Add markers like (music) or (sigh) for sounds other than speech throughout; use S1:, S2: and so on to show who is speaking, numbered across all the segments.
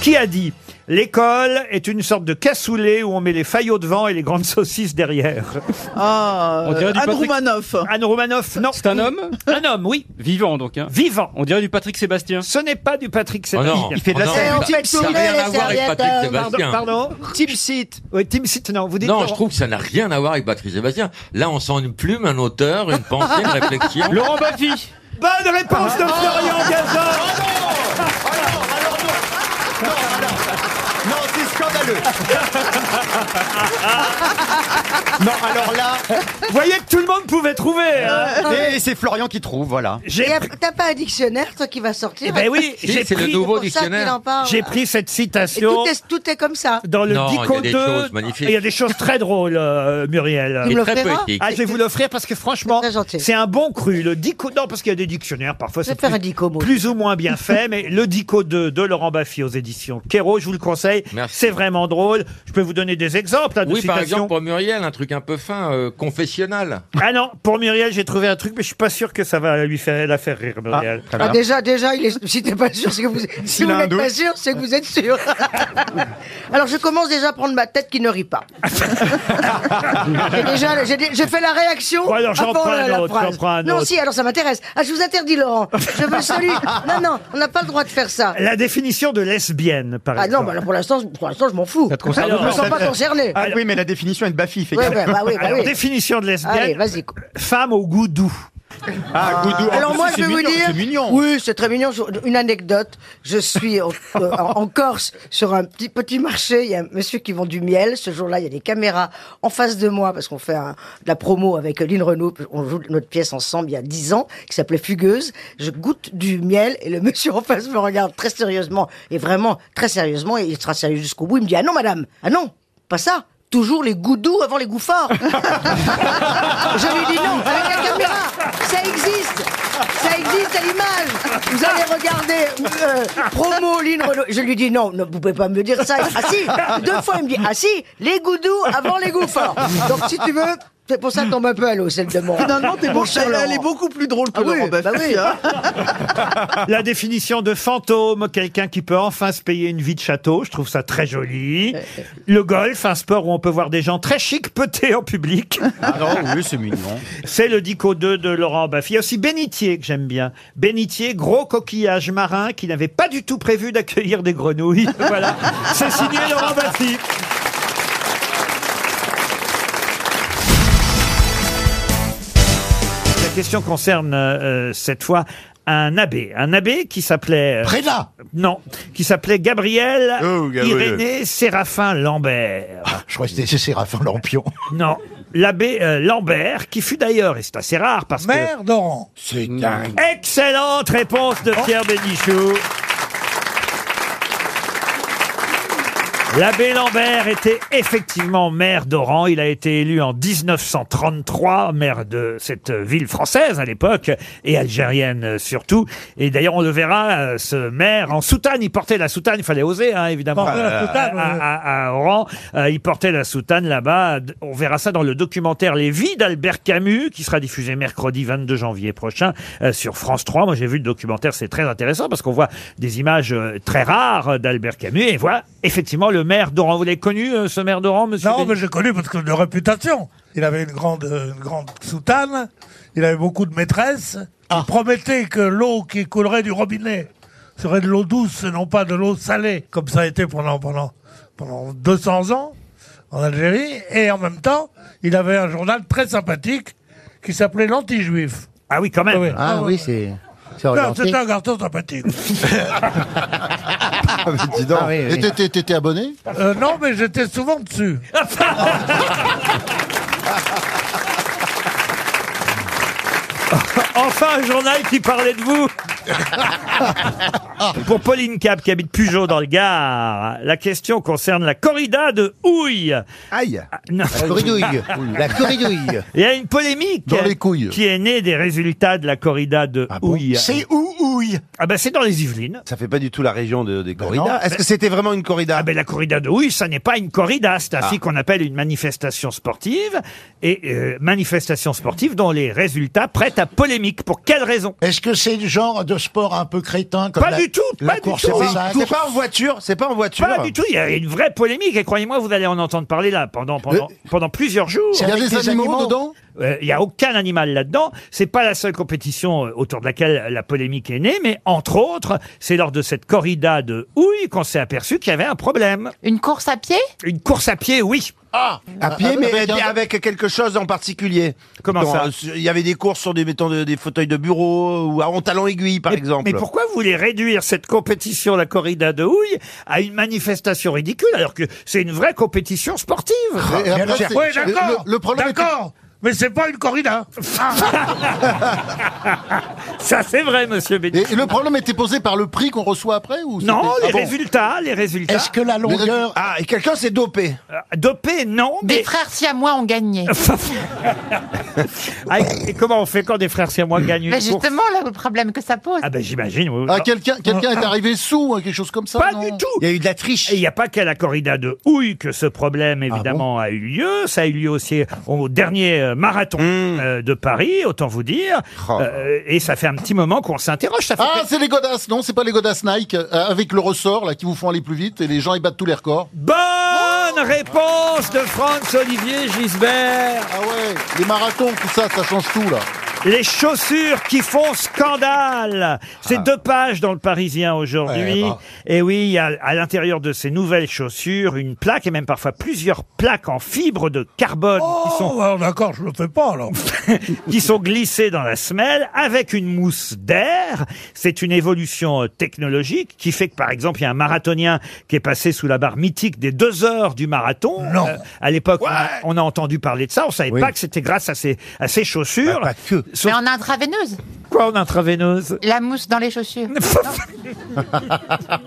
S1: Qui a dit L'école est une sorte de cassoulet où on met les faillots devant et les grandes (laughs) saucisses derrière. Euh,
S2: Ah,
S3: On dirait du
S2: Anne
S3: Patrick-
S2: Roumanoff.
S1: Anne Romanoff, non.
S3: C'est un
S4: (laughs)
S3: homme
S1: Un homme, oui.
S3: Vivant donc, hein
S1: Vivant.
S3: On dirait du Patrick Sébastien.
S1: Ce n'est pas du Patrick Sébastien.
S4: Il fait de la
S5: Et on
S4: serviette.
S5: fait
S4: Ah Ça n'a
S5: tourner
S4: rien à
S5: les
S4: voir avec
S5: serviettes.
S4: Patrick
S5: euh,
S1: Pardon,
S4: Sébastien.
S1: pardon
S2: Team Seat.
S1: Oui, Tim Sit, non, vous dites
S4: Non,
S1: Laurent.
S4: je trouve que ça n'a rien à voir avec Patrick Sébastien. Là, on sent une plume, un auteur, une pensée, une
S6: (laughs)
S4: réflexion.
S3: Laurent Baffy
S1: Bonne réponse de Florian Gazan
S7: Non,
S8: (laughs)
S7: c'est scandaleux. (laughs) non, alors là, Euh,
S1: Vous voyez que tout le monde pouvait trouver hein.
S7: et c'est Florian qui trouve, voilà.
S1: J'ai
S5: et après, T'as pas un dictionnaire, toi, qui va sortir
S1: Eh ben oui,
S4: Si,
S1: j'ai
S4: c'est le
S1: pris,
S4: nouveau
S5: pour ça qu'il
S4: dictionnaire.
S5: en parle.
S1: j'ai pris cette
S5: Et
S1: citation
S5: tout est, tout est comme ça.
S1: dans le
S4: Non, il y a
S1: Dico
S4: des
S1: 2.
S4: choses magnifiques.
S1: Il y a des choses très drôles, euh, Muriel.
S5: Tu me
S4: Il
S5: le
S4: est très
S5: feras
S4: poétique.
S1: Ah, je vais vous l'offrir parce que franchement,
S5: C'est très gentil.
S1: c'est un bon cru. Le dico, non, parce qu'il y a des dictionnaires, parfois
S5: Je vais
S1: c'est
S5: faire un
S1: plus,
S5: dico, moi.
S1: plus ou moins bien fait, mais le dico 2 de Laurent Baffy aux éditions Kero, je vous le conseille.
S4: Merci.
S1: C'est vraiment drôle. Je peux vous donner des exemples là, de
S4: Oui, par
S1: citations.
S4: exemple, pour Muriel, un truc un peu fin, euh,
S1: (laughs)
S4: confessionnal.
S1: Ah non, pour Muriel, j'ai trouvé un truc, mais je suis pas sûr que ça va lui faire, la faire rire, Muriel.
S7: très
S5: Ah,
S7: bien.
S5: déjà, déjà, il est- si t'es pas sûr, c'est que
S1: (laughs)
S5: vous, si
S7: S'il
S5: vous
S7: a un
S5: n'êtes
S7: doute.
S5: pas sûr, c'est que vous êtes sûr. Alors, je commence déjà à prendre ma tête qui ne rit pas. j'ai déjà, j'ai dé- j'ai fait la réaction.
S1: Bon, alors, j'en
S5: avant
S1: prends
S5: la-
S1: un
S5: la
S1: autre,
S5: phrase.
S1: j'en prends un
S5: non,
S1: autre.
S5: si, alors ça m'intéresse. Ah, je vous interdis, Laurent. Je veux
S1: (laughs)
S5: saluer. Non, non, on n'a pas le droit de faire ça.
S1: La définition de lesbienne, par
S5: Ah non,
S1: exemple.
S5: bah, alors, pour l'instant, pour l'instant, je m'en fous.
S3: Ça te concerne
S5: je me
S1: pas,
S5: sens pas concerné.
S1: Ah,
S7: Ah oui, mais la définition est de Baffy, fait
S5: Ouais, ouais, bah oui, bah
S1: Alors,
S5: oui.
S1: définition de lesbienne,
S5: Allez, vas-y. quoi.
S1: femme au goût doux.
S7: Ah, Goudou.
S5: Alors
S7: En plus,
S5: moi, je
S7: c'est
S5: vais vous
S7: mignon,
S5: dire,
S7: C'est mignon.
S5: oui, c'est très mignon. Je- Une anecdote. Je
S7: (laughs)
S5: suis en, euh, en- en Corse sur un petit petit marché. Il y a un monsieur qui vend du miel. Ce jour-là, il y a des caméras en face de moi parce qu'on fait un- de la promo avec Lynn Renault. On joue notre pièce ensemble il y a 10 ans qui s'appelait Fugueuse. Je goûte du miel et le (laughs) monsieur en face me regarde très sérieusement et vraiment très sérieusement et il sera sérieux jusqu'au bout. Il me dit ah non madame, ah non, pas ça. Toujours les goûts doux avant les goûts (laughs) forts. Je lui
S9: (laughs)
S5: dis non, avec la caméra, ça existe. Ça existe à l'image. Vous allez regarder euh, promo Lynn Renaud. Je lui dis non, ne vous pouvez pas me dire ça. Ah si, deux fois il me dit ah si, les goûts doux avant les goûts forts. Donc si tu veux, c'est pour ça que t'en m'as peu à l'eau celle de moi.
S2: Finalement, t'es bon.
S5: cher
S2: Elle, elle
S5: Laurent.
S2: est beaucoup plus drôle que
S5: Ah oui,
S2: Laurent Baffy.
S5: bah oui.
S2: hein.
S1: (laughs) La définition de fantôme, quelqu'un qui peut enfin se payer une vie de château, je trouve ça très joli.
S5: Euh,
S1: Le golf, un sport où on peut voir des gens très chics péter en public.
S7: Ah non, oui, c'est mignon.
S1: C'est le dico 2 de Laurent Baffy. Il y a aussi Bénitier que j'aime bien. Bénitier, gros coquillage marin qui n'avait pas du tout prévu d'accueillir des grenouilles. voilà, c'est signé Laurent Baffy. La question concerne euh, cette fois un abbé, un abbé qui s'appelait euh,
S7: Préda
S1: non, qui s'appelait Gabriel
S7: Oh, Gabriel.
S1: Irénée Séraphin Lambert.
S10: Ah, Je crois que c'était c'est Séraphin Lampion.
S1: (laughs) Non, l'abbé euh, Lambert, qui fut d'ailleurs, et c'est assez rare parce
S10: Mère d'Oran. C'est dingue. Oh.
S1: que... Excellente réponse de Pierre Bénichou. L'abbé Lambert était effectivement maire d'Oran. Il a été élu en 1933, maire de cette ville française à l'époque, et algérienne euh, surtout. Et d'ailleurs, on le verra, euh, ce maire en soutane, il portait la soutane, il fallait oser, hein, évidemment.
S10: Porter la soutane,
S1: à, à- à Oran, Euh, il portait la soutane là-bas. On verra ça dans le documentaire Les Vies d'Albert Camus, qui sera diffusé mercredi 22 janvier prochain euh, sur France 3. Moi, j'ai vu le documentaire, c'est très intéressant parce qu'on voit des images euh, très rares euh, d'Albert Camus et voilà effectivement le maire d'Oran. Vous l'avez connu, euh, ce maire d'Oran, monsieur
S10: Non,
S1: Bé-
S10: mais j'ai connu parce que de réputation. Il avait une grande, euh, une grande soutane, il avait beaucoup de maîtresses.
S1: Ah.
S10: Il promettait que l'eau qui coulerait du robinet serait de l'eau douce et non pas de l'eau salée, comme ça a été pendant, pendant, pendant 200 ans en Algérie. Et en même temps, il avait un journal très sympathique qui s'appelait L'Anti-Juif.
S1: Ah oui, quand même.
S10: oui.
S6: Ah oui, c'est. C'est
S10: Non,
S6: orienté.
S10: C'était un garçon
S6: (laughs)
S10: sympathique.
S11: Ah, mais dis donc.
S6: Ah oui, oui.
S11: Et t'étais- t'étais abonné
S10: Euh, non, mais j'étais souvent dessus.
S11: Ah
S1: Enfin, un journal qui parlait de
S6: (laughs)
S1: vous. Pour Pauline Cap, qui habite Pugeot dans le Gard, la question concerne la corrida de Houille.
S11: Aïe
S1: Ah, non.
S6: La
S1: (laughs)
S6: corridouille. La corridouille.
S1: Il y a une polémique
S11: Dans les couilles.
S1: qui est née des résultats de la corrida de Houille.
S11: C'est où ouille
S1: Ah ben c'est dans les Yvelines. Ben
S12: Ça fait pas du tout la région de- des corridas.
S11: non.
S12: Est-ce que c'était vraiment une corrida
S1: Ah ben la corrida de Houille, ça n'est pas une corrida, c'est ainsi qu'on appelle une manifestation sportive et euh, manifestation sportive dont les résultats prêtent à polémique. Pour quelle raison
S10: Est-ce que c'est le genre de
S8: de sport un peu crétin comme
S1: Pas
S8: la-
S1: du tout,
S8: la
S1: pas du
S8: course
S1: tout.
S8: au
S1: C'est
S8: sac.
S13: C'est pas en voiture, c'est pas en voiture.
S1: Pas du tout, il y a une vraie polémique et croyez-moi, vous allez en entendre parler là pendant, pendant, pendant plusieurs jours.
S8: Il y a Euh, des animaux, dedans
S1: Euh, Il n'y a aucun animal là-dedans. C'est pas la seule compétition euh, autour de laquelle la polémique est née, mais entre autres, c'est lors de cette corrida de houille qu'on s'est aperçu qu'il y avait un problème.
S5: Une course à pied
S1: Une course à pied, oui.
S8: Ah
S13: À pied, mais
S8: Avec
S13: avec,
S8: un-
S13: quelque chose en particulier.
S1: Comment
S13: Dans,
S1: ça
S13: euh, Il y avait des courses sur des, mettons, de- des fauteuils de bureau ou en talon aiguille, par
S1: mais,
S13: exemple.
S1: mais pourquoi vous voulez réduire cette compétition, la corrida de houille, à une manifestation ridicule alors que c'est une vraie compétition sportive
S8: Et Ah, après,
S13: alors,
S8: c'est-
S10: Oui, d'accord.
S8: Le, le problème était-
S10: D'accord. Mais c'est pas une corrida.
S1: (laughs) Ça, c'est vrai, monsieur Béni.
S8: et- et le problème était posé par le prix qu'on reçoit après ou
S1: Non,
S8: c'était-
S1: les
S8: Ah bon.
S1: résultats, les résultats.
S8: Est-ce que la longueur
S13: Ah, et quelqu'un s'est dopé.
S1: Euh, Dopé, non,
S5: Des
S1: mais...
S5: frères siamois ont gagné.
S1: (laughs) Ah, et comment on fait quand des frères siamois gagnent
S5: Mais
S1: une course
S5: justement, là, le problème que ça pose.
S1: Ah ben j'imagine, oui.
S8: Ah, quelqu'un quelqu'un est arrivé sous hein, quelque chose comme ça
S1: Pas
S8: non
S1: du tout
S13: Il y a eu de la triche. Ah
S1: Et il n'y a pas qu'à la corrida de houille que ce problème, évidemment, a eu lieu. Ça a eu lieu aussi au dernier euh, marathon euh, de Paris, autant vous dire.
S13: Hmm. Oh.
S1: Euh, et ça fait un petit moment qu'on s'interroge. Ça fait
S8: Ah, c'est les godasses, non, c'est pas les godasses Nike euh, avec le ressort là qui vous font aller plus vite et les gens ils battent tous les records.
S1: Bonne réponse de Franz Olivier Gisbert.
S8: Ah ouais, les marathons, tout ça, ça change tout là.
S1: Les chaussures qui font scandale.
S8: Ah.
S1: C'est deux pages dans le Parisien aujourd'hui.
S8: Ouais, bah.
S1: Et oui, il y a à l'intérieur de ces nouvelles chaussures une plaque et même parfois plusieurs plaques en fibre de carbone qui sont
S10: Oh, bah, d'accord, je le fais pas alors.
S1: qui sont glissés dans la semelle avec une mousse d'air. C'est une évolution euh, technologique qui fait que, par exemple, il y a un marathonien qui est passé sous la barre mythique des deux heures du marathon. Euh,
S10: Non.
S1: à l'époque, on a- on, a entendu parler de ça. On savait
S13: Oui.
S1: pas que c'était grâce à ces, à ces chaussures.
S13: Bah, pas que.
S1: Sauf
S5: Mais en intraveineuse,
S1: quoi en intraveineuse
S5: la mousse dans les
S1: (laughs)
S5: chaussures.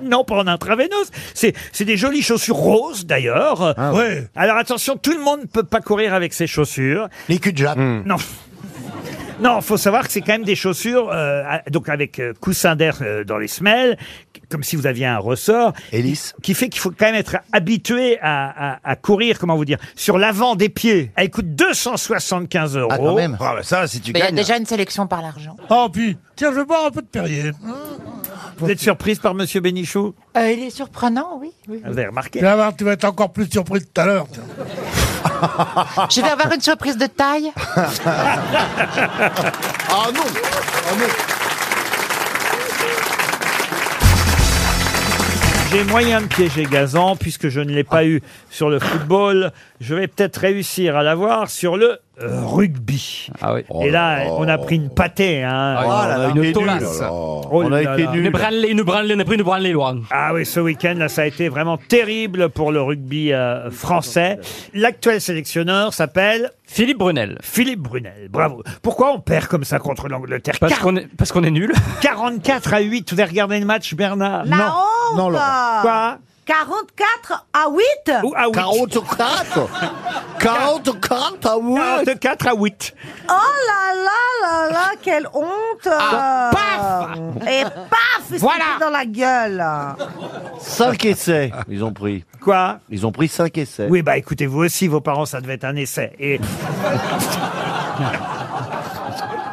S1: Non, pas en intraveineuse. C'est, c'est des jolies chaussures roses, d'ailleurs.
S10: Oui.
S1: Alors attention, tout le monde ne peut pas courir avec ces chaussures. Hmm.
S8: Les culs de jatte.
S1: Non. Non, faut savoir que c'est quand même des chaussures, euh, à- donc avec euh, coussin d'air euh, dans les semelles, qui- comme si vous aviez un ressort,
S13: Hélice.
S1: qui fait qu'il faut quand même être habitué à, à- à courir, comment vous dire, sur l'avant des pieds. Elle coûte 275 euros.
S8: Ah quand même.
S13: Ah, bah, ça, si tu
S5: Mais il y a
S13: gagnes.
S5: déjà une sélection par l'argent.
S10: Oh, puis, tiens, je vais boire un peu de Perrier.
S1: (laughs) Vous êtes surprise par Monsieur Bénichou Ah,
S5: Euh, il est surprenant, oui. oui, oui.
S1: Vous avez remarqué
S10: Tu vas voir, tu vas être encore plus surpris tout à l'heure. tiens.
S5: (laughs) Je
S10: Ah.
S5: vais avoir une surprise de taille.
S8: Ah non. Ah non.
S1: J'ai moyen de piéger Gazan, puisque je ne l'ai pas eu sur le football. Je vais peut-être réussir à l'avoir sur le euh, rugby. Oh.
S7: Ah oui.
S1: Et là, on a pris une pâtée. Hein.
S7: Ah, une tolasse.
S1: Oh là là.
S7: Une branlée, une branlée, on a pris une branlée, Laurent.
S1: Ah oui, ce week-end, là, ça a été vraiment terrible pour le rugby euh, français. L'actuel sélectionneur s'appelle
S7: Philippe Brunel.
S1: Philippe Brunel. Bravo. Pourquoi on perd comme ça contre l'Angleterre
S7: Parce
S1: Quar-
S7: qu'on est, parce qu'on est
S1: (laughs)
S7: nul.
S1: 44 à 8. Vous avez regardé le match, Bernard
S8: Non.
S9: honte
S8: Non, Laurent.
S1: Quoi
S9: 44 à 8
S1: Ou Ah. à 8
S8: 44 44 ah ouais
S1: 44 à 8.
S9: Oh là là là là, quelle honte euh, Et paf
S5: Ah, Voilà.
S9: Voilà dans la gueule
S13: 5 essais, ils ont pris.
S1: Quoi
S13: Ils ont pris 5 essais.
S1: Oui, bah écoutez, vous aussi, vos parents, ça devait être un essai. Et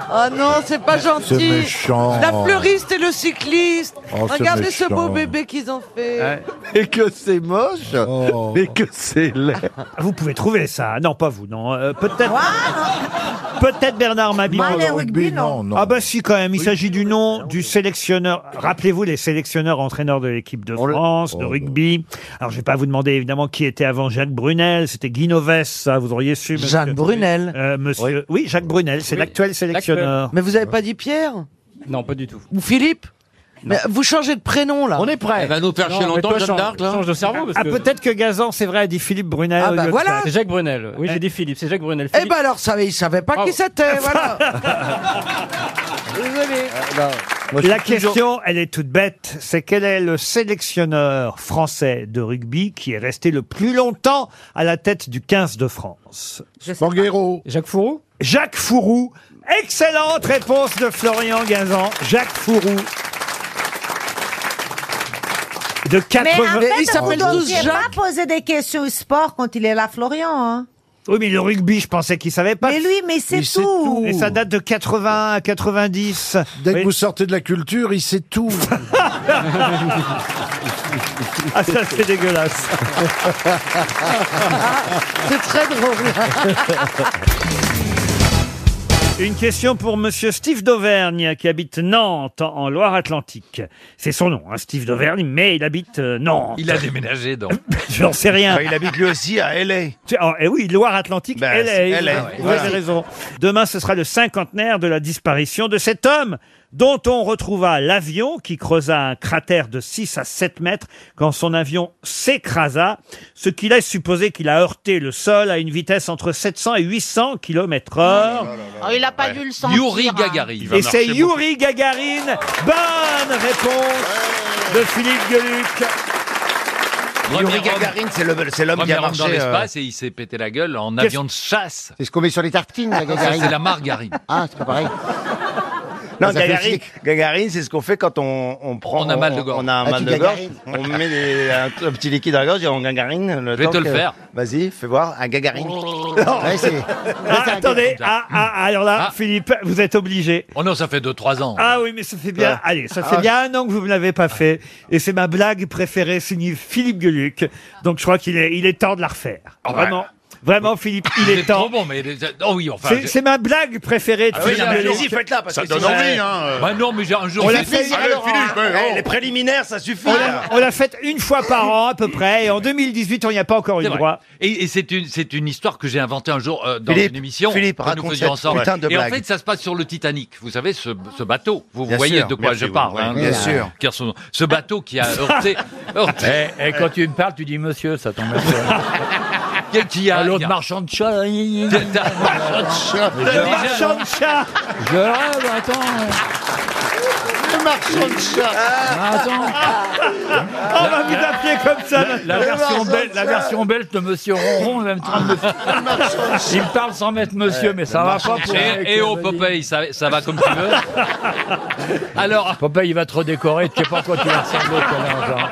S9: Oh non, c'est pas
S8: C'est
S9: gentil
S8: méchant.
S9: La fleuriste et le cycliste
S8: Oh, c'est
S9: Regardez ce beau
S8: méchant.
S9: bébé qu'ils ont fait
S13: (laughs) Et que c'est moche.
S8: Oh.
S13: Et que c'est laid.
S1: Ah, vous pouvez trouver ça. Non, pas vous, non. Euh, peut-être
S9: Quoi non
S1: peut-être Bernard Mabille.
S9: Moi, les rugby, non.
S8: non.
S1: Ah bah si quand même, il s'agit du nom du sélectionneur. Rappelez-vous les sélectionneurs entraîneurs de l'équipe de France de rugby. Alors je vais pas vous demander évidemment qui était avant Jacques Brunel, c'était Guy Noves, ça vous auriez su. monsieur.
S9: Jeanne Brunel
S1: Euh, monsieur, oui. Jacques Brunel, c'est
S7: Oui,
S1: l'actuel sélectionneur.
S9: Mais vous avez pas dit Pierre
S7: Non, pas du tout.
S9: Ou Philippe Mais Vous changez de prénom là
S13: On est prêt.
S14: Elle va nous faire chier
S7: Non, mais
S14: longtemps,
S7: toi,
S14: Jeanne
S7: change-
S14: d'Arc, là
S7: Change de cerveau, parce
S1: Ah
S7: que
S1: peut-être que Gazan, c'est vrai, a dit Philippe Brunel.
S9: Ah
S1: au
S9: bah
S1: lieu de
S9: voilà.
S1: ça.
S7: c'est Jacques Brunel. Oui, j'ai dit Philippe, c'est Jacques Brunel.
S9: Eh ben alors, ça, il savait pas
S7: Bravo.
S9: qui c'était, voilà
S14: (laughs)
S1: Euh,
S9: Désolé
S1: La question, elle est toute bête, c'est quel est le sélectionneur français de rugby qui est resté le plus longtemps à la tête du 15 de France
S8: Banguero.
S7: Jacques Fourreau
S1: Jacques Fourou. Excellente réponse de Florian Gazan. Jacques Fourou. De 80...
S9: Mais il s'appelle tous
S8: ne
S9: Jacques
S15: poser des questions au sport quand il est là, Florian. Hein.
S1: Oui, mais le rugby, je pensais qu'il savait pas.
S5: Mais lui, mais c'est Il sait tout. tout.
S1: Et ça date de 80 à 90. Dès que vous sortez de la culture, il sait tout. (laughs) ah, ça, c'est dégueulasse.
S11: C'est très drôle.
S1: Une question pour Monsieur Steve d'Auvergne qui habite Nantes en en Loire-Atlantique. C'est son nom, hein, Steve d'Auvergne, mais il habite euh, Nantes.
S4: Il a déménagé donc.
S1: (laughs) J'en sais rien.
S4: Bah, il habite lui aussi à LA.
S1: Tu- ah, eh oui, Loire-Atlantique,
S4: Bah, c'est
S1: LA.
S4: LA,
S1: Vous
S4: ouais.
S1: avez
S4: Voilà.
S1: raison. Demain, ce sera le cinquantenaire de la disparition de cet homme dont on retrouva l'avion qui creusa un cratère de 6 à 7 mètres quand son avion s'écrasa, ce qui laisse supposer qu'il a heurté le sol à une vitesse entre 700 et 800 km heure.
S11: Oh, il a pas dû le sentir. hein.
S1: Et c'est Yuri Gagarine. Bonne réponse de Philippe Gueluc.
S4: Premier
S6: Yuri Gagarin, c'est le- c'est l'homme qui a
S4: premier homme dans
S6: marché, euh,
S4: l'espace et il s'est pété la gueule en
S6: Qu'est-ce-
S4: avion de chasse.
S6: C'est ce qu'on met sur les tartines,
S4: Ça,
S6: la gagarine.
S4: c'est la margarine.
S6: Ah, c'est pas pareil. Non,
S4: Ça fait
S6: gagarine,
S4: chic.
S6: gagarine, c'est ce qu'on fait quand on, on prend.
S4: On a mal de gorge.
S6: On a un
S4: Ah,
S6: mal
S4: tu
S6: de gorge.
S4: gagarines.
S6: On met des- un, un petit liquide à la gorge et on gagarine. Le
S4: Je vais
S6: temps
S4: te le
S6: que-
S4: faire.
S6: Vas-y, fais voir, un gagarine. Ouais, c'est-
S1: (laughs) Ah, attendez, ah, ah, ah, alors là, Philippe, vous êtes obligé.
S4: Oh non, ça fait 2-3 ans.
S1: Ah oui, mais ça fait bien.
S4: Ouais.
S1: Allez, ça
S4: Ah
S1: fait
S4: ouais.
S1: bien un an que vous ne l'avez pas fait. Et c'est ma blague préférée signée Philippe Gueluc. Donc je crois qu'il est, il est temps de la refaire.
S4: Ah ouais.
S1: Vraiment. Vraiment, Philippe, il est temps.
S4: Trop bon, mais oh oui, enfin.
S1: C'est-
S4: j'ai-
S1: C'est ma blague préférée de
S4: Ah oui,
S1: Philippe
S4: non, mais
S1: Gueluc.
S4: allez-y, faites-la, parce Ça que donne sinon-
S6: envie, hein, euh.
S4: Bah non, mais j'ai un jour.
S1: On
S4: j'ai
S1: l'a
S4: fait-
S1: fait- Allez, Philippe, mais
S6: Eh,
S4: oh.
S1: non.
S6: Les préliminaires, ça suffit.
S1: On
S4: hein.
S6: là.
S1: l'a- on l'a faite une fois par an à peu près. Et en 2018, on n'y a pas encore eu
S4: C'est vrai.
S1: droit.
S4: Et, et c'est une c'est une histoire que j'ai inventée un jour euh, dans
S6: Philippe,
S4: une émission
S6: Philippe,
S4: que nous
S6: raconte
S4: faisions
S6: cette
S4: ensemble.
S6: putain de
S4: et en
S6: blague.
S4: fait, ça se passe sur le Titanic. Vous savez ce, ce bateau. Vous
S6: Bien
S4: voyez
S6: sûr.
S4: de quoi
S6: Merci,
S4: je
S6: oui,
S4: parle.
S6: oui,
S4: hein,
S6: bien
S4: le-
S6: sûr.
S4: car son- ce bateau qui
S7: (laughs)
S4: a
S1: (laughs)
S4: heurté. heurté-
S7: Et, Eh, quand tu me parles, tu dis monsieur, ça tombe bien.
S4: Quel qui a
S7: L'autre marchand de
S4: (laughs)
S7: chats.
S4: Le marchand
S1: de chats.
S7: Je rêve, attends.
S11: Le marchand de chat.
S1: (laughs) On va vous appeler comme ça.
S7: La, version belle, la version belge de monsieur Ronron, même train
S1: (laughs)
S7: de me- Il me parle sans mettre monsieur, mais ça va pas pour
S4: Et, et oh Popeye, ça, ça va comme tu veux.
S7: (laughs)
S4: Alors.
S7: Papa, il va te redécorer, tu sais pas quoi tu vas ressembler tout à l'heure, genre.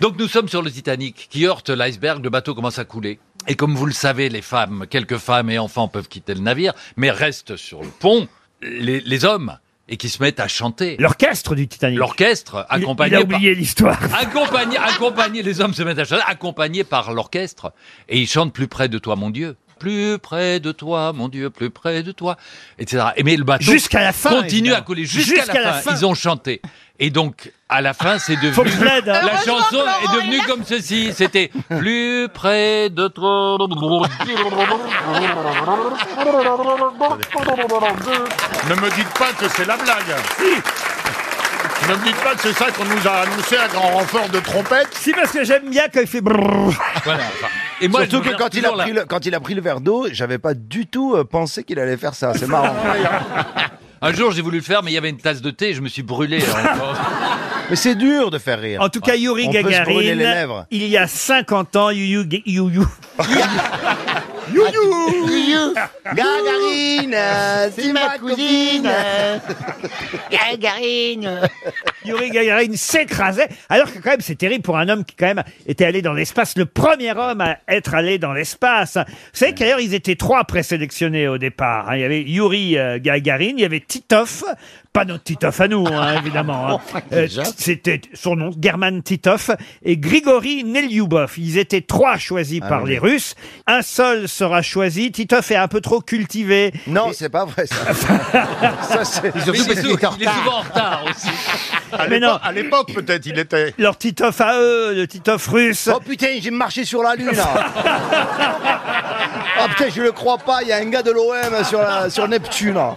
S4: Donc nous sommes sur le Titanic qui heurte l'iceberg, le bateau commence à couler. Et comme vous le savez, les femmes, quelques femmes et enfants peuvent quitter le navire, mais restent sur le pont les, les hommes et qui se mettent à chanter.
S1: L'orchestre du Titanic.
S4: L'orchestre
S1: Il-
S4: accompagné
S1: il a oublié
S4: par-
S1: l'histoire.
S4: (laughs) Accompagné, accompagné, les hommes se mettent à chanter, accompagné par l'orchestre. Et ils chantent plus près de toi, mon Dieu. Plus près de toi, mon Dieu, plus près de toi, etc. Et mais le bateau
S1: Jusqu'à la fin,
S4: continue
S1: évidemment.
S4: à couler jusqu'à
S1: Jusqu'à
S4: la,
S1: la
S4: fin.
S1: fin.
S4: Ils ont chanté. Et donc, à la fin, c'est devenu
S1: Faut que je l'aide, hein.
S4: la
S1: Heureusement
S4: chanson
S1: que Laurent
S4: est devenue comme ceci. C'était plus près de toi.
S10: Ne me dites pas que c'est la blague. Ne me dites pas que c'est ça qu'on nous a annoncé à grand renfort de trompette.
S1: Si, parce que j'aime bien quand il fait brrr.
S4: Et
S1: moi,
S6: Surtout
S1: je me
S6: que quand il, a
S1: toujours
S6: pris le, quand il a pris le verre d'eau, j'avais pas du tout euh, pensé qu'il allait faire ça. C'est (laughs) marrant.
S4: Un jour, j'ai voulu le faire, mais il y avait une tasse de thé et je me suis brûlé. hein.
S6: (laughs) Mais c'est dur de faire rire.
S1: En tout cas, Yuri
S6: On peut se
S1: Gagarin,
S6: brûler les lèvres.
S1: il y a 50 ans, you, you, you, you.
S6: Youhou
S11: Gagarine, euh, c'est ma cousine. euh,
S16: (laughs)
S11: Gagarine.
S1: (laughs) Yuri Gagarin s'écrasait, alors que quand même c'est terrible pour un homme qui quand même était allé dans l'espace, le premier homme à être allé dans l'espace. Vous savez qu'ailleurs ils étaient trois présélectionnés au départ. hein. Il y avait Yuri euh, Gagarin, il y avait Titov, pas notre Titov à nous
S6: (laughs)
S1: hein, évidemment. hein. Euh, C'était son nom, German Titov, et Grigory Nelyubov. Ils étaient trois choisis
S6: Ah
S1: par
S6: oui.
S1: les Russes. Un seul sera choisi. Titov est un peu trop cultivé.
S6: Non, c'est pas vrai
S1: (laughs)
S6: ça. ça c'est...
S1: Mais surtout, il est souvent
S4: en retard aussi.
S1: À
S6: Mais
S1: l'époque-
S6: non.
S1: à
S6: l'époque, peut-être, il était.
S1: Leur Titov à eux, le Titov russe.
S6: Oh putain, j'ai marché sur la lune (laughs) là. oh putain, je le crois pas, il y a un gars de l'OM sur, la- sur Neptune. là.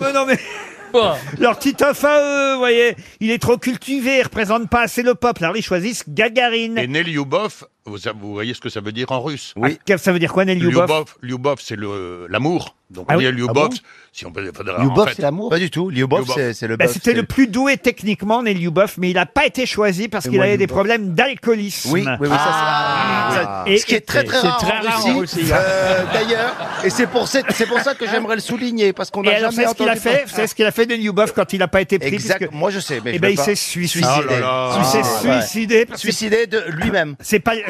S1: Mais non, mais. Leur Titoff à eux, vous voyez, il est trop cultivé, il représente pas assez le peuple. Alors ils choisissent Gagarine.
S10: Et Nelyubov, vous, sa- vous voyez ce que ça veut dire en russe
S1: Oui. Ah, ça veut dire quoi, Nelyubov
S10: Lyubov, Lyubov, c'est le- l'amour. Donc
S1: Ah
S10: on
S1: oui.
S10: dit Lyubov,
S1: Ah bon
S10: si on peut.
S6: Lyubov, c'est l'amour Pas du tout. Lyubov,
S10: Lyubov.
S6: c'est- c'est le
S1: Bah,
S6: bœuf,
S1: C'était
S6: c'est-
S1: le plus doué techniquement, Nelyubov, mais il n'a pas été choisi parce
S6: C'est
S1: qu'il
S6: moi,
S1: avait des
S6: Lyubov.
S1: problèmes d'alcoolisme. Ah.
S6: Oui, oui, oui, ça, Ah. c'est- ça- ce qui est très très rare, en Russie,
S1: hein.
S6: euh, d'ailleurs. Et c'est pour, cette- c'est pour ça que j'aimerais le souligner parce qu'on
S1: Et
S6: a
S1: alors,
S6: jamais
S1: c'est ce qu'il
S6: entendu.
S1: a fait, c'est ce qu'il a fait de Lyubov quand il n'a pas été pris.
S6: Exact.
S1: puisque-
S6: Moi, je sais, mais
S1: Eh
S6: je
S1: ben,
S6: vais
S1: il
S6: pas.
S1: s'est suicidé.
S6: Suicidé. Oh là là.
S1: Il s'est
S6: Ah, ouais.
S1: suicidé. parce que-
S6: Suicidé de lui-même.
S1: C'est pas, (laughs)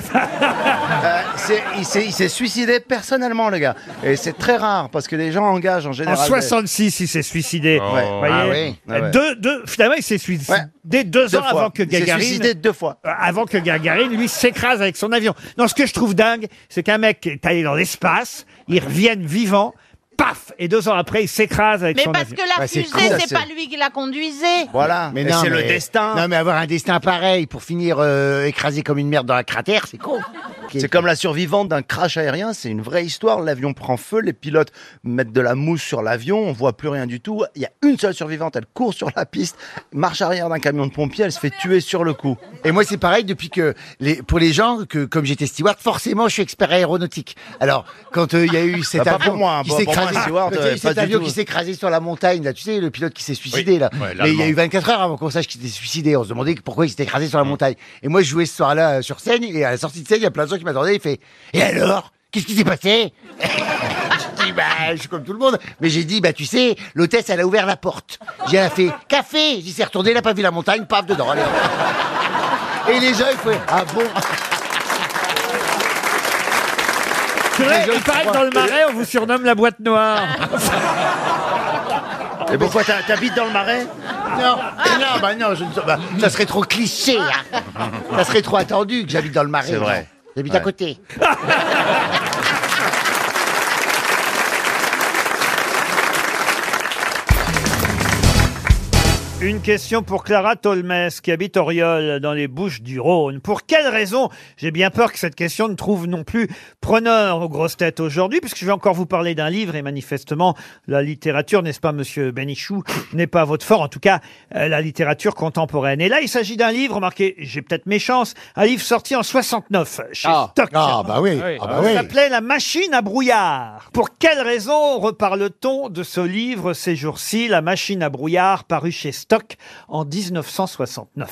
S13: Euh, c'est- il s'est il s'est suicidé personnellement, le gars. Et c'est très rare parce que les gens engagent en
S1: En
S13: général. des-
S1: 66, il s'est suicidé.
S6: Oh.
S13: Ouais.
S1: Vous voyez
S13: Ah oui. Ah ouais.
S1: Deux, deux- finalement, il s'est suicidé deux,
S13: Deux
S1: ans
S13: fois.
S1: avant que
S13: Il s'est
S1: Gagarine.
S13: suicidé deux fois.
S1: Euh, Avant que Gagarine, lui, s'écrase avec son avion. Non, ce que je trouve dingue, c'est qu'un mec est allé dans l'espace, il revienne vivant, paf Et deux ans après, il s'écrase avec
S3: Mais
S1: son
S3: parce
S1: avion.
S3: que la fusée, c'est pas lui qui la conduisait.
S6: Mais non, mais- Non, mais avoir un destin pareil pour finir euh, écrasé comme une merde dans un cratère, c'est con.
S13: C'est comme la survivante d'un crash aérien, c'est une vraie histoire. L'avion prend feu, les pilotes mettent de la mousse sur l'avion, on voit plus rien du tout. Il y a une seule survivante, elle court sur la piste, marche arrière d'un camion de pompiers, elle se fait tuer sur le coup.
S6: Et moi, c'est pareil depuis que, les, pour les gens, que comme j'étais steward, forcément, je suis expert aéronautique. Alors, quand euh, il y a eu cet
S13: Bah, pas
S6: avion
S13: pour moi, hein.
S6: qui
S13: Pour-
S6: s'est
S13: pour moi,
S6: écrasé,
S13: un steward,
S6: quand il y a eu
S13: euh,
S6: cet
S13: pas du
S6: avion
S13: tout.
S6: qui s'est écrasé sur la montagne, là, tu sais, le pilote qui s'est suicidé, là.
S13: Ouais,
S6: Mais il y a
S13: l'Allemand.
S6: eu 24 heures avant qu'on sache qu'il s'est suicidé. On se demandait pourquoi il s'était écrasé
S13: Mm.
S6: sur la montagne. Et moi, je jouais ce soir-là euh, sur scène, et à la sortie de scène, il y a plein de gens qui m'attendaient, il fait, et alors? Qu'est-ce qui s'est passé? (laughs) Je dis, bah, je suis comme tout le monde. Mais j'ai dit, bah, tu sais, l'hôtesse, elle a ouvert la porte. J'ai elle a fait café. J'y suis retourné, elle a pas vu la montagne, paf, dedans. allez. Et les gens, ils font, ah bon?
S1: C'est vrai, il paraît que dans le marais, on vous surnomme la boîte noire.
S13: Et pourquoi t'as- t'habites dans le marais
S6: Non, mais non, bah non, je ne sais bah, ça serait trop cliché, hein. Ça serait trop attendu que j'habite dans le marais.
S13: C'est vrai.
S6: J'habite à
S13: Ouais.
S6: (laughs) côté.
S1: Une question pour Clara Tolmes, qui habite Oriol, dans les Bouches du Rhône. Pour quelle raison J'ai bien peur que cette question ne trouve non plus preneur aux grosses têtes aujourd'hui, puisque je vais encore vous parler d'un livre, et manifestement, la littérature, n'est-ce pas, monsieur Benichou, n'est pas votre fort, en tout cas, euh, la littérature contemporaine. Et là, il s'agit d'un livre, remarquez, j'ai peut-être mes chances, un livre sorti en 69, chez Stock.
S6: Ah, bah oui. Ah, bah oui.
S1: Ça s'appelait La machine à brouillard. Pour quelle raison reparle-t-on de ce livre ces jours-ci, La machine à brouillard, paru chez Stock
S17: (laughs)
S1: en 1969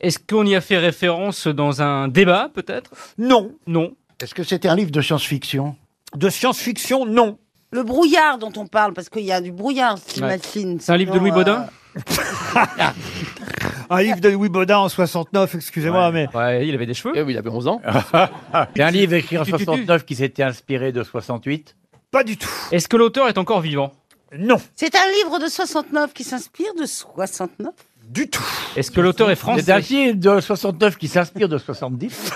S7: Est-ce qu'on y a fait référence dans un débat, peut-être
S1: Non.
S7: Non.
S6: Est-ce que c'était un livre de science-fiction
S1: De science-fiction, non.
S18: Le brouillard dont on parle, parce qu'il y a du brouillard, c'est
S1: Ouais.
S18: machine.
S1: C'est un livre de
S18: Sinon,
S1: Louis Baudin (laughs) Un livre de Louis Baudin en 69, excusez-moi, mais...
S17: Ouais, il avait des cheveux. Eh il avait 11
S1: (laughs)
S17: ans.
S19: Il y a un livre écrit en 69 qui s'était inspiré de 68.
S1: Pas du tout.
S17: Est-ce que l'auteur est encore vivant
S1: Non.
S18: C'est un livre de 69 qui s'inspire de 69.
S1: Du tout.
S17: Est-ce que l'auteur est français
S19: C'est un livre de 69 qui s'inspire de 70.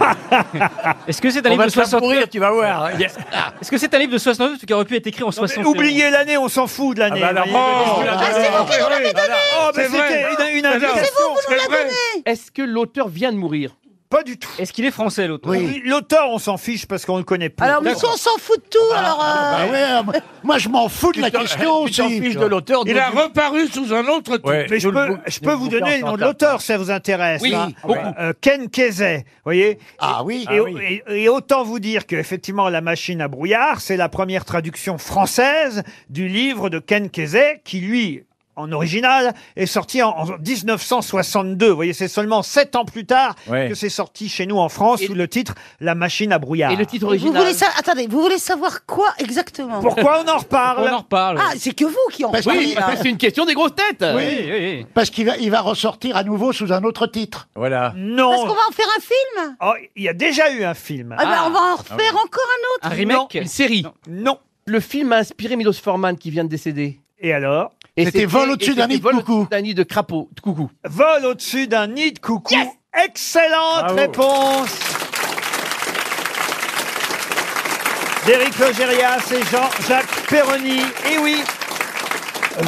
S17: (laughs) Est-ce que c'est un
S19: On
S17: livre
S19: va
S17: de
S19: te faire
S17: 69
S19: pourrir, tu vas voir.
S17: (laughs) Yes. Est-ce que c'est un livre de 69 qui aurait pu être écrit en 69
S1: Oubliez l'année, on s'en fout de l'année.
S17: Ah bah alors,
S1: voyez.
S17: bon. Ah, c'est vous qui nous l'avez donné.
S1: Oh, mais
S17: C'est vrai.
S1: c'était une, une
S17: Alors,
S1: indication.
S17: c'est vous, vous nous
S1: C'est
S17: l'avez
S1: vrai.
S17: Est-ce que l'auteur vient de mourir
S1: Pas du tout.
S17: Est-ce qu'il est français, l'auteur
S1: L'auteur, on s'en fiche parce qu'on le connaît plus.
S18: Alors, mais si on s'en fout de tout, alors.
S1: Ah,
S18: euh,
S6: Bah
S1: bah
S6: moi, je m'en fous de la question
S17: tu t'en
S6: aussi.
S17: fiches de l'auteur,
S1: Il a
S17: reparu sous un autre
S1: Mais je peux, je peux vous donner le nom de l'auteur, si ça vous intéresse.
S17: Oui,
S1: là.
S17: beaucoup.
S1: Euh, Ken Kesey, voyez
S6: Ah oui.
S1: Et,
S6: Ah oui.
S1: et- et autant vous dire qu'effectivement, La machine à brouillard, c'est la première traduction française du livre de Ken Kesey, qui lui, en original, est sorti en, en 1962. Vous voyez, c'est seulement sept ans plus tard
S19: Ouais.
S1: que c'est sorti chez nous en France sous le titre La machine à brouillard.
S18: Vous voulez sa- Attendez, vous voulez savoir quoi exactement
S1: Pourquoi on en reparle
S17: On en reparle.
S18: Ah, c'est que vous qui en hein.
S6: Parce
S18: parlez.
S6: que-
S18: là.
S6: parce que c'est
S17: une question des grosses têtes.
S6: Oui. Parce qu'il va, il va ressortir à nouveau sous un autre titre.
S19: Voilà.
S1: Non.
S18: Parce qu'on va en faire un film
S1: Oh, il y a déjà eu un film.
S18: Ah, bah, on va en refaire encore un autre.
S1: Non.
S20: Une série Non.
S1: Le
S20: film a inspiré Milos Forman qui vient de décéder.
S1: Et alors
S20: Et
S1: C'était Vol au-dessus
S20: et
S1: d'un
S20: c'était
S1: nid de
S20: Vol
S1: coucou.
S20: au-dessus D'un nid de crapaud, de coucou.
S1: Vol au-dessus d'un nid de coucou. Excellente réponse d'Éric Logérias et Jean-Jacques Perroni. Et oui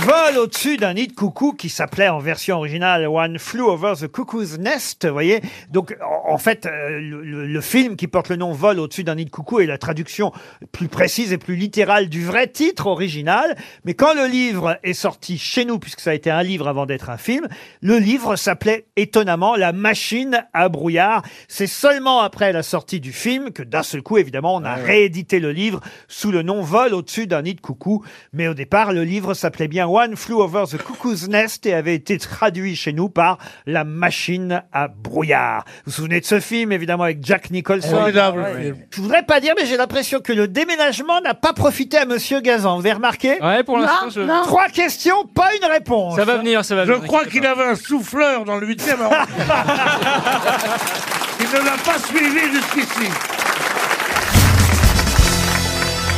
S1: Vol au-dessus d'un nid de coucou qui s'appelait en version originale One Flew Over the Cuckoo's Nest, vous voyez. Donc en en fait, euh, le, le- le film qui porte le nom Vol au-dessus d'un nid de coucou est la traduction plus précise et plus littérale du vrai titre original. Mais quand le livre est sorti chez nous, puisque ça a été un livre avant d'être un film, le livre s'appelait étonnamment La machine à brouillard. C'est seulement après la sortie du film que d'un seul coup, évidemment,
S21: Ah
S1: on a réédité le livre sous le nom Vol au-dessus d'un nid de coucou. Mais au départ, le livre s'appelait bien One Flew Over the Cuckoo's Nest et avait été traduit chez nous par La Machine à brouillard. Vous vous souvenez de ce film, évidemment, avec Jack Nicholson
S10: Eh, Formidable film.
S1: Je voudrais pas dire, mais j'ai l'impression que le déménagement n'a pas profité à Monsieur Gazan. Vous avez remarqué
S7: Ouais, pour l'instant, je- non.
S1: Trois questions, pas une réponse.
S7: Ça va venir, ça va
S10: Je
S7: venir.
S10: crois qu'il avait un souffleur dans le 8e
S1: (laughs)
S10: arrondissement.
S11: (laughs)
S10: Il ne l'a pas suivi jusqu'ici.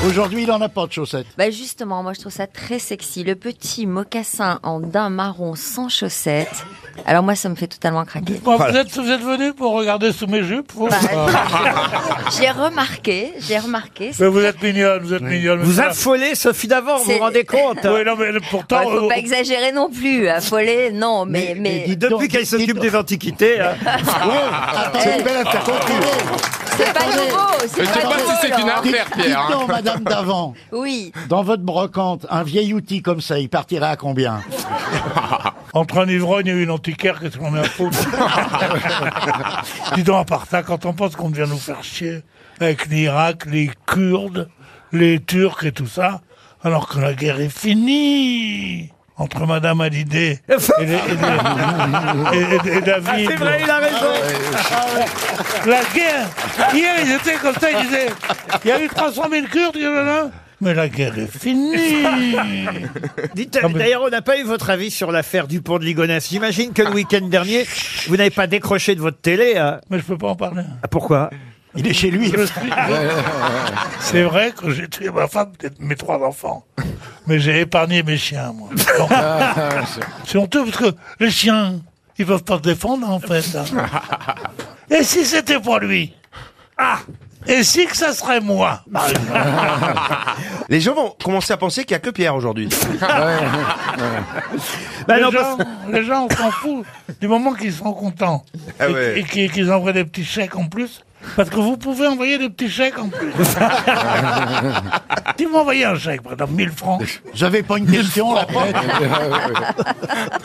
S8: Aujourd'hui, il en a pas de chaussettes.
S21: Bah justement, moi je trouve ça très sexy, le petit mocassin en daim marron sans chaussettes. Alors moi ça me fait totalement craquer.
S10: Bon, vous, êtes, vous êtes venu pour regarder sous mes jupes vous
S21: Bah,
S10: Ah.
S21: (laughs) J'ai remarqué, j'ai remarqué.
S10: Mais vous êtes mignonne, vous êtes mignonne.
S1: Vous affolez Sophie d'avant, vous
S21: C'est-
S1: vous rendez compte
S10: Oui, non, mais
S11: (laughs)
S10: pourtant.
S21: Ouais, faut
S10: euh,
S21: pas exagérer non plus, affolé, non, mais... mais,
S1: Et Depuis qu'elle s'occupe des antiquités.
S21: (laughs)
S1: hein.
S21: Ah, c'est une belle affaire, C'est pas nouveau, c'est pas nouveau. Laurent. hein.
S11: Dites-donc, madame d'avant,
S21: Oui,
S11: dans votre brocante, un vieil outil comme ça, il partirait à combien
S10: Entre un ivrogne et une antiquaire, qu'est-ce qu'on est à
S11: (laughs)
S10: foutre
S11: Ah,
S10: Dis donc, à part ça, quand on pense qu'on vient nous faire chier avec l'Irak, les Kurdes, les Turcs et tout ça, alors que la guerre est finie entre Madame Hallyday et, les- et les- et- et- et David.
S1: Ah, C'est vrai, il a raison.
S10: Ah
S11: Ah
S1: Ah,
S10: La guerre Hier, ils étaient comme ça, ils disaient il y a eu 300 000 Kurdes, il y en a là. Mais la guerre est finie
S1: (laughs) Dites, euh, D'ailleurs, on n'a pas eu votre avis sur l'affaire du pont de Ligonnès. J'imagine que le week-end dernier, vous n'avez pas décroché de votre télé. hein. Ah,
S10: Mais je peux pas en parler.
S1: pourquoi
S10: Il est chez
S1: (laughs)
S10: lui. C'est vrai que j'ai tué ma femme, peut-être mes trois enfants. Mais j'ai épargné mes chiens, moi. Bon.
S11: Ah,
S10: Ah C'est honteux parce que les chiens, ils peuvent pas se défendre, en fait.
S16: (laughs)
S10: hein. Et si c'était pour lui Ah Et si que ça serait moi par exemple
S16: Ah, (laughs) Les gens vont commencer à penser qu'il n'y a que Pierre aujourd'hui.
S10: (laughs)
S16: Ben
S10: les,
S1: (laughs)
S10: gens, les gens, on s'en fout du moment qu'ils sont contents
S16: Ah
S10: et,
S16: ouais.
S10: et qu'ils qu'ils envoient des petits chèques en plus. Parce que vous pouvez envoyer des petits chèques
S16: (laughs)
S10: en plus. (laughs) si vous m'envoyez un chèque, par exemple, 1000 francs.
S11: J'avais pas une question,
S16: Ah
S11: la
S1: (laughs)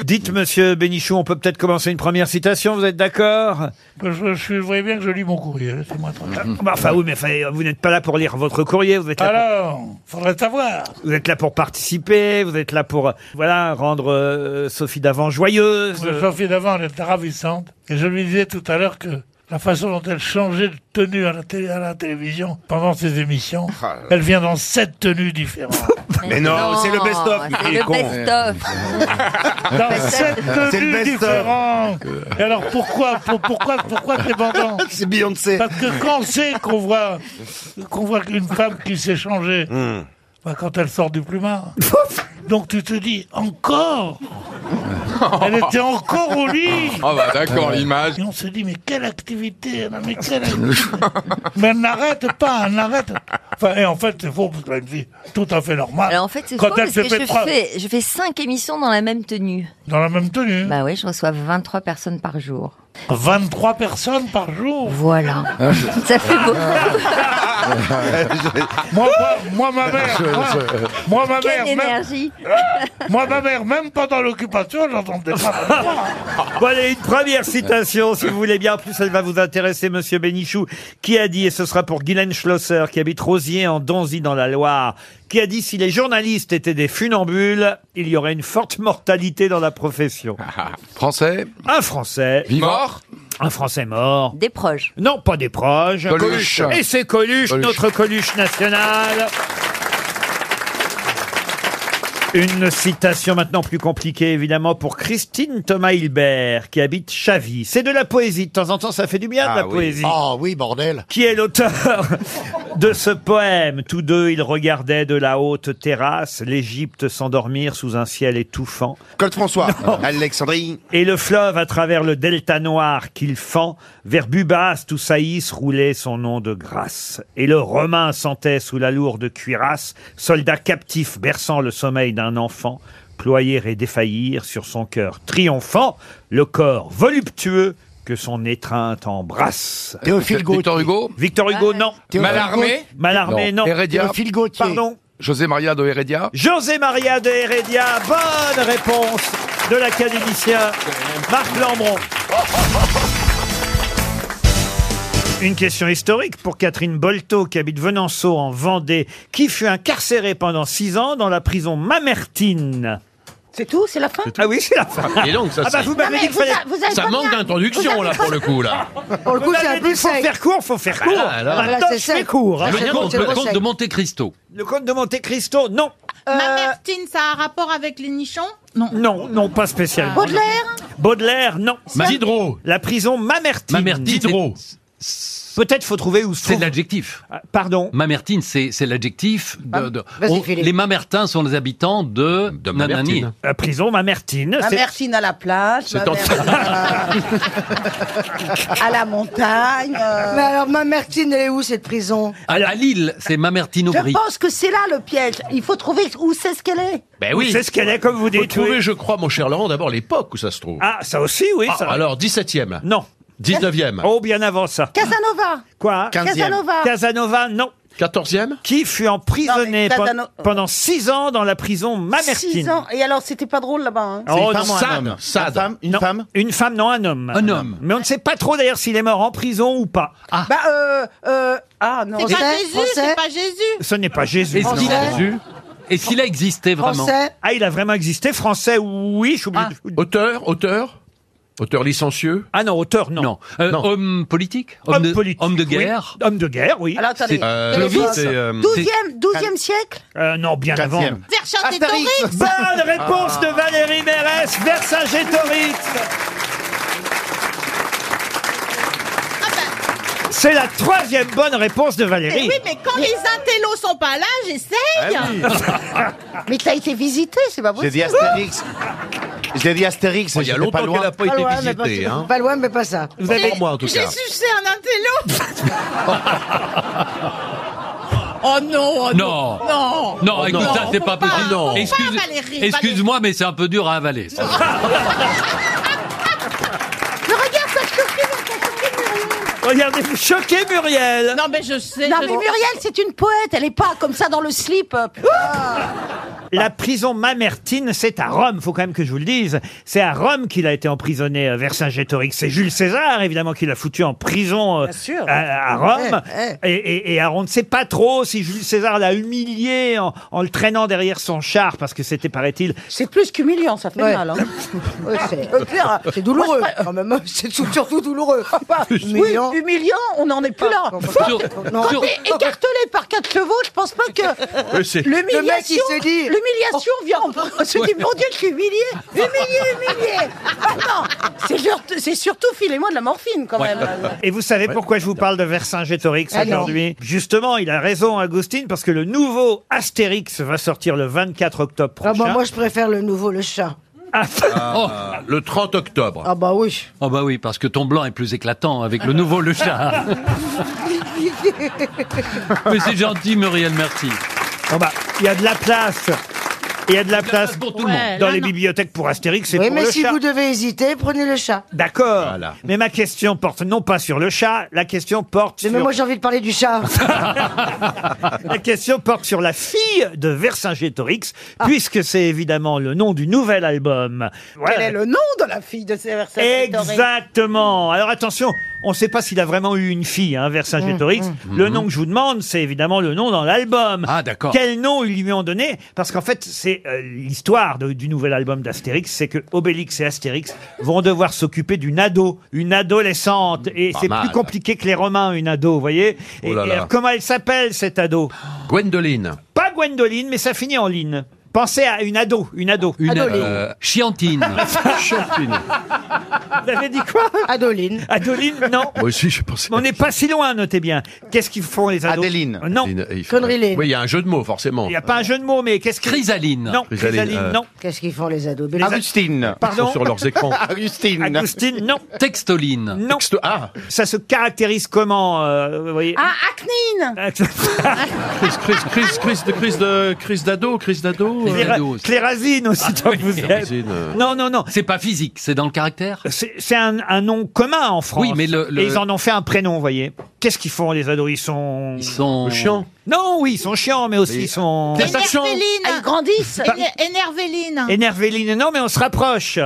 S1: Dites, monsieur Bénichou, on peut peut-être commencer une première citation, vous êtes d'accord
S10: Je, je, suis- vous voyez bien que je lis mon courrier, laissez-moi tranquille.
S1: Bah, Enfin, oui, mais enfin, vous n'êtes pas là pour lire votre courrier, vous êtes là
S10: Hmm.
S1: pour-
S10: Alors, faudrait savoir.
S1: Vous êtes là pour participer, vous êtes là pour euh, voilà rendre euh, Sophie Davant joyeuse.
S10: Le Sophie d'avant, elle était ravissante. Et je lui disais tout à l'heure que la façon dont elle changeait de tenue à la, télé- à la télévision pendant ses émissions, elle vient dans sept tenues différentes.
S16: Ah. (laughs) Mais non, non, c'est le best-of, c'est il est le con. best-of.
S10: Dans sept
S16: C'est le
S10: tenues
S16: best-of.
S10: différentes. Et alors pourquoi, pour- pourquoi, pourquoi t'es bandant
S16: (laughs) C'est Beyoncé.
S10: Parce que quand c'est qu'on voit, qu'on voit une femme qui s'est changée,
S16: Hmm.
S10: bah, quand elle sort du plumard. Donc tu te dis, encore Elle était encore au lit
S22: Ah bah d'accord, l'image.
S10: Et on se dit, mais quelle activité elle a, mais quelle activité. Mais elle n'arrête pas, elle n'arrête. Enfin, et en fait, c'est faux, parce qu'elle a une vie tout à fait normale.
S21: alors en fait c'est faux
S10: Quand elle
S21: parce
S10: se
S21: que
S10: fait
S21: je
S10: prendre
S21: fais, je fais 5 émissions dans la même tenue.
S10: dans la même tenue, hein.
S21: Bah oui, je reçois 23 personnes par jour.
S10: 23 personnes par jour.
S21: Voilà.
S23: Ah,
S21: (laughs) Ça
S10: Ah.
S21: fait beaucoup.
S10: moi, moi, moi, ma
S23: Ah,
S10: mère, moi, moi, ma mère,
S21: Quelle
S10: même, Ah,
S21: énergie
S10: moi, ma mère, même pendant l'occupation, j'entendais pas.
S1: (laughs) Bon, allez, une première citation, si vous voulez bien. En plus, elle va vous intéresser, monsieur Bénichou, qui a dit, et ce sera pour Guylaine Schlosser, qui habite Rosier en Donzy dans la Loire, qui a dit si les journalistes étaient des funambules, il y aurait une forte mortalité dans la profession. Ah, Français Un Français. Mort Un Français mort.
S21: Des proches.
S1: Non, pas des proches.
S22: Coluche.
S1: Et c'est Coluche,
S22: Coluche.
S1: notre Coluche national. Une citation maintenant plus compliquée, évidemment, pour Christine Thomas Hilbert, qui habite Chavy. C'est de la poésie. De temps en temps, ça fait du bien, de la poésie.
S11: Ah oui, bordel.
S1: Qui est l'auteur (laughs) de ce poème Tous deux, ils regardaient de la haute terrasse l'Égypte s'endormir sous un ciel étouffant.
S16: Claude François, Alexandrie.
S1: Et le fleuve à travers le delta noir qu'il fend, vers Bubas tout Saïs roulait son nom de grâce. Et le Romain sentait sous la lourde cuirasse, soldat captif berçant le sommeil d'un enfant, ployer et défaillir sur son cœur triomphant, le corps voluptueux que son étreinte embrasse.
S11: Théophile Gautier. Victor
S1: Hugo Victor Hugo, non.
S11: Théophile Gautier.
S1: Mallarmé, non.
S11: Hérédia. Théophile Gautier.
S1: Pardon
S22: José Maria de Heredia.
S1: José Maria de Heredia, bonne réponse de l'académicien Marc Lambron. Une question historique pour Catherine Bolto, qui habite Venanceau en Vendée, qui fut incarcérée pendant six ans dans la prison Mamertine.
S18: C'est tout C'est la fin
S1: Ah oui, c'est la fin.
S4: Et donc, ça,
S1: ah bah,
S4: c'est-
S1: vous m'avez
S4: Non, mais
S1: dit qu'il
S4: vous
S1: fallait-
S4: a- vous avez Ça pas manque bien- d'introduction,
S1: Vous avez-
S4: là, pour le coup, là.
S1: Pour le coup, c'est un peu Faut faire court, faut faire
S4: Ah,
S1: court.
S4: alors.
S1: Maintenant,
S4: Voilà,
S1: je
S4: c'est
S1: fais
S4: sec.
S1: court. hein.
S4: Le Le comte- comte- le comte de Monte Cristo.
S1: Le comte de Monte Cristo, non.
S18: Euh,
S3: Ma Martine, ça a un rapport avec les nichons
S1: Non. Non, non, pas spécialement.
S3: Baudelaire
S1: Baudelaire, non. Diderot. La prison Mamertine.
S4: Mamertine, Diderot.
S1: Peut-être faut trouver où se
S4: C'est
S1: trouve. Ah,
S4: de l'adjectif.
S1: Pardon
S4: Mamertine, c'est c'est l'adjectif.
S1: Ah,
S4: de- de-
S18: Vas-y,
S4: on-
S18: Philippe.
S4: les Mamertins sont les habitants de, de Nanani.
S1: Mamertine. La Euh, prison Mamertine.
S18: Ma mère signe à la plage, ma
S4: C'est en-
S18: mère signe à... à la montagne. euh. Mais alors, ma mère signe, elle est où cette prison
S4: À, à Lille, c'est Mamertine
S18: Je
S4: Aubry.
S18: pense que c'est là le piège. Il faut trouver où c'est ce qu'elle est.
S4: Ben oui.
S1: C'est ce qu'elle est, comme vous
S4: Faut
S1: dites.
S4: trouver,
S1: oui.
S4: je crois, mon cher Laurent, d'abord l'époque où ça se trouve.
S1: Ah, ça aussi, oui.
S4: Ah,
S1: ça-
S4: alors, 17e.
S1: Non.
S4: 19e.
S1: Oh, bien avant ça.
S18: Casanova.
S1: Quoi
S4: 15e. Casanova.
S1: Casanova, non.
S4: 14e
S1: Qui fut emprisonné
S18: Non, mais
S1: pen-
S18: Casano-
S1: pendant six ans dans la prison Mamertine.
S18: Six ans. Et alors, c'était pas drôle là-bas. hein
S1: Oh, non,
S4: femme ou un homme Sade.
S1: Non, Une femme Une femme, non, un homme.
S4: Un homme.
S1: Mais on ne sait pas trop d'ailleurs s'il est mort en prison ou pas.
S18: Bah, euh, euh, ah non.
S3: C'est pas
S18: Français,
S3: Jésus,
S18: Français.
S3: c'est pas Jésus
S1: Ce n'est pas Jésus.
S4: Est-ce qu'il a, Est-ce qu'il a existé vraiment
S18: Français.
S1: Ah, il a vraiment existé Français, oui, je suis obligé de-
S4: Auteur, auteur Auteur licencieux
S1: Ah non, auteur, non.
S4: Non. Euh,
S1: Non.
S4: Homme politique
S1: Homme,
S4: de,
S1: politique.
S4: Homme de
S1: oui.
S4: guerre
S1: Homme de guerre, oui.
S18: Alors, attendez.
S4: C'est- euh, Clovis, c'est, euh,
S18: 12e, 12e siècle
S1: Euh, non, bien avant.
S3: Vercingétorix
S1: Bonne réponse de Valérie Mérès, Vercingétorix. C'est la troisième bonne réponse de
S3: Mais
S1: Valérie.
S3: oui, mais quand les intellos sont pas là, j'essaye Ah (laughs)
S18: Mais t'as été visité, c'est pas possible.
S24: Astérix. J'ai dit Astérix.
S4: Il y a longtemps qu'elle n'a pas été
S18: loin, mais
S4: visitée.
S18: pas-
S4: hein.
S18: Pas loin, mais pas ça.
S4: Vous avez-
S3: J'ai-
S4: Pour moi, en tout cas.
S3: J'ai sucé un
S4: (laughs)
S3: intello Oh non, oh
S4: Non.
S3: non Non
S4: Non, écoute, ça, c'est
S3: faut
S4: pas possible.
S3: faut pas,
S4: Excuse-
S3: Valérie,
S4: Excuse-moi, mais c'est un peu dur à avaler. ça.
S3: Mais regarde, ça choqué, ça choqué Muriel
S1: Regardez, vous choquez (laughs) Muriel.
S3: Non mais je sais,
S18: Non,
S3: je
S18: mais Muriel, c'est une poète, elle est pas comme ça dans le slip. euh,
S1: La prison Mamertine, c'est à Rome, faut quand même que je vous le dise. C'est à Rome qu'il a été emprisonné euh, Vercingétorix. C'est Jules César, évidemment, qui l'a foutu en prison euh,
S18: sûr.
S1: à, à Rome.
S18: Eh,
S1: Et, et- et alors, on ne sait pas trop si Jules César l'a humilié en, en le traînant derrière son char, parce que c'était, paraît-il,
S18: C'est plus qu'humiliant, ça fait
S5: Ouais.
S1: (laughs)
S18: mal. Hein. Ouais, c'est- euh, Claire, c'est douloureux. quand même, (laughs) c'est sou- surtout douloureux. Bah, oui,
S5: Humiliant.
S18: humiliant, Ah, on n'en est plus là.
S4: Sur-
S18: Quand
S4: sur-
S18: t'es écartelé par quatre chevaux, je pense pas que
S4: Oui, c'est-
S18: l'humiliation
S5: Le mec, il se dit-
S18: l'humiliation vient. On se dit, mon Dieu, je suis humilié, humilié, humilié. Attends, c'est sur- c'est surtout filez-moi de la morphine quand
S1: Ouais. (laughs)
S18: même.
S1: Et vous savez pourquoi je vous parle de Vercingétorix
S18: Ah non.
S1: aujourd'hui Justement, il a raison, Agustine, parce que le nouveau Astérix va sortir le 24 octobre prochain.
S5: Ah bah, moi, je préfère le nouveau, le chat.
S4: Ah, Le 30 octobre.
S5: Ah bah oui.
S4: Oh bah oui, parce que ton blanc est plus éclatant avec le nouveau Le
S11: (laughs)
S1: (laughs)
S4: Chat.
S15: Mais c'est gentil, Muriel, merci.
S1: Bon bah, il y a de la place. Il y a de la place pour
S15: tout le Ouais, monde.
S1: Dans
S15: là,
S1: les
S15: non.
S1: bibliothèques pour Astérix, c'est
S5: Oui,
S1: pour
S5: mais
S1: le
S5: si
S1: chat.
S5: vous devez hésiter, prenez le chat.
S1: D'accord. Mais ma question porte non pas sur le chat, la question porte
S5: Mais
S1: sur...
S5: moi, j'ai envie de parler du
S4: (laughs)
S5: chat.
S1: (laughs) La question porte sur la fille de Vercingétorix,
S5: Ah.
S1: puisque c'est évidemment le nom du nouvel album. Voilà.
S18: Quel est le nom de la fille de ces versets
S1: Exactement. Alors attention, on ne sait pas s'il a vraiment eu une fille, hein, Vercingétorix. Le nom que je vous demande, c'est évidemment le nom dans l'album.
S4: Mm, Mm-hmm. Ah, d'accord.
S1: Quel nom ils lui ont donné Parce qu'en fait, c'est euh, l'histoire de- du nouvel album d'Astérix, c'est que Obélix et Astérix vont devoir s'occuper d'une ado, une adolescente. Et
S4: Pas
S1: c'est
S4: mal.
S1: plus compliqué que les Romains, une ado, vous voyez et,
S4: Oh là
S1: et
S4: là.
S1: alors, comment elle s'appelle, cette ado
S4: Gwendoline.
S1: Pas Gwendoline, mais ça finit en ligne. Pensez à une ado, une ado.
S4: Une euh, Chiantine. Chiantine.
S1: Vous avez dit quoi
S5: Adoline.
S1: Adeline, non.
S4: Moi aussi, je pensais.
S1: Mais on n'est pas si loin,
S4: (laughs)
S1: notez bien. Qu'est-ce qu'ils font les ados Euh,
S24: Adeline.
S1: Non,
S4: Une- il faut-
S5: Connerie, les-
S4: Oui, il y a un jeu de mots, forcément.
S1: il n'y a pas un jeu de mots, mais qu'est-ce qu'ils...
S4: Chrysaline.
S1: Non,
S4: Chrysaline,
S1: Chrysaline,
S4: euh,
S1: non. Ah
S5: Qu'est-ce qu'ils font, les ados Mais les ados-
S24: Augustine.
S4: Ils sont
S1: Pardon
S4: sur leurs
S1: (laughs)
S4: écrans.
S24: Augustine.
S1: Agustine, non.
S4: Textoline.
S1: Non.
S4: Texto- ah,
S1: Ça se caractérise comment euh, vous voyez
S18: Ah,
S11: (laughs)
S18: Acnine
S25: Chris, Chris, Chris, Chris, de Chris, de Chris d'ado, Chris d'ado. euh,
S1: Cléra-
S4: Ados.
S1: Clérazine aussi, tant que vous êtes.
S4: Ah, Clérazine, euh.
S1: Non, non, non.
S4: c'est pas physique, c'est dans le caractère.
S1: C'est c'est un, un nom commun en France.
S4: Oui, mais le- le-
S1: Et ils en ont fait un prénom, vous voyez. Qu'est-ce qu'ils font les ados Ils sont... Ils sont...
S4: Chiants.
S1: Non, oui, ils sont chiants, mais aussi ils sont...
S3: Elles grandissent.
S18: Énervéline.
S1: Énervéline, non, mais on se rapproche.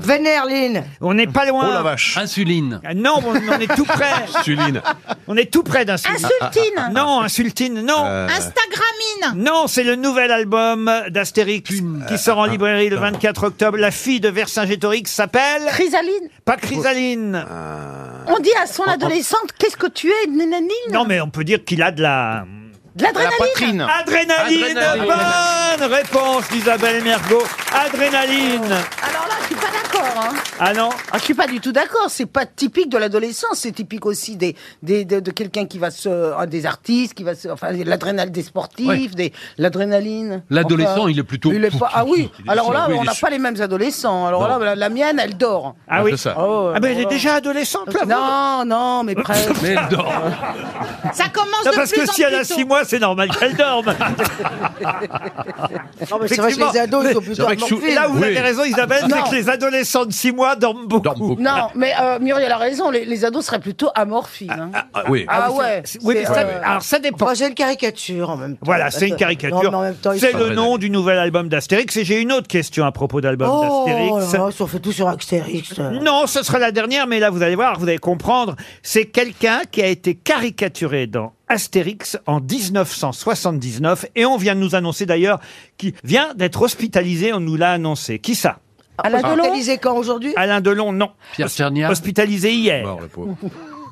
S3: Vénérline.
S1: On n'est pas loin.
S4: Oh la vache. Insuline.
S1: Ah Non, on, on est tout près.
S4: (laughs) Insuline.
S1: On est tout près d'insultine.
S18: Insultine.
S1: ah. Non, insultine, non.
S4: Euh.
S18: Instagramine.
S1: Non, c'est le nouvel album d'Astérix qui sort en librairie le 24 octobre. La fille de Vercingétorix s'appelle
S3: Chrysaline.
S1: Pas Chrysaline.
S3: On dit à son adolescente, qu'est-ce que tu es, nananine
S1: Non, mais on peut dire qu'il a de la
S3: De l'adrénaline.
S1: Adrénaline. Bonne réponse d'Isabelle Mergot. Adrénaline.
S3: Alors là, je suis pas d'accord. hein.
S1: Ah non.
S3: Ah, je suis pas du tout d'accord. C'est pas typique de l'adolescence. C'est typique aussi des, des de, de quelqu'un qui va se, euh, des artistes, qui va se, enfin, l'adrénaline des sportifs,
S4: Ouais.
S3: des, l'adrénaline.
S4: L'adolescent,
S3: Enfin,
S4: il est plutôt-
S3: il est pas- ah oui.
S4: Il est-
S3: Alors là,
S4: oui, il
S3: on
S4: est
S3: n'a
S4: sûr.
S3: pas les mêmes adolescents. Alors
S4: Non.
S3: là, la, la mienne, elle dort.
S4: Ah oui. C'est ça.
S1: Ah, mais elle est déjà
S3: adolescente là. Non, non, mais presque.
S4: Mais elle dort.
S18: Ça commence
S1: Euh, Non,
S18: de
S1: parce
S18: plus
S1: que
S18: en
S1: si elle
S18: plus
S1: a
S18: tôt.
S1: 6 mois, c'est normal qu'elle
S3: (laughs)
S1: dorme.
S3: Non, mais c'est vrai que les ados, ils sont plus C'est vrai que sous- dormants.
S1: Là où vous
S3: Oui.
S1: avez raison, Isabelle,
S3: Non.
S1: c'est que les adolescents de 6 mois dorment beaucoup.
S3: Non, mais euh, Muriel a raison, les, les ados seraient plutôt amorphiques. hein.
S1: ah, oui.
S3: Ah,
S1: Ah, mais
S3: ouais. euh,
S1: c'est- oui, mais ça- alors, ça dépend.
S3: c'est une caricature en même temps.
S1: Voilà, c'est une caricature. C'est le nom du nouvel album d'Astérix. Et j'ai une autre question à propos d'album
S5: Oh
S3: Oh,
S1: d'Astérix.
S3: on fait tout sur Astérix.
S1: Non, ce sera la dernière, mais là, vous allez voir, vous allez comprendre. C'est quelqu'un qui a été caricaturé dans Astérix en 1979. Et on vient de nous annoncer d'ailleurs qu'il vient d'être hospitalisé. On nous l'a annoncé. Qui ça
S3: Alain
S1: Ah.
S3: Delon Hospitalisé quand aujourd'hui
S1: Alain Delon, non.
S4: Pierre Tchernia.
S1: Hospitalisé hier.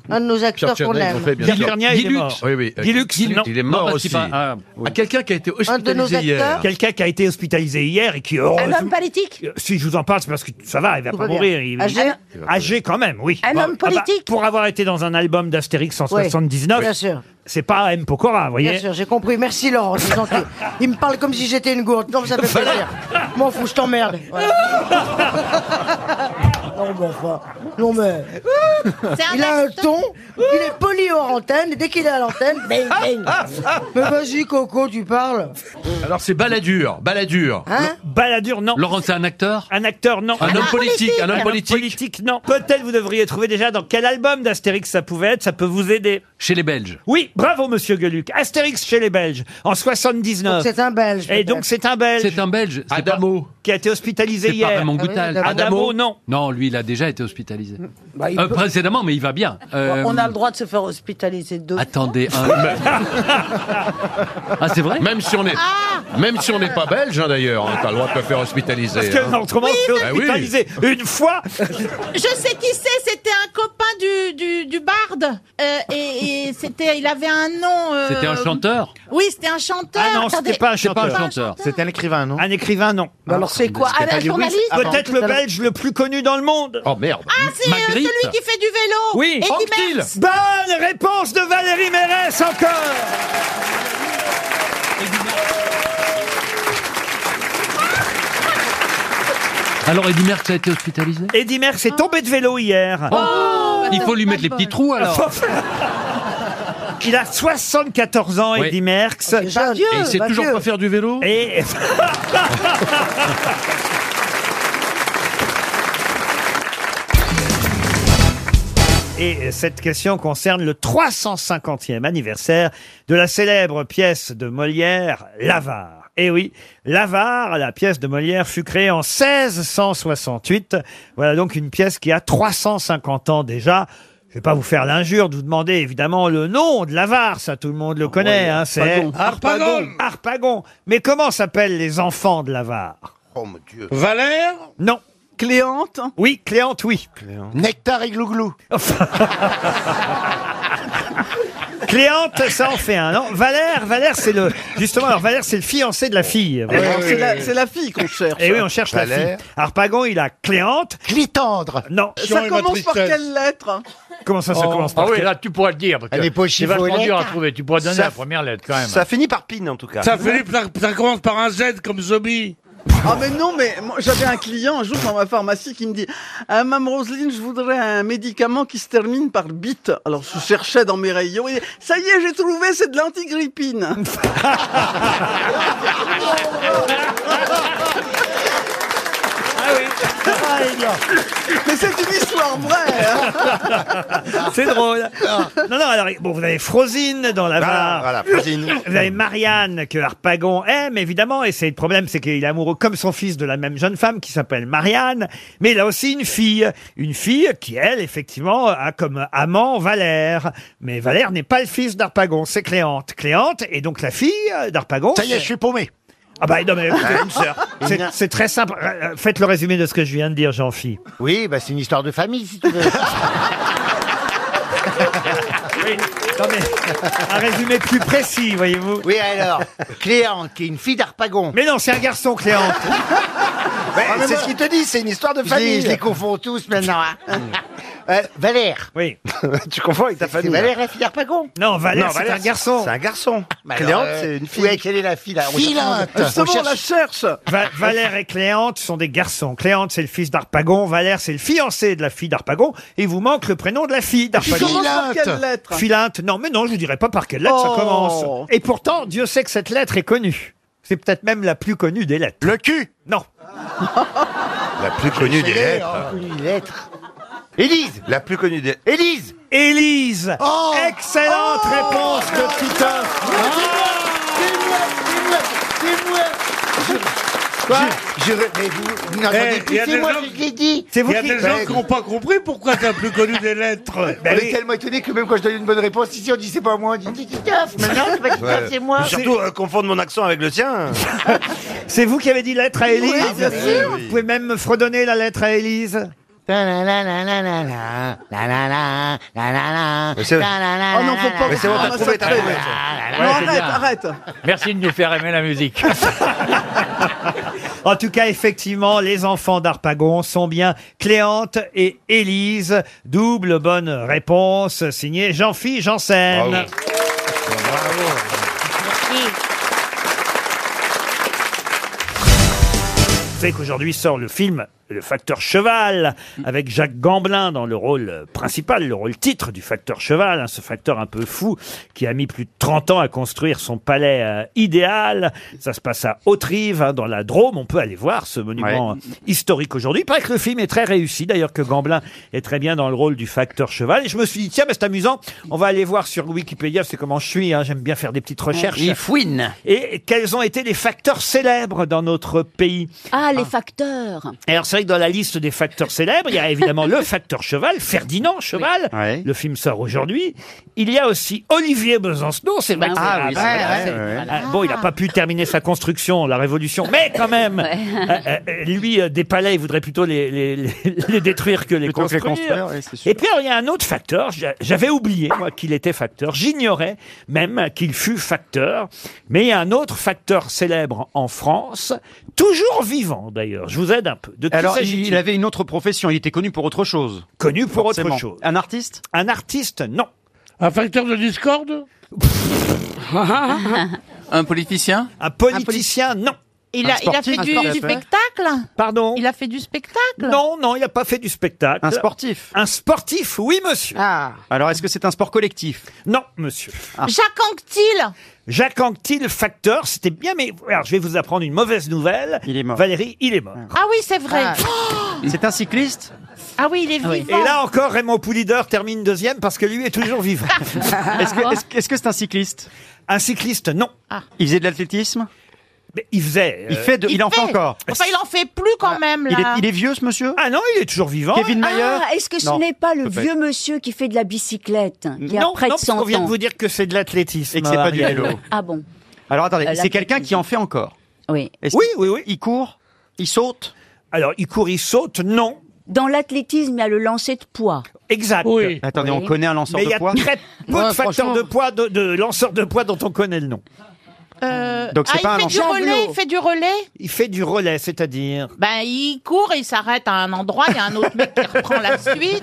S5: Un de nos acteurs qu'on
S4: Tchernia, ils
S5: aime.
S4: ont fait, bien
S1: Pierre
S4: sûr.
S1: Tchernia, il est
S4: Guilux.
S1: mort.
S4: Oui, oui, euh,
S1: Guilux,
S4: Guilux,
S1: non.
S4: il est mort Non, parce qu'il aussi. va- ah, oui. À quelqu'un qui a été hospitalisé
S5: acteurs hier.
S1: Quelqu'un qui a été hospitalisé hier et qui, oh,
S3: Un homme
S1: heureusement,
S3: politique
S1: si je vous en parle, c'est parce que ça va, il va
S3: Tout
S1: pas
S3: va bien.
S1: mourir. Il-
S3: Âgé
S1: il- Âgé quand même, oui.
S3: Un homme
S1: ah bah,
S3: politique
S1: Pour avoir été dans un album d'Astérix en
S5: Oui,
S1: 79,
S5: bien sûr.
S1: c'est pas M. Pokora, vous voyez
S5: Bien sûr, j'ai compris. Merci Laurent, c'est gentil. Il me parle comme si j'étais une gourde. Non, mais ça fait plaisir. M'en fous, je t'emmerde.
S1: (laughs)
S5: Voilà. non, mais enfin, non mais... Il a un ton, il est poli hors antenne, et dès qu'il est à l'antenne, bang,
S1: (laughs)
S5: bang. Mais vas-y, Coco, tu parles.
S4: Mmh. Alors c'est Balladur, Balladur.
S5: Hein
S1: Balladur, non.
S4: Laurent, c'est un acteur
S1: Un acteur, non.
S4: Un homme politique, un homme politique.
S1: non. Peut-être vous devriez trouver déjà dans quel album d'Astérix ça pouvait être, ça peut vous aider.
S4: Chez les Belges.
S1: Oui, bravo Monsieur Gueluc. Astérix chez les Belges, en 79.
S5: Donc c'est un Belge,
S1: Et Eh, donc
S5: peut-être.
S1: c'est un Belge.
S4: C'est un Belge. c'est
S1: Adamo. Qui a été hospitalisé
S4: C'est
S1: hier.
S4: pas Raymond
S5: Ah oui,
S4: Gouttal.
S5: Adamo.
S1: Adamo, non.
S4: Non, lui, il a déjà été hospitalisé.
S3: Bah, il
S4: Euh,
S3: peut-
S4: Précédemment, mais il va bien. Euh,
S3: On a le droit de se faire hospitaliser deux.
S4: Attendez,
S3: (laughs)
S4: un... ah c'est vrai
S26: Même si on est, même si on n'est pas belge hein, d'ailleurs, hein, t'as le droit de te faire hospitaliser.
S1: Parce que
S26: hein.
S1: non, autrement,
S26: Oui,
S1: c'est
S26: non.
S1: hospitalisé. Une fois,
S18: Je sais qui c'est, c'était un copain du, du, du barde. Euh, et et c'était, il avait un nom. euh,
S4: C'était un chanteur
S18: Oui, c'était un chanteur.
S1: Ah non, c'était
S18: Attendez.
S1: pas un chanteur.
S4: C'était
S1: un écrivain, non Un écrivain, non.
S3: alors c'est quoi
S18: Ah, un journaliste
S1: Peut-être le belge le plus connu dans le monde.
S26: Oh merde.
S18: Ah, c'est euh,
S1: Magritte.
S18: celui qui fait du vélo.
S1: Oui, Bah,
S18: et qui
S1: Anquetil.
S18: berce.
S1: Bonne réponse de Valérie Mérès encore.
S4: Alors Eddie Merckx a été hospitalisé Oh, bah,
S1: Eddie Merckx est tombé de vélo hier.
S5: Oh,
S4: Il faut lui
S5: bah,
S4: mettre les petits
S1: (laughs)
S4: trous alors.
S1: Il a 74 ans,
S4: Oui.
S1: Eddie Merckx.
S5: Dieu, Et il sait Oh, bah toujours Dieu. pas
S1: faire du vélo Et... (laughs) Et cette question concerne le 350e anniversaire de la célèbre pièce de Molière, L'Avare. Eh oui, L'Avare, la pièce de Molière, fut créée en 1668. Voilà donc une pièce qui a 350 ans déjà. Je vais pas vous faire l'injure de vous demander évidemment le nom de l'avare, ça tout le monde le connaît, hein, c'est
S11: Harpagon. Harpagon.
S1: Harpagon. Mais comment s'appellent les enfants de l'avare
S27: Oh mon dieu.
S1: Valère Non. Cléante Oui, Cléante, oui.
S27: Nectar et glouglou.
S1: (laughs) Cléante, ça en fait un, non Valère, Valère, c'est le... Justement, alors Valère, c'est le fiancé de la fille.
S7: c'est, la, c'est la fille qu'on cherche.
S1: Et Eh oui, on cherche la
S7: Valère.
S1: fille. Harpagon, il a Cléante. Clitandre Non.
S7: Ça commence par quelle lettre
S1: Comment ça, ça commence par
S10: Ah oui,
S1: quelle-
S10: là, tu pourras le dire. parce que
S23: Elle est pas
S10: C'est vachement
S23: chiffonnée.
S10: dur à trouver. Tu pourras donner
S23: Ça-
S10: la première lettre, quand même.
S23: Ça finit par pine, en tout cas.
S11: Ça, Philippe, ça, ça commence par un Z comme zombie.
S7: Ah mais non, mais moi, j'avais un client un jour dans ma pharmacie qui me dit ah, « Mme Roselyne, je voudrais un médicament qui se termine par bite. » Alors je cherchais dans mes rayons et « Ça y est, j'ai trouvé, c'est de l'antigrippine.
S18: Ah
S1: oui.
S11: Ah,
S19: Mais c'est une histoire vraie.
S11: (laughs)
S1: (laughs) C'est drôle. Non, non, alors, bon, vous avez Frosine dans la
S6: Ah,
S1: barre.
S16: voilà, Frosine.
S1: (laughs) Vous avez Marianne que Harpagon aime, évidemment, et c'est le problème, c'est qu'il est amoureux comme son fils de la même jeune femme qui s'appelle Marianne, mais il a aussi une fille. Une fille qui, elle, effectivement, a comme amant Valère. Mais Valère n'est pas le fils d'Harpagon, c'est Cléante. Cléante est donc la fille d'Harpagon. Ça
S6: y est, je suis paumé.
S1: Ah bah non mais écoutez,
S6: Une sœur. (laughs)
S1: c'est-
S6: Une-
S1: c'est très simple. Euh, Faites le résumé de ce que je viens de dire, Jean-Phi.
S6: Oui, bah c'est une histoire de famille, si tu veux.
S17: (laughs)
S1: oui, non mais un résumé plus précis, voyez-vous.
S6: Oui, alors, Cléante, qui est une fille d'Arpagon.
S1: Mais non, c'est un
S6: (laughs)
S1: garçon, Cléante.
S6: c'est ce qu'il te dit, c'est une histoire de famille. Ah, Je les confonds tous maintenant. hein. Euh, Valère.
S1: Oui.
S16: tu confonds avec ta
S6: C'est
S16: famille.
S6: Valère la fille d'Arpagon
S1: Non, Valère,
S16: Non,
S1: c'est
S16: Valère,
S1: un garçon.
S16: C'est un garçon.
S6: Bah alors,
S16: Cléante,
S6: euh,
S16: c'est une fille.
S6: Ouais, quelle est la fille là
S1: Justement, on la
S19: cherche.
S1: Va- Valère et Cléante sont des garçons. Cléante, c'est le fils d'Arpagon. Valère, c'est le fiancé de la fille d'Arpagon. Et il vous manque le prénom de la fille d'Arpagon.
S19: commence par quelle Philinte. lettre
S1: Philinte. Non, mais non, je vous dirai pas par quelle lettre
S19: Oh.
S1: ça commence. Et pourtant, Dieu sait que cette lettre est connue. C'est peut-être même la plus connue des lettres.
S16: Le cul
S1: Non.
S16: La plus (laughs) connue des lettres.
S6: Une lettre.
S16: Élise La plus connue des.
S6: Élise
S1: Élise Excellente réponse de Peter
S6: Quoi je, re- mais vous, vous n'entendez
S10: Eh,
S6: plus,
S10: y a
S6: c'est
S10: des
S6: moi
S10: gens-
S6: qui l'ai dit.
S10: Il y a des
S1: Ben
S10: gens qui n'ont pas compris pourquoi t'as plus connu des lettres.
S6: on est tellement étonnés que même quand je donne une bonne réponse, ici on dit c'est pas moi, on dit c'est Titoff. Maintenant c'est pas Titoff, c'est moi.
S16: Surtout, euh, confondre mon accent avec le tien.
S1: C'est vous qui avez dit lettre à Élise
S6: Oui, bien sûr.
S1: Vous pouvez même me fredonner la lettre à Élise
S6: Mais
S16: c'est-
S19: Oh non, faut pas.
S16: Mais c'est bon, t'as
S19: Ah,
S16: trouvé,
S19: ça
S16: t'as
S19: traîne.
S16: trouvé.
S9: Ouais,
S19: Non,
S9: c'est bien.
S19: arrête, arrête.
S9: Merci de nous faire aimer la musique.
S1: En tout cas, effectivement, les enfants d'Arpagon sont bien Cléante et Élise. Double bonne réponse, signé Jean-Philippe Janssen. Vous savez qu'aujourd'hui sort le film Le Facteur Cheval,
S13: Mm.
S1: avec Jacques Gamblin dans le rôle principal, le rôle titre du Facteur Cheval, hein, ce facteur un peu fou qui a mis plus de 30 ans à construire son palais euh, idéal. Ça se passe à Haute-Rive, hein, dans la Drôme. On peut aller voir ce monument euh, historique aujourd'hui. Il paraît que le film est très réussi, d'ailleurs que Gamblin est très bien dans le rôle du Facteur Cheval. Et je me suis dit, tiens, mais c'est amusant, on va aller voir sur Wikipédia, c'est comment je suis, hein, j'aime bien faire des petites recherches.
S13: Il fouine.
S1: Et quels ont été les facteurs célèbres dans notre pays
S13: Ah, les facteurs.
S1: et alors c'est vrai que dans la liste des facteurs célèbres, il y a évidemment le facteur cheval, Ferdinand Cheval. Le film sort aujourd'hui. Il y a aussi Olivier Besancenot, c'est vrai. que
S13: Ah
S1: c'est-
S13: oui,
S1: bah,
S13: c'est vrai,
S1: c'est-
S13: c'est vrai.
S1: Ah, Bon, il n'a pas pu terminer sa construction, la Révolution, mais quand même,
S13: Ouais.
S1: euh, euh, lui, euh, des palais, il voudrait plutôt les, les- les- (laughs) les détruire que les
S17: Plutôt que les
S1: construire.
S17: construire, ouais, c'est sûr.
S1: Et puis alors, il y a un autre facteur, j'a- j'avais oublié moi qu'il était facteur, j'ignorais même qu'il fut facteur, mais il y a un autre facteur célèbre en France, toujours vivant d'ailleurs, je vous aide un peu. De qui
S17: Alors, il,
S1: s'agit-il
S17: il avait une autre profession, il était connu pour autre chose.
S1: Connu pour autre
S17: Forcément.
S1: chose.
S17: Un artiste
S1: Un artiste, non.
S10: Un facteur
S7: (laughs)
S10: de discorde
S17: Un politicien
S1: Un politicien, non.
S3: Il a, il a fait du, du spectacle
S1: Pardon
S3: Il a fait du spectacle
S1: Non, non, il n'a pas fait du spectacle.
S17: Un sportif Ah.
S1: Un sportif, oui monsieur.
S17: Alors, est-ce que c'est un sport collectif
S1: Non, monsieur.
S17: Ah.
S3: Jacques Anquetil
S1: Jacques Anquetil, facteur, c'était bien, mais alors, je vais vous apprendre une mauvaise nouvelle. Il est mort. Valérie, il est mort.
S3: Ah oui, c'est vrai.
S1: Ah.
S3: Oh
S17: C'est un cycliste
S3: Ah oui, il est vivant.
S1: Et là encore, Raymond Poulidor termine deuxième parce que lui est
S3: (laughs)
S1: toujours vivant.
S17: Est-ce
S3: Ah.
S17: que est-ce que- est-ce que c'est un cycliste
S1: Un cycliste, non.
S17: Il faisait de l'athlétisme
S1: Mais il faisait. euh,
S17: Il fait de- il en fait encore.
S3: Enfin, il en fait plus quand même, là.
S17: Il est, il est vieux, ce monsieur
S1: Ah non, il est toujours vivant.
S17: Kevin Mayer
S13: Ah, est-ce que ce
S17: Non,
S13: n'est pas le
S17: peut-être.
S13: vieux monsieur qui fait de la bicyclette qui a
S17: Non,
S13: près
S17: non,
S13: de 100
S17: parce qu'on vient de
S13: ans
S17: vous
S1: dire que c'est de l'athlétisme.
S17: Et que c'est pas du
S13: Ariel.
S17: vélo.
S13: Ah bon
S17: Alors, attendez,
S13: Euh,
S17: c'est quelqu'un qui en fait encore
S13: Oui.
S17: oui,
S1: oui, oui.
S17: Il court Il saute
S1: Alors, il court, il saute, non.
S13: Dans l'athlétisme, il y a le lancer de poids.
S1: Exact.
S17: Attendez, on connaît un lanceur
S1: Mais
S17: de poids
S1: Il y a très peu
S13: Ouais,
S1: de facteurs
S13: franchement.
S1: de poids, de, de lanceurs de poids dont on connaît le nom.
S3: Euh,
S1: Donc, c'est
S3: ah,
S1: pas un
S3: il fait du
S1: lanceur.
S3: relais, il fait du relais
S1: Il fait du relais, c'est-à-dire.
S3: Ben, il court et il s'arrête à un endroit, il y a un autre mec qui reprend la
S13: (laughs)
S3: suite.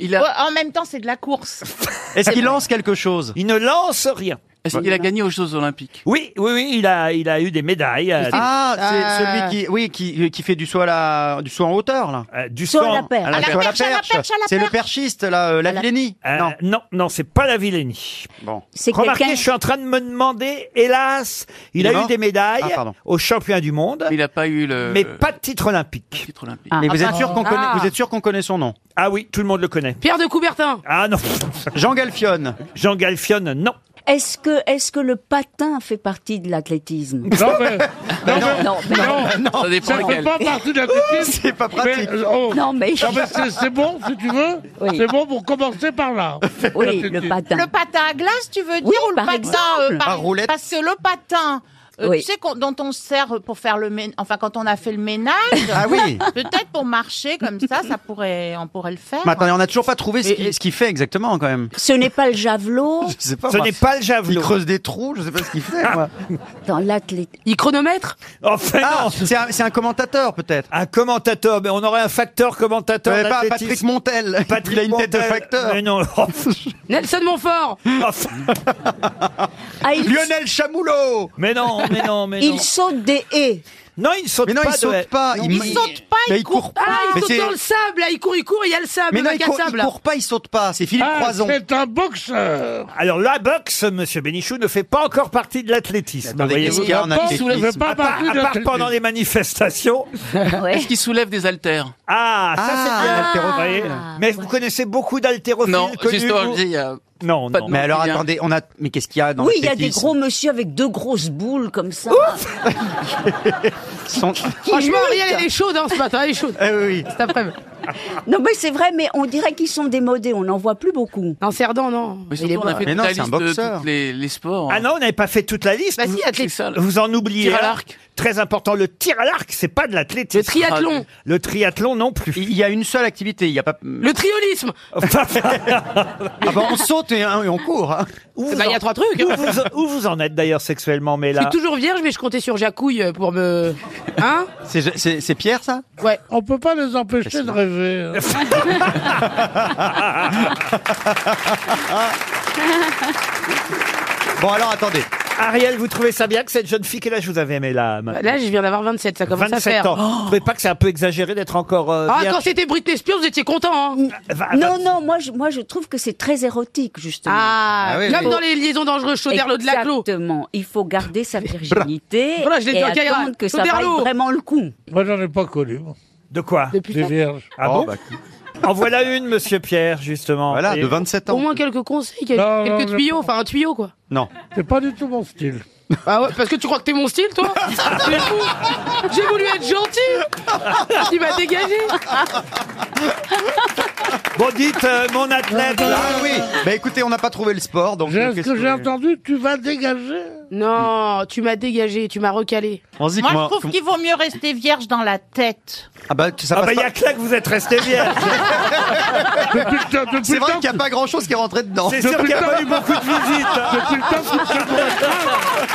S3: Ouais, en même temps, c'est de la course.
S1: (laughs)
S17: Est-ce qu'il lance quelque chose
S1: Il ne lance rien.
S7: Est-ce qu'il a gagné aux Jeux Olympiques
S1: Oui, oui, oui, il a, il a eu des médailles. euh,
S7: Ah, c'est
S1: euh,
S7: celui qui, oui, qui, qui fait du saut à la, du saut en hauteur là.
S1: Euh, du Saut à la perche.
S7: Ah,
S1: À la
S7: saut
S1: perche, à la perche, à la
S7: C'est le
S1: perche.
S7: perchiste là, euh, la Villénie.
S1: Euh,
S7: non.
S1: non, non, c'est pas la Villénie.
S7: Bon.
S1: Remarquez, je suis en train de me demander, hélas, il,
S7: Il est
S1: a eu
S7: mort
S1: des médailles
S7: Ah, pardon.
S1: aux champions du monde.
S7: Il n'a pas eu le.
S1: Mais pas de titre olympique.
S7: Mais vous êtes sûr qu'on connaît, vous êtes sûr qu'on connaît son nom
S1: Ah oui, tout le monde le connaît.
S7: Pierre de Coubertin.
S1: Ah non.
S7: Jean Galfionne.
S1: Jean Galfionne, non.
S13: Est-ce que, est-ce que le patin fait partie de l'athlétisme
S20: Non, mais-
S13: non,
S20: mais-
S13: non, mais-
S7: non,
S20: ça
S7: dépend
S20: ne fait
S7: lequel.
S20: pas partie de la
S1: (laughs)
S20: technique.
S7: C'est pas pratique.
S20: Mais, oh.
S13: Non, mais-
S20: c'est- c'est bon, si tu veux. C'est bon pour commencer par là.
S13: Oui,
S20: La
S13: le
S20: technique.
S13: patin.
S3: Le patin à glace, tu veux dire,
S13: Oui,
S3: ou le
S13: par
S3: patin euh,
S13: exemple.
S3: par-
S13: À roulette.
S3: Parce que le patin, euh,
S13: Oui.
S3: tu sais, qu'on- dont on sert pour faire le ménage, enfin, quand on a fait le ménage,
S7: Ah oui.
S3: peut-être pour marcher comme ça, ça pourrait, on pourrait le faire.
S7: Mais attendez, on n'a toujours pas trouvé ce qu'il ce qu'il fait exactement quand même.
S13: Ce n'est pas le javelot.
S7: Je sais pas,
S13: Ce
S7: moi.
S13: n'est pas le javelot.
S7: Il creuse des trous, je sais pas ce
S13: (laughs)
S7: qu'il fait. Moi.
S13: Dans l'athlétisme. Il chronomètre
S1: Enfin,
S7: ah, c'est un, c'est un commentateur peut-être.
S1: Un commentateur, mais on aurait un facteur commentateur.
S7: Ouais, pas
S1: d'athlétisme.
S7: Patrick Montel.
S1: Patrick
S7: Il a une tête de
S1: Montel.
S7: facteur. (laughs)
S1: Mais non.
S7: Nelson Montfort. Lionel Chamoulot.
S1: Mais non, mais non, mais non.
S13: Il saute des haies.
S1: Non, il saute
S7: Mais non,
S1: pas.
S7: il saute
S1: de-
S7: pas,
S1: Non,
S7: il- il- Mais il court pas.
S18: Ah, il
S7: Mais
S18: saute
S7: c'est-
S18: dans le sable, là, il court, il court, il y a le sable,
S7: Mais non,
S18: le
S7: il
S18: bac à
S7: court, il
S18: sable.
S7: court pas, il saute pas. Ah, C'est Philippe Croison.
S1: un boxeur. Alors la boxe, Monsieur Bénichou, ne fait pas encore partie de l'athlétisme.
S7: Attendez,
S1: voyez-vous.
S7: qu'est-ce qu'il y a en La boxe athlétisme ne fait pas
S1: À part-
S7: partie de
S1: à part
S7: l'athlétisme.
S1: pendant les manifestations.
S7: Est-ce qu'il soulève des haltères
S1: Ah, ça
S7: Ah,
S1: c'est bien.
S7: l'haltérophile.
S1: Vous voyez. Mais vous connaissez beaucoup d'haltérophiles
S7: Non,
S1: connus,
S7: justement,
S1: vous
S7: je dis, il y a
S1: Non, non.
S7: Mais alors attendez, on a. Mais qu'est-ce qu'il y a dans
S13: oui,
S7: le
S13: il y a des
S7: l'athlétisme
S13: gros monsieur avec deux grosses boules comme ça.
S7: Son-
S18: Franchement,
S13: lutte.
S18: Ariel, elle est chaude hein, ce matin, elle est chaude.
S7: Eh oui.
S18: Cet après-midi.
S13: (laughs) Non, mais c'est vrai, mais on dirait qu'ils sont démodés, on n'en voit plus beaucoup.
S18: Non, Cerdan, non.
S7: Mais
S18: Il est
S7: surtout, on a
S18: mort.
S7: fait Mais toute non, la c'est un liste de boxeur. toutes
S1: les, sports. Ah non, on n'avait pas fait toute la liste. vous, vous en oubliez.
S7: Tir à
S1: un.
S7: l'arc.
S1: Très important, le tir à l'arc, c'est pas de l'athlétisme. Le
S7: triathlon.
S1: Le triathlon non plus.
S7: Il y a une seule activité, il y a pas.
S18: Le triolisme
S7: Ah bah, on saute et, hein, et on court. hein.
S18: Eh ben, il y a trois trucs.
S1: Où vous, où vous en êtes d'ailleurs sexuellement, mais
S18: Je suis
S1: là.
S18: toujours vierge, mais je comptais sur Jacouille euh, pour me... Hein
S7: C'est- C'est c'est Pierre ça
S18: Ouais.
S20: On peut pas les empêcher de rêver. hein.
S7: Bon alors attendez.
S1: Ariel, vous trouvez ça bien que cette jeune fille, quel âge vous avez aimé là maintenant
S18: Là, je viens d'avoir 27, ça commence à
S1: 27
S18: faire.
S1: ans. Vous trouvez pas que c'est un peu exagéré d'être encore euh,
S18: Ah,
S1: vierge
S18: quand c'était Britney Spears, vous étiez content, hein
S13: Non, non, moi je, moi je trouve que c'est très érotique, justement.
S18: Ah, Ah oui, comme oui. dans les liaisons dangereuses, Chauderlo de Laclos.
S13: Exactement, il faut garder sa virginité
S18: Voilà, je l'ai dit
S13: et
S18: en carrière.
S13: attendre que ça vaille
S18: Chauderlo.
S13: vraiment le coup.
S20: Moi, j'en ai pas connu. moi.
S1: De quoi
S20: Des vierges.
S1: Ah bon En voilà une, monsieur Pierre, justement.
S7: Oh, bah, Voilà,
S1: Et-
S7: de 27
S18: Au
S7: ans.
S18: moins quelques conseils, quelques,
S20: Non,
S18: quelques
S20: non, je
S18: tuyaux,
S20: pense.
S18: enfin un tuyau, quoi.
S7: Non.
S20: C'est pas du tout mon style.
S18: Ah ouais, parce que tu crois que t'es mon style, toi (laughs) C'est fou. J'ai voulu être gentil Tu m'as dégagé
S1: (laughs) Bon, dites, euh, mon athlète. là.
S7: Ah oui. Bah écoutez, on n'a pas trouvé le sport donc. euh,
S20: Est-ce
S7: qu'est-ce
S20: que j'ai
S7: que-
S20: entendu Tu vas dégager
S18: Non, tu m'as dégagé, tu m'as recalé.
S7: Vas-y,
S3: Moi,
S7: comment-
S3: je trouve
S7: comment-
S3: qu'il vaut mieux rester vierge dans la tête.
S7: Ah bah ça
S1: Ah
S7: passe
S1: bah, il y
S7: pas.
S1: a que là que vous êtes resté
S7: (laughs)
S1: vierge.
S7: C'est vrai qu'il n'y a pas grand chose qui est rentré dedans.
S1: C'est sûr qu'il n'y a pas eu beaucoup de visites. hein.
S20: Depuis le temps que tu pour être là.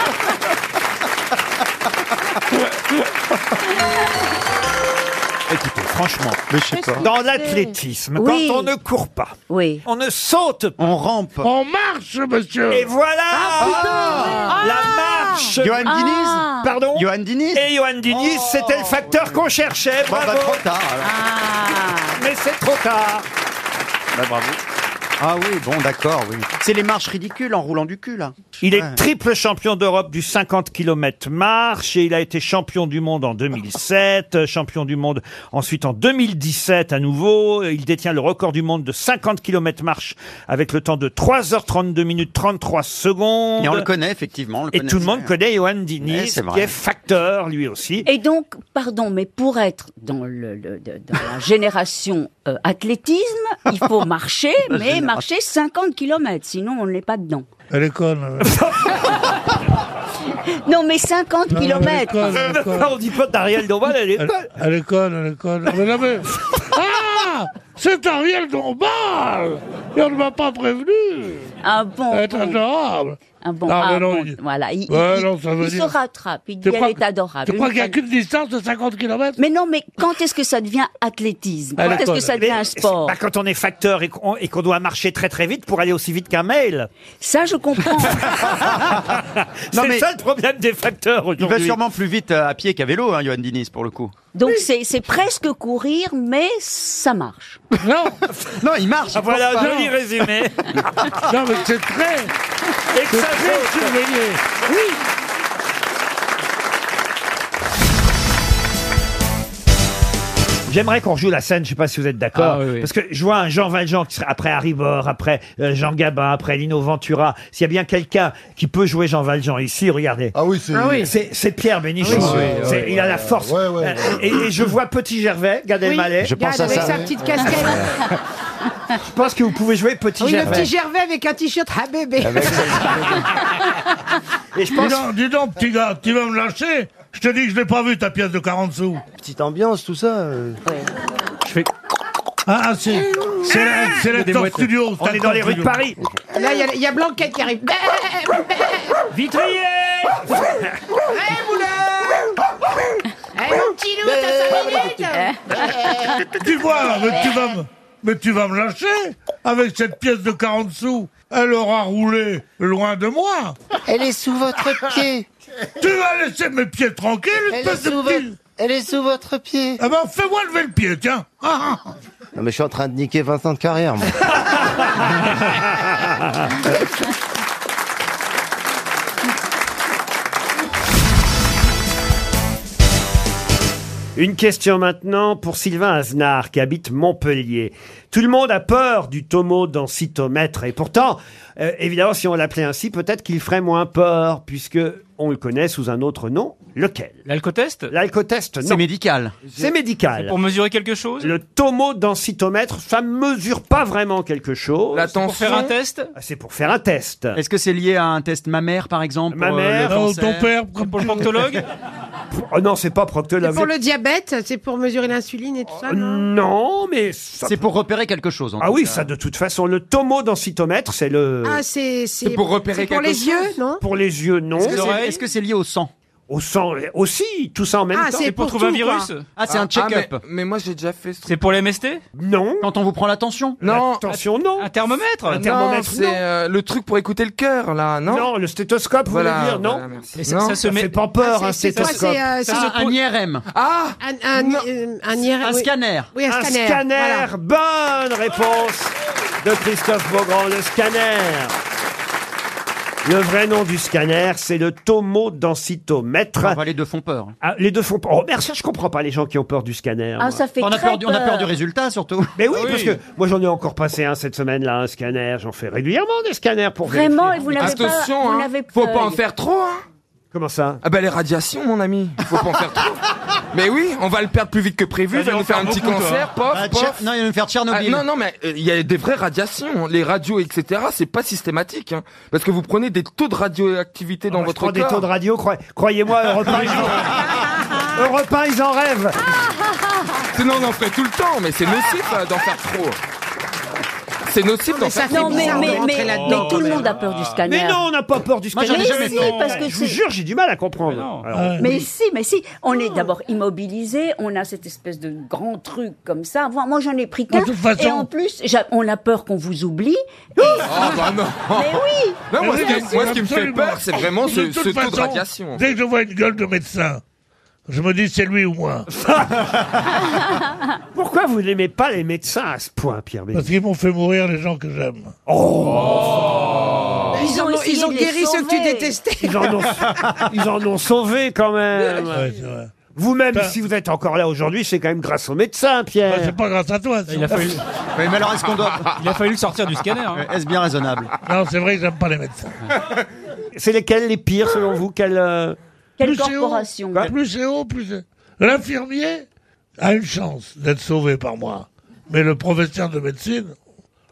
S1: Écoutez, franchement,
S7: Mais je sais pas.
S1: dans l'athlétisme,
S13: Oui.
S1: quand on ne court pas,
S13: Oui.
S1: on ne saute pas.
S7: On rampe.
S20: On marche, monsieur
S1: Et voilà La
S20: Ah
S1: marche
S7: Johan Diniz
S1: Pardon
S7: Johan Diniz Oh.
S1: Et Johan Diniz, c'était le facteur qu'on cherchait.
S7: Bon,
S1: Bravo
S7: bah, trop tard alors.
S20: Ah.
S1: Mais c'est trop tard
S7: Bah, bravo. Ah oui, bon, d'accord, oui. C'est les marches ridicules en roulant du cul, là.
S1: Il
S7: Ouais.
S1: est triple champion d'Europe du 50 km marche et il a été champion du monde en 2007, euh, champion du monde ensuite en 2017 à nouveau. Il détient le record du monde de 50 km marche avec le temps de 3h32 minutes 33 secondes.
S7: Et on le connaît, effectivement. on le
S1: Et
S7: connaît,
S1: tout le
S7: c'est
S1: monde
S7: vrai.
S1: connaît Johan
S7: Ouais,
S1: Diniz,
S7: c'est vrai.
S1: qui est facteur lui aussi.
S13: Et donc, pardon, mais pour être dans, le, le- de- dans la génération euh, athlétisme, il
S20: (laughs)
S13: faut marcher, mais
S7: génération.
S13: marcher 50 km, sinon on n'est pas dedans.
S20: Elle est conne. euh.
S13: Non, mais 50
S20: Non, elle est
S13: km
S20: conne,
S13: (laughs)
S20: elle est conne.
S1: (laughs) On dit pas d'Ariel Dombal, elle est
S20: Elle,
S1: folle.
S20: elle est conne, elle est conne. Mais non, mais- Ah C'est Ariel Dombal Et on ne m'a pas prévenu
S13: Un bon
S20: Être
S13: pont.
S20: adorable.
S13: Un bon,
S20: Ah, mais
S13: un
S20: non,
S13: bon,
S20: il-
S13: Voilà, il,
S20: Ouais,
S13: il-
S20: non, ça veut
S13: il
S20: dire-
S13: se rattrape, il
S20: Tu
S13: dit elle
S20: crois
S13: est
S20: que-
S13: adorable.
S20: tu crois
S13: Une
S20: qu'il y a
S13: fois-
S20: qu'une distance de 50 km
S13: Mais non, mais quand est-ce que ça devient athlétisme
S20: Ah,
S13: Quand est-ce que ça devient un sport
S1: Bah, Quand on est facteur et qu'on et qu'on doit marcher très très vite pour aller aussi vite qu'un mail.
S13: Ça, je
S1: (laughs)
S13: comprends.
S1: C'est
S17: mais-
S1: ça le problème des facteurs
S17: Il va
S1: aujourd'hui.
S17: sûrement plus vite euh, à pied qu'à vélo, hein, Johan Diniz, pour le coup.
S13: Donc c'est c'est presque courir, mais ça marche.
S20: Non
S17: Non, il marche. il court pas.
S1: Ah,
S7: (laughs)
S1: joli (laughs) résumé.
S20: non, mais c'est très.
S1: c'est
S20: très surveillé.
S13: Oui.
S1: J'aimerais qu'on rejoue la scène, je sais pas si vous êtes d'accord. Parce que je vois un Jean Valjean qui serait après Harry Bor, après euh, Jean Gabin, après Lino Ventura. S'il y a bien quelqu'un qui peut jouer Jean Valjean ici, regardez. Ah oui, c'est c'est Pierre Bénichou.
S8: Ah oui, oui,
S1: C'est-
S8: oui,
S1: il a
S8: oui,
S1: la
S8: oui.
S1: force.
S8: Ouais, ouais,
S1: Euh, Et, et je vois Petit Gervais, Gad
S8: Oui,
S1: Elmaleh.
S8: je pense Gad, à avec ça. sa petite casquette.
S7: Ah,
S8: Ah
S1: je pense que vous pouvez jouer Petit
S8: Oui, le
S1: Gervais.
S8: petit Gervais avec un t-shirt Habébé.
S1: Et je pense-
S10: Dis donc, dis donc, petit gars, tu vas me lâcher Je te dis que je l'ai pas vu ta pièce de 40 sous. Petite ambiance, tout ça. euh. Je fais. Ah, ah, c'est. C'est la, c'est
S1: Il y a des
S10: l'acteur
S1: mouettes.
S10: studio.
S1: On est dans les rues de Paris.
S8: Là, il y a- il y, a Blanquette qui arrive. eh,
S1: Vitrier
S8: Hey, moulin Hey, mon petit loup,
S10: Eh,
S8: t'as cinq minutes
S10: Tu vois, mais tu vas me, mais tu vas me lâcher avec cette pièce de 40 sous. Elle aura roulé loin de moi.
S8: Elle est sous votre pied.
S10: Tu vas laisser mes pieds tranquilles,
S8: Elle
S10: espèce
S8: est
S10: de
S8: sous
S10: petit.
S8: votre- Elle est sous votre pied.
S10: Ah ben, fais-moi lever le pied, tiens. Ah, ah.
S21: Non mais je suis en train de niquer 20 ans de carrière, moi.
S1: Une question maintenant pour Sylvain Aznar qui habite Montpellier. Tout le monde a peur du tomo densitomètre et pourtant, euh, évidemment, si on l'appelait ainsi, peut-être qu'il ferait moins peur puisque on le connaît sous un autre nom. Lequel L'alcotest L'alcotest, non.
S17: C'est médical.
S1: C'est médical.
S9: Pour mesurer quelque chose
S1: Le tomo densitomètre, ça ne mesure pas vraiment quelque chose.
S9: C'est pour faire un test
S1: Ah, C'est pour faire un test.
S17: Est-ce que c'est lié à un test mammaire, par exemple
S7: euh,
S1: Ma mère, Ah,
S7: Oh,
S9: pour le
S1: (laughs)
S9: proctologue
S1: Oh non, c'est pas proctologue.
S8: C'est Eh, pour le diabète, c'est pour mesurer l'insuline et tout ça.
S1: Non, mais c'est
S17: pour repérer quelque chose.
S1: Ah oui, ça de toute façon, le tomo densitomètre, c'est
S11: Euh,
S1: le
S8: Ah, c'est
S1: C'est pour repérer
S8: c'est pour
S1: quelque
S8: les
S1: chose.
S8: yeux, non
S1: pour les yeux, non.
S17: Est-ce que c'est- est-ce que c'est lié au sang
S1: Au sang euh, aussi, tout ça en même
S8: Ah,
S1: temps.
S8: c'est pour
S9: Trouver un virus
S17: Ah, c'est un check-up.
S9: mais, moi j'ai déjà fait ce C'est pour les MST
S1: Non.
S17: Quand on vous prend la tension
S9: Non.
S1: Attention, non.
S9: Un thermomètre
S1: Un thermomètre,
S9: Non, c'est,
S1: non.
S9: euh, le truc pour écouter le cœur, là, non
S1: Non, le stéthoscope, vous
S9: Voilà,
S1: voulez dire, non
S9: voilà, merci. Et ça- ça se met-
S1: fait pas peur,
S8: Ah,
S1: un
S8: c'est- c'est quoi,
S1: stéthoscope.
S8: c'est, euh, Ça, c'est-
S17: Un IRM.
S8: Ah Un, un,
S17: Non.
S8: euh, un
S13: Ah
S8: IRM,
S17: Un
S8: oui.
S17: scanner.
S8: Oui, un
S1: Un
S8: scanner.
S1: scanner,
S8: voilà.
S1: bonne réponse de Christophe Beaugrand, le scanner. Le vrai nom du scanner, c'est le tomodensitométre.
S17: Ah, bah, les deux font peur.
S1: Ah, les deux font peur. Oh, merci, je comprends pas les gens qui ont peur du scanner.
S13: Ah,
S1: moi.
S13: ça fait
S17: On a,
S13: très
S17: peur du, on a peur
S13: peur.
S17: du résultat, surtout.
S1: Mais oui, parce que moi j'en ai encore passé un cette semaine-là, un scanner. J'en fais régulièrement des scanners pour
S13: Vraiment,
S1: vérifier.
S13: et vous n'avez pas,
S9: Attention,
S13: vous
S9: hein.
S13: n'avez
S9: Faut
S13: pas-
S9: pas en faire trop, hein
S1: Comment ça
S9: Ah bah les radiations, mon ami. Faut pas en faire trop. Mais oui, on va le perdre plus vite que prévu.
S1: Bah,
S9: Il va nous faire un petit cancer, pof,
S17: Bah,
S9: pof.
S17: Tcher- Non, il va nous faire
S9: Ah,
S17: Tchernobyl.
S9: non, non, mais euh, il y a des vraies radiations. Les radios, etc., c'est pas systématique. hein. parce que vous prenez des taux de radioactivité dans
S1: Ah, Moi, je
S9: votre
S1: prends
S9: corps.
S1: des taux de radio, croy- croyez-moi, Europe 1, ils en- Europe 1, ils en rêvent.
S9: Sinon, on en ferait tout le temps, mais c'est nocif euh, d'en faire trop. C'est nocif d'en faire
S13: Non,
S9: trop.
S13: mais,
S8: bizarre de
S13: mais,
S8: rentrer
S13: mais,
S8: là-dedans,
S13: mais
S8: quand
S13: tout le
S8: même.
S13: monde a peur du scanner.
S1: Mais non, on n'a pas peur du
S13: Moi,
S1: scanner.
S13: j'en ai jamais
S1: Mais
S13: fait,
S1: non.
S13: parce que
S1: je vous
S13: c'est-
S1: jure, j'ai du mal à comprendre. Alors,
S13: Mais si, mais si, on est d'abord immobilisé, on a cette espèce de grand truc comme ça. Moi, moi, j'en ai pris qu'un.
S10: De toute façon-
S13: Et en plus, j'a- on a peur qu'on vous oublie.
S9: Ah bah non.
S13: (laughs) Mais oui
S9: Non, moi, ce
S10: Mais
S9: qui, moi, ce qui me fait
S10: absolument.
S9: peur, c'est vraiment ce,
S10: De toute
S9: ce taux de
S10: façon,
S9: radiation.
S10: Dès que je vois une gueule de médecin, je me dis c'est lui ou
S9: (laughs)
S10: moi.
S1: pourquoi vous n'aimez pas les médecins à ce point, Pierre Bénichou Oh
S10: Parce qu'ils m'ont fait mourir les gens que j'aime.
S9: Oh.
S8: Ils ont,
S13: essayé
S8: ils ont
S13: de les
S8: guéri ceux que tu
S13: sauver.
S8: détestais.
S1: ils, en ont... ils en ont sauvé quand même.
S10: Ouais, c'est vrai.
S1: Vous-même,
S10: Bah-
S1: si vous êtes encore là aujourd'hui, c'est quand même grâce aux médecins, Pierre.
S10: Bah, c'est pas grâce à toi. ça.
S9: Il a fallu,
S17: Oui, mais alors, est-ce qu'on doit.
S9: il a fallu le sortir du scanner. hein.
S17: Est-ce bien raisonnable
S10: Non, c'est vrai que j'aime pas les médecins.
S1: C'est lesquels les pires, selon vous Quels, euh,
S13: Quelle
S10: Plus c'est haut,
S13: corporation
S10: Plus c'est haut, plus c'est... L'infirmier a une chance d'être sauvé par moi. Mais le professeur de médecine...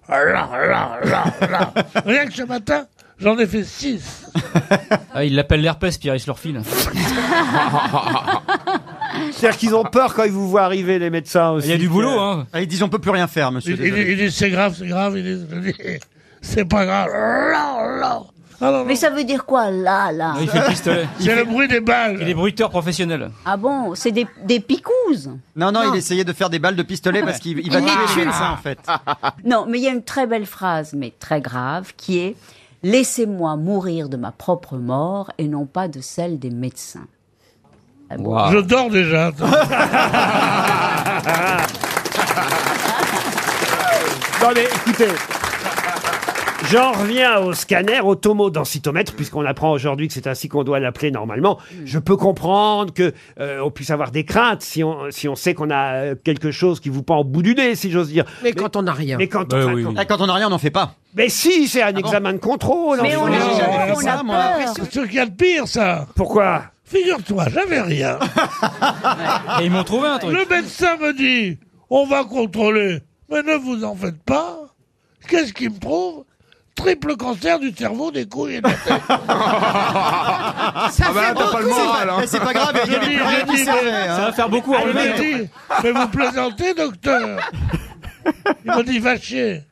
S10: ah là, là, là, là. (laughs) Rien que ce matin, j'en ai fait six.
S9: Ah, il l'appelle l'herpès, Pierre, leur
S7: (laughs)
S9: file.
S1: (laughs) C'est-à-dire qu'ils ont peur quand ils vous voient arriver, les médecins aussi.
S9: Il y a du boulot, hein.
S17: Ah, Ils disent on peut plus rien faire, monsieur.
S10: Il, il-
S17: désolé.
S10: il dit c'est grave, c'est grave. Il dit, je dis, (laughs) c'est pas grave.
S13: Ah, Mais ça veut dire quoi, là, là
S11: Il fait le pistolet.
S10: (laughs) C'est le bruit des balles.
S11: Il est bruiteur professionnel.
S13: Ah bon, c'est des, des picouses
S11: Non, non,
S13: il
S11: essayait de faire des balles de pistolet parce qu'il
S13: Il les tue.
S11: ça en fait.
S13: Non, mais il y a une très belle phrase, mais très grave, qui est « Laissez-moi mourir de ma propre mort et non pas de celle des médecins Ah
S10: Je dors déjà.
S1: Non mais écoutez. J'en reviens au scanner, au tomodensitomètre, puisqu'on apprend aujourd'hui que c'est ainsi qu'on doit l'appeler normalement. Je peux comprendre que euh, on puisse avoir des craintes si on, si on sait qu'on a euh, quelque chose qui vous pend au bout du nez, si j'ose dire. Mais, quand on n'a rien. Mais quand, on,
S17: Ah, Quand on n'a rien, on n'en fait pas. Ah
S1: Mais si, c'est un examen de contrôle.
S17: Mais on l'a
S1: a
S17: jamais fait, on a peur.
S10: C'est ce qu'il y a de pire, ça.
S1: Pourquoi
S10: Figure-toi,
S17: (laughs)
S10: j'avais rien.
S11: Et ils m'ont trouvé un truc.
S10: Le médecin me dit, on va contrôler. Mais ne vous en faites pas. Qu'est-ce qu'il me prouve Triple cancer du cerveau, des couilles et de la
S17: (laughs)
S10: tête.
S17: Ça Ah bah fait attends, pas le beaucoup. moral, hein. Mais c'est pas grave, il y a des (laughs)
S10: Je dis,
S17: pluriels
S10: je
S17: qui
S10: dis,
S17: servaient, hein. Ça va faire beaucoup à
S10: Je
S17: relever.
S10: lui ai dit, mais vous plaisantez, docteur Il m'a dit, va chier.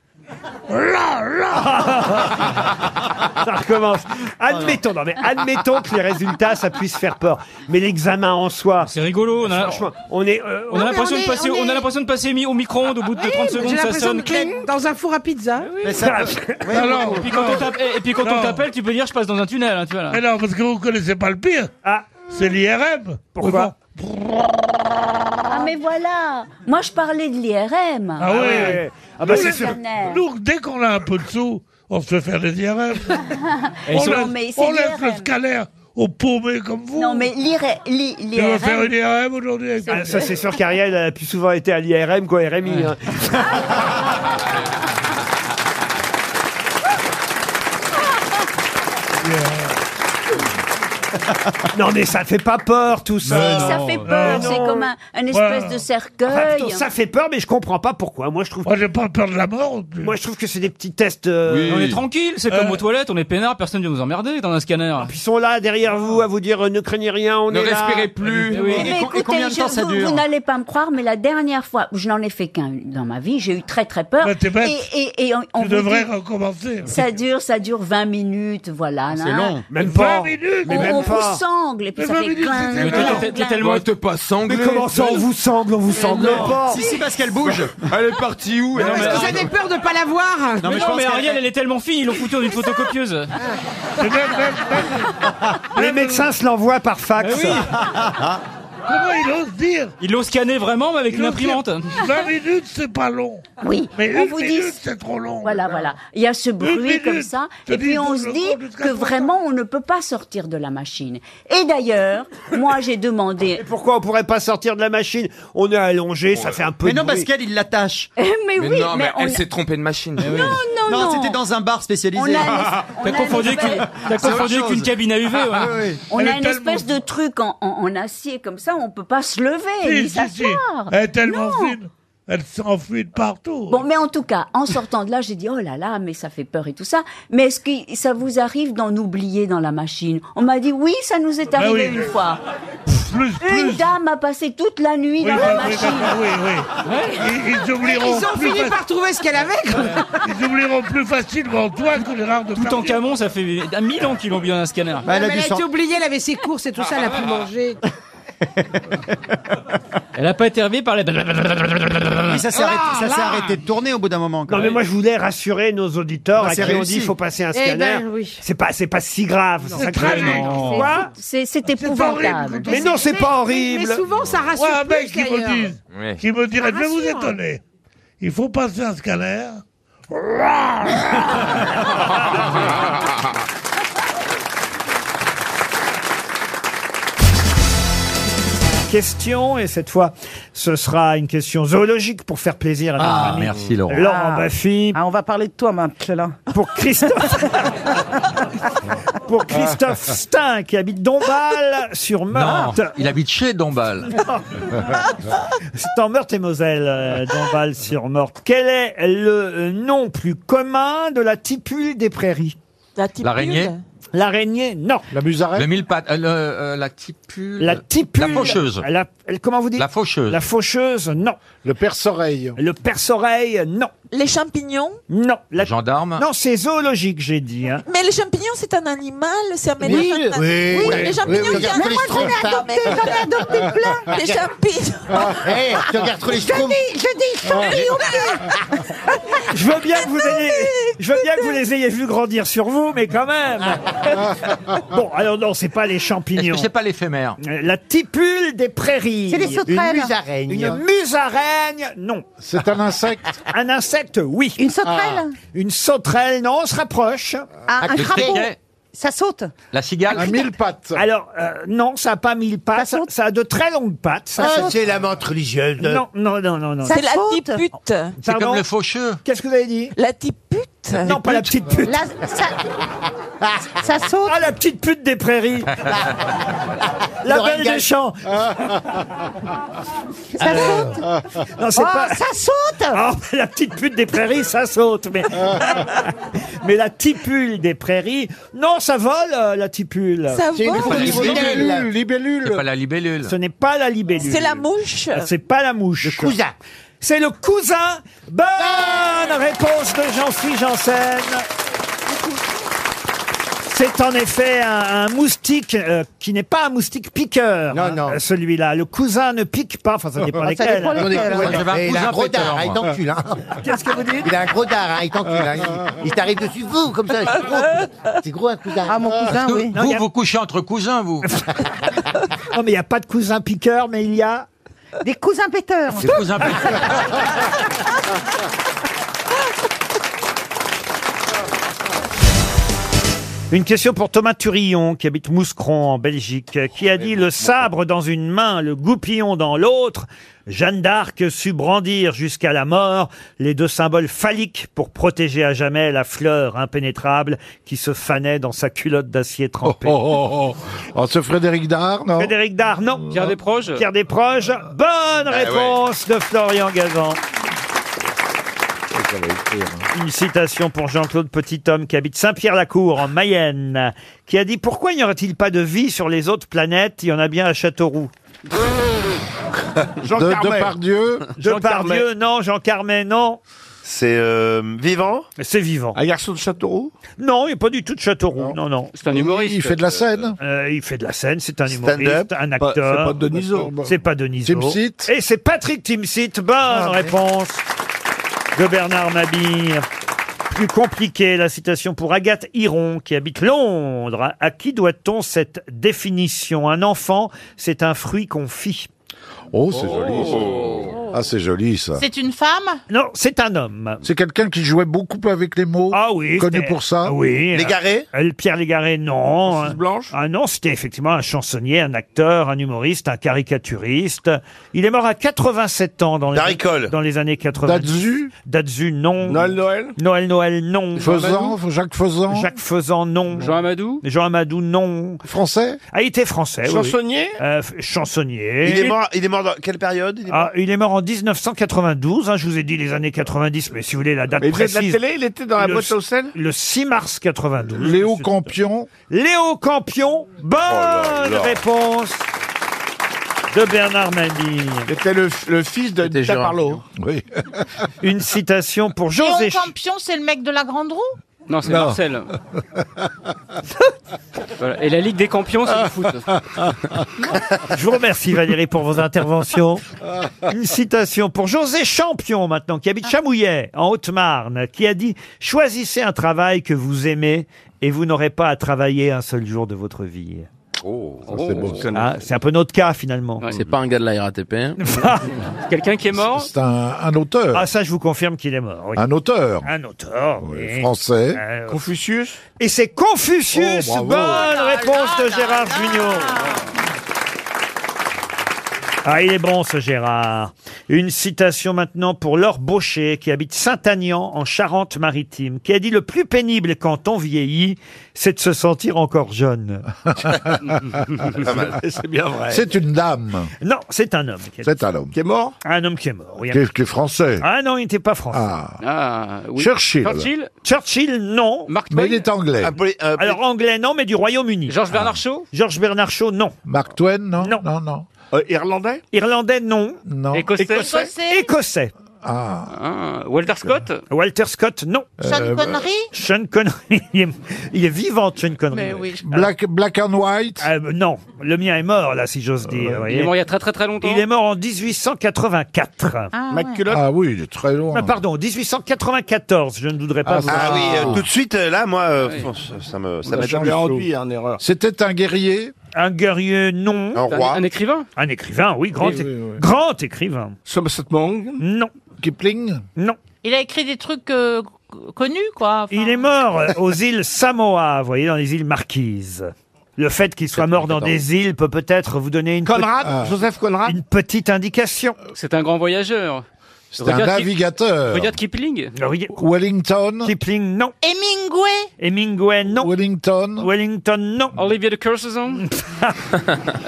S10: Là, là
S1: Ah, Ça recommence. Admettons, non mais admettons que les résultats, ça puisse faire peur. Mais l'examen en soi. C'est rigolo, on a. Franchement, on est. euh,
S11: On a l'impression
S8: on
S11: de
S8: est-
S11: passer,
S8: on
S11: on
S8: est-
S11: a l'impression de passer mi- au micro-ondes au bout de 30
S8: J'ai
S11: secondes, ça
S8: l'impression
S11: sonne.
S8: de cling dans un four à pizza.
S11: Mais (laughs) ça peut-
S10: Oui, Ah, Alors,
S11: et puis quand on tape- et- et puis quand
S10: non.
S11: on t'appelle, tu peux dire je passe dans un tunnel, hein, tu vois là.
S10: Mais non, parce que vous connaissez pas le pire.
S17: Ah.
S10: C'est l'IRM. Pourquoi
S13: (laughs) Ah mais voilà Moi je parlais de l'IRM
S10: Ah, oui.
S13: Ah
S10: Nous,
S13: bah
S10: les-
S13: c'est sûr
S10: (laughs) Nous, dès qu'on a un peu de sous, on se fait faire des
S13: (laughs)
S10: IRM.
S13: Et
S10: on
S13: ils sont-
S10: laisse,
S13: Non, mais c'est
S10: on laisse le
S13: l'IRM.
S10: scanner aux paumés comme vous.
S13: Non mais l'IRM... l'I-
S10: Tu vas
S13: l'IRM
S10: faire une IRM aujourd'hui avec
S1: Ah, ça, c'est sûr qu'Ariel a plus souvent été à l'IRM qu'au RMI.
S11: (laughs)
S1: hein. non, mais ça fait pas peur, tout ça.
S13: Si, ça fait peur,
S1: Mais
S13: c'est
S1: non.
S13: comme un, un
S1: Voilà.
S13: espèce de
S1: Enfin,
S13: cercueil.
S1: plutôt, ça fait peur, mais je comprends pas pourquoi. Moi, je trouve. Moi,
S10: j'ai pas peur de la mort.
S1: Moi, je trouve que c'est des petits tests. euh,
S11: On est tranquille, c'est
S10: Euh.
S11: comme aux toilettes, on est peinard, personne ne vient nous emmerder dans un scanner.
S1: Ah, Ils sont là derrière vous à vous dire euh, ne craignez rien, on
S11: Ne
S1: est là.
S11: respirez plus.
S13: Eh ben, écoutez, je- vous, vous n'allez pas me croire, mais la dernière fois, je n'en ai fait qu'un dans ma vie, j'ai eu très très peur.
S10: Bah, t'es bête.
S13: Et, et- et on, on
S10: Tu
S13: vous
S10: devrais
S13: dit,
S10: recommencer.
S13: ça dure, ça dure 20 minutes, voilà.
S10: Ah, C'est
S13: nan, nan.
S10: long. Même pas.
S13: 20
S10: minutes. Mais
S13: on,
S10: même
S13: on
S10: pas.
S13: vous sangle, et puis
S10: Mais
S13: ça
S10: 20
S13: fait
S10: minutes,
S13: glin,
S10: c'était
S13: glin,
S10: long.
S13: glin.
S10: T'es tellement-
S9: Ouais, t'es pas sanglé.
S1: Mais comment ça, on vous sangle, on vous sangle
S9: non.
S1: pas
S9: Si, si, parce qu'elle bouge. Bah, Elle est partie où elle
S11: Non, mais-
S9: est-
S11: Parce que
S8: J'avais peur de pas l'avoir.
S11: Non mais,
S8: je pense qu'elle-
S11: Ariel, elle est tellement fine, ils l'ont foutue dans une photocopieuse.
S1: Les médecins se l'envoient par fax.
S11: Mais oui.
S10: (laughs) Comment il ose dire
S11: Ils l'ont scanné vraiment mais avec
S10: Il
S11: une
S10: ose dire,
S11: imprimante.
S10: 20 minutes, c'est pas long.
S13: Oui,
S10: Mais
S13: on
S10: une
S13: vous dit.
S10: minute, c'est trop long.
S13: Voilà, voilà. Il y a ce bruit
S10: minute.
S13: comme ça,
S10: Je
S13: et
S10: dis,
S13: puis
S10: faut
S13: on
S10: que
S13: se
S10: je compte
S13: dit
S10: jusqu'à
S13: que
S10: trente ans.
S13: vraiment on ne peut pas sortir de la machine. Et d'ailleurs, moi j'ai
S1: (laughs)
S13: demandé.
S1: Pourquoi on pourrait pas sortir de la machine On est allongé, ça fait un peu
S11: Mais
S1: de
S11: non, parce
S1: bruit.
S17: Qu'elle, il
S8: (laughs)
S17: l'attache.
S13: Mais, oui,
S9: non, mais,
S13: mais on-
S9: elle s'est trompée de machine. Ah,
S13: Non, non, non.
S17: Non, c'était dans un bar
S13: On a
S17: spécialisé.
S13: une- on a
S11: (laughs) T'as
S13: une
S11: confondu avec
S13: espèce-
S11: une- t'as
S17: C'est autre
S11: confondu avec
S17: chose.
S11: une cabine à UV. ouais.
S17: Ah, oui, oui.
S13: On
S10: Elle
S13: a
S10: est
S13: une
S10: tellement-
S13: espèce de truc en, en- en acier comme ça, on peut pas se lever
S10: Si,
S13: ni
S10: si, si.
S13: s'asseoir.
S10: Elle est tellement
S13: Non.
S10: fine. Elle s'enfuit de partout.
S13: Bon, mais en tout cas, en sortant de là, j'ai dit oh là là, mais ça fait peur et tout ça. Mais est-ce que ça vous arrive d'en oublier dans la machine On m'a dit oui, ça nous est
S10: Bah
S13: arrivé
S10: oui.
S13: une fois.
S10: Plus,
S13: Une
S10: plus.
S13: dame a passé toute la
S10: Oui,
S13: nuit dans
S10: bah,
S13: la
S10: oui,
S13: machine.
S10: bah, oui, oui. Ils, ils oublieront
S8: Ils ont
S10: plus
S8: fini
S10: faci-
S8: par trouver ce qu'elle avait. quoi.
S10: ils oublieront plus facilement toi que les rares de
S11: Tout en
S10: Paris.
S11: camon, ça fait un mille ans qu'ils l'ont bien un scanner.
S17: Bah, elle, a dû
S8: Mais elle a été
S17: sor-
S8: oubliée, elle avait ses courses et tout ça, elle a pu manger.
S11: Elle a pas été réveillée par les.
S17: Mais ça s'est arrêté, ça s'est arrêté de tourner au bout d'un moment. quand
S1: Non mais
S17: même.
S1: moi je voulais rassurer nos auditeurs
S17: Bah,
S1: à qui
S17: c'est
S1: on
S17: réussi.
S1: dit faut passer un
S8: Eh
S1: scanner.
S8: ben, oui.
S1: C'est pas c'est pas si grave. c'est ça que
S10: très
S1: je-
S10: bien.
S1: Tu vois
S13: C'est c'est
S10: horrible,
S13: épouvantable.
S1: Mais non c'est pas horrible.
S8: Mais souvent, ça rassure
S10: Moi, un
S8: plus,
S10: mec qui me,
S8: d'ailleurs.
S10: dise- qui me dirait,
S8: Ça
S10: je vais vous
S8: rassure.
S10: étonner, il faut passer un scanner.
S1: Question et cette fois ce sera une question zoologique pour faire plaisir à notre
S11: Ah,
S1: ami
S11: merci, Laurent.
S1: Laurent Baffy.
S18: Ah, on va parler de toi, ma petite là.
S1: Pour Christophe. (laughs) pour Christophe Stein qui habite Dombasle sur
S4: Non,
S1: Meurthe.
S4: il habite
S3: (laughs)
S4: chez Dombal.
S1: C'est en Meurthe et Moselle, euh, Dombasle sur Meurthe. Quel euh, est le nom plus commun de la tipule des prairies
S4: L'araignée
S1: L'araignée, non. La musaraigne
S4: Le mille pattes, euh, le, euh, la tipule.
S1: La tipule.
S4: La faucheuse.
S1: La- elle- comment vous dites
S4: La faucheuse.
S1: La faucheuse, non. Le perce-oreille. Le perce-oreille, non. Les champignons Non. La...
S4: gendarme
S1: Non, c'est zoologique, j'ai dit. hein.
S15: Mais les champignons, c'est un animal, c'est un mélange.
S1: Oui,
S15: entre-
S1: oui, oui,
S15: les
S1: oui,
S15: champignons,
S1: oui.
S15: c'est un
S1: Mais moi, j'en ai
S15: animal.
S1: adopté, j'en ai adopté (laughs) plein.
S15: Les
S11: (laughs)
S15: champignons.
S11: Oh,
S6: Hey, tu regardes trop les schtroumpfs.
S15: Je dis, champignons.
S11: (laughs)
S1: Je veux bien que vous ayez, je veux bien que vous les ayez vus grandir sur vous, mais quand (laughs) même. Bon, alors non, c'est pas les
S4: Est-ce
S1: champignons.
S4: que c'est pas l'éphémère
S1: Euh, La tipule des prairies.
S4: C'est des sauterelles. Une musaraigne.
S1: Une musaraigne, non. C'est un insecte. Un insecte, oui. Une
S18: sauterelle
S1: Ah. Une sauterelle, non, on se rapproche.
S18: Ah, un Le crapaud. criquet.
S1: Ça saute.
S4: La cigale
S1: pattes. Alors, euh, non, ça n'a pas mille pattes. Ça, ça a de très longues pattes.
S4: Ça Ah, saute. c'est
S1: la menthe religieuse. Non, non, non, non. non.
S15: C'est la petite pute.
S4: C'est comme le faucheux.
S1: Qu'est-ce que vous avez dit
S15: La petite pute.
S1: Non, pas la petite pute.
S15: ça...
S1: Ça saute. Ah, la petite pute des prairies. la
S15: Lorraine
S1: belle
S15: Gage.
S11: (laughs)
S1: des champs.
S15: Ça
S1: saute. Non, c'est
S15: Oh,
S1: pas.
S15: ça
S1: saute. la petite pute des prairies, ça saute.
S15: (laughs)
S1: Mais, mais la tipule des prairies, non, ça vole euh, la tipule.
S15: Ça C'est une vole.
S4: La libellule.
S1: libellule.
S4: C'est pas la libellule.
S1: Ce n'est pas la libellule.
S15: C'est la mouche.
S1: Ah, C'est pas la mouche. Le cousin. C'est le cousin. Bonne réponse de Jean-Philippe Janssen. C'est en effet un, un moustique euh, qui n'est pas un moustique piqueur. hein, euh, Celui-là, le cousin ne pique
S6: (laughs)
S1: pas. Enfin, ça dépend
S6: Ah, ça
S1: lesquels. hein.
S6: dépend lesquels, ouais. Et il a un gros dard, hein, il t'encule. Hein.
S1: Qu'est-ce que vous dites
S6: Il a un gros dard, hein, il t'encule. Hein. Il, il t'arrive dessus, vous, comme ça. C'est gros, c'est gros un cousin. Ah,
S4: (laughs)
S6: mon
S4: Parce que Vous, vous couchez entre cousins, vous.
S1: Non, Oh, mais il n'y a pas de cousin piqueur, mais il y a.
S18: Des cousins péteurs.
S4: Des
S1: (laughs)
S4: cousins péteurs.
S1: Une question pour Thomas Turillon, qui habite Mouscron, en Belgique, qui a dit le sabre dans une main, le goupillon dans l'autre. Jeanne d'Arc sut brandir jusqu'à la mort les deux symboles phalliques pour protéger à jamais la fleur impénétrable qui se fanait dans sa culotte d'acier trempé.
S20: Oh, oh, oh. oh ce Frédéric Dard, non
S1: Frédéric Dard, non.
S20: Pierre Desproges
S1: Pierre Desproges. Bonne
S20: ouais.
S1: réponse de Florian Gazan. Une citation pour Jean-Claude Petithomme qui habite Saint-Pierre-la-Cour en Mayenne, qui a dit Pourquoi n'y aurait-il pas de vie sur les autres planètes Il y en a bien à Châteauroux.
S20: Jean De- Carmet. Depardieu
S1: Jean
S20: Jean Carmet.
S1: Pardieu, non. Jean Carmet, non.
S16: C'est euh, vivant
S1: C'est vivant.
S16: Un garçon de Châteauroux
S1: Non, il n'est pas du tout de Châteauroux. Non, non. C'est un humoriste.
S20: Il fait de la scène.
S1: Euh, il fait de la scène, c'est un
S20: Stand-up.
S1: humoriste, un
S20: Pas- c'est
S1: acteur.
S20: pas Denisot.
S1: C'est pas Denisot.
S20: Timsit.
S1: Et c'est Patrick Timsit. Bonne
S20: Ah,
S1: réponse de Bernard Mabir. Plus compliqué, la citation pour Agathe Hiron, qui habite Londres. À qui doit-on cette définition Un enfant, c'est un fruit confit.
S20: Oh, c'est joli. ça. Ah, c'est joli, ça.
S3: C'est une femme
S1: Non, c'est un homme.
S20: C'est quelqu'un qui jouait beaucoup avec les mots.
S1: Ah oui.
S20: Connu
S1: c'était-
S20: pour ça.
S1: Oui.
S20: Légaré
S1: Euh, le Pierre Légaré, non.
S20: Francis
S1: Blanche Ah non, c'était effectivement un chansonnier, un acteur, un humoriste, un caricaturiste. Il est mort à 87 ans dans les, dans les années 80.
S20: Dazu
S1: Dazu, non. Noël Noël Noël Noël, non.
S20: Faisan, Jacques Faisan.
S1: Jacques Faisan, non. Jean Amadou Jean Amadou, non.
S20: Français
S1: Ah, il était français, oui, oui.
S16: Chansonnier
S1: Euh, f- Chansonnier.
S16: il est, mort, il est mort dans quelle période il est mort
S1: Ah, il est mort en 1992, hein, je vous ai dit les années 90, mais si vous voulez la date
S16: Mais il faisait de
S1: précise.
S16: la télé, il était dans la boîte aux Oh
S1: sel Le 6 mars 92.
S20: Léo Campion.
S1: Léo Campion, bonne
S20: là là.
S1: réponse de Bernard Mabille.
S20: C'était le, fils de Taparlo. Oui.
S1: Une citation pour
S3: Léon
S1: José Ch-
S3: Campion, c'est le mec de la grande roue
S11: Non, c'est
S1: Non. (laughs)
S11: Marcel. Voilà. Et la Ligue des Campions, c'est du foot.
S1: (laughs) Je vous remercie Valérie pour vos interventions. Une citation pour José Champion maintenant, qui habite Chamouillet, en Haute-Marne, qui a dit « Choisissez un travail que vous aimez et vous n'aurez pas à travailler un seul jour de votre vie. »
S17: Oh,
S1: c'est Ah, c'est un peu notre cas finalement.
S11: (laughs)
S17: C'est pas un gars de la RATP.
S1: Quelqu'un qui est mort
S20: C'est un, un auteur.
S1: Ah ça, je vous confirme qu'il est mort. oui.
S20: Un auteur.
S1: Un auteur. oui.
S20: Français.
S1: Euh,
S20: Confucius.
S1: Et c'est Confucius.
S20: Oh, bravo.
S1: Bonne réponse de Gérard Junior. Ah, il est bon ce Gérard. Une citation maintenant pour Laure Baucher, qui habite Saint-Agnan en Charente-Maritime, qui a dit le plus pénible quand on vieillit, c'est de se sentir encore jeune.
S5: C'est bien vrai.
S1: C'est une dame. Non, c'est un homme.
S5: C'est un homme.
S1: Qui est mort Un homme qui est mort. oui.
S5: Qui est, qui est français.
S1: Ah non, il n'était pas français.
S5: Ah, oui. Churchill. Churchill
S1: Churchill, non.
S5: Mais il Twain est anglais.
S1: Ah,
S5: Un poli- un poli-
S1: Alors anglais, non, mais du Royaume-Uni. Georges Bernard Shaw Georges Bernard Shaw, non.
S5: Mark Twain, non Non, non.
S11: Euh,
S1: Irlandais Irlandais, non.
S5: Non.
S1: Écossais
S5: Écossais
S1: Écossais.
S11: Ah,
S1: Euh,
S11: Walter Scott
S1: Walter Scott, non.
S11: Sean Euh, Connery
S1: Sean Connery. (laughs) Il est, il est vivant, Sean Connery.
S11: Mais oui.
S1: Black, and White Non, le mien est mort, là, si j'ose dire.
S11: Euh, Il
S1: vous voyez.
S11: est mort il y a très très très longtemps.
S1: Il est mort en 1884.
S11: Ah,
S5: ouais. McCulloch Ah
S1: oui, il est très loin. pardon, 1894, je ne voudrais pas
S16: Ah,
S1: vous...
S16: oui, euh, tout de suite, euh, là, moi,
S6: Ah
S16: euh, ça- ça me,
S6: Bah,
S16: ça m'étonne.
S6: hein,
S1: erreur. C'était un guerrier Un guerrier, non.
S16: Un roi Un- un
S1: écrivain Hmm Un écrivain, oui, grand,
S16: Oui,
S1: é-
S16: oui, oui.
S1: grand écrivain. Somerset Maugham Non. Kipling Non.
S3: Il a écrit des trucs euh, connus, quoi. Enfin,
S1: Il est mort euh, aux îles Samoa, vous voyez, dans les îles Marquises. Le fait qu'il soit mort dans des îles peut peut-être vous donner une
S11: Conrad
S5: Ah.
S1: Joseph Conrad une petite indication.
S11: C'est un grand voyageur.
S1: C'est
S11: Rudyard
S1: un
S11: Kip-
S1: navigateur.
S11: Rudyard Kipling.
S1: Wellington Ah. Kipling, non.
S3: Hemingway
S1: Hemingway, non.
S5: Wellington
S1: Wellington, non.
S11: Olivier de Curzon.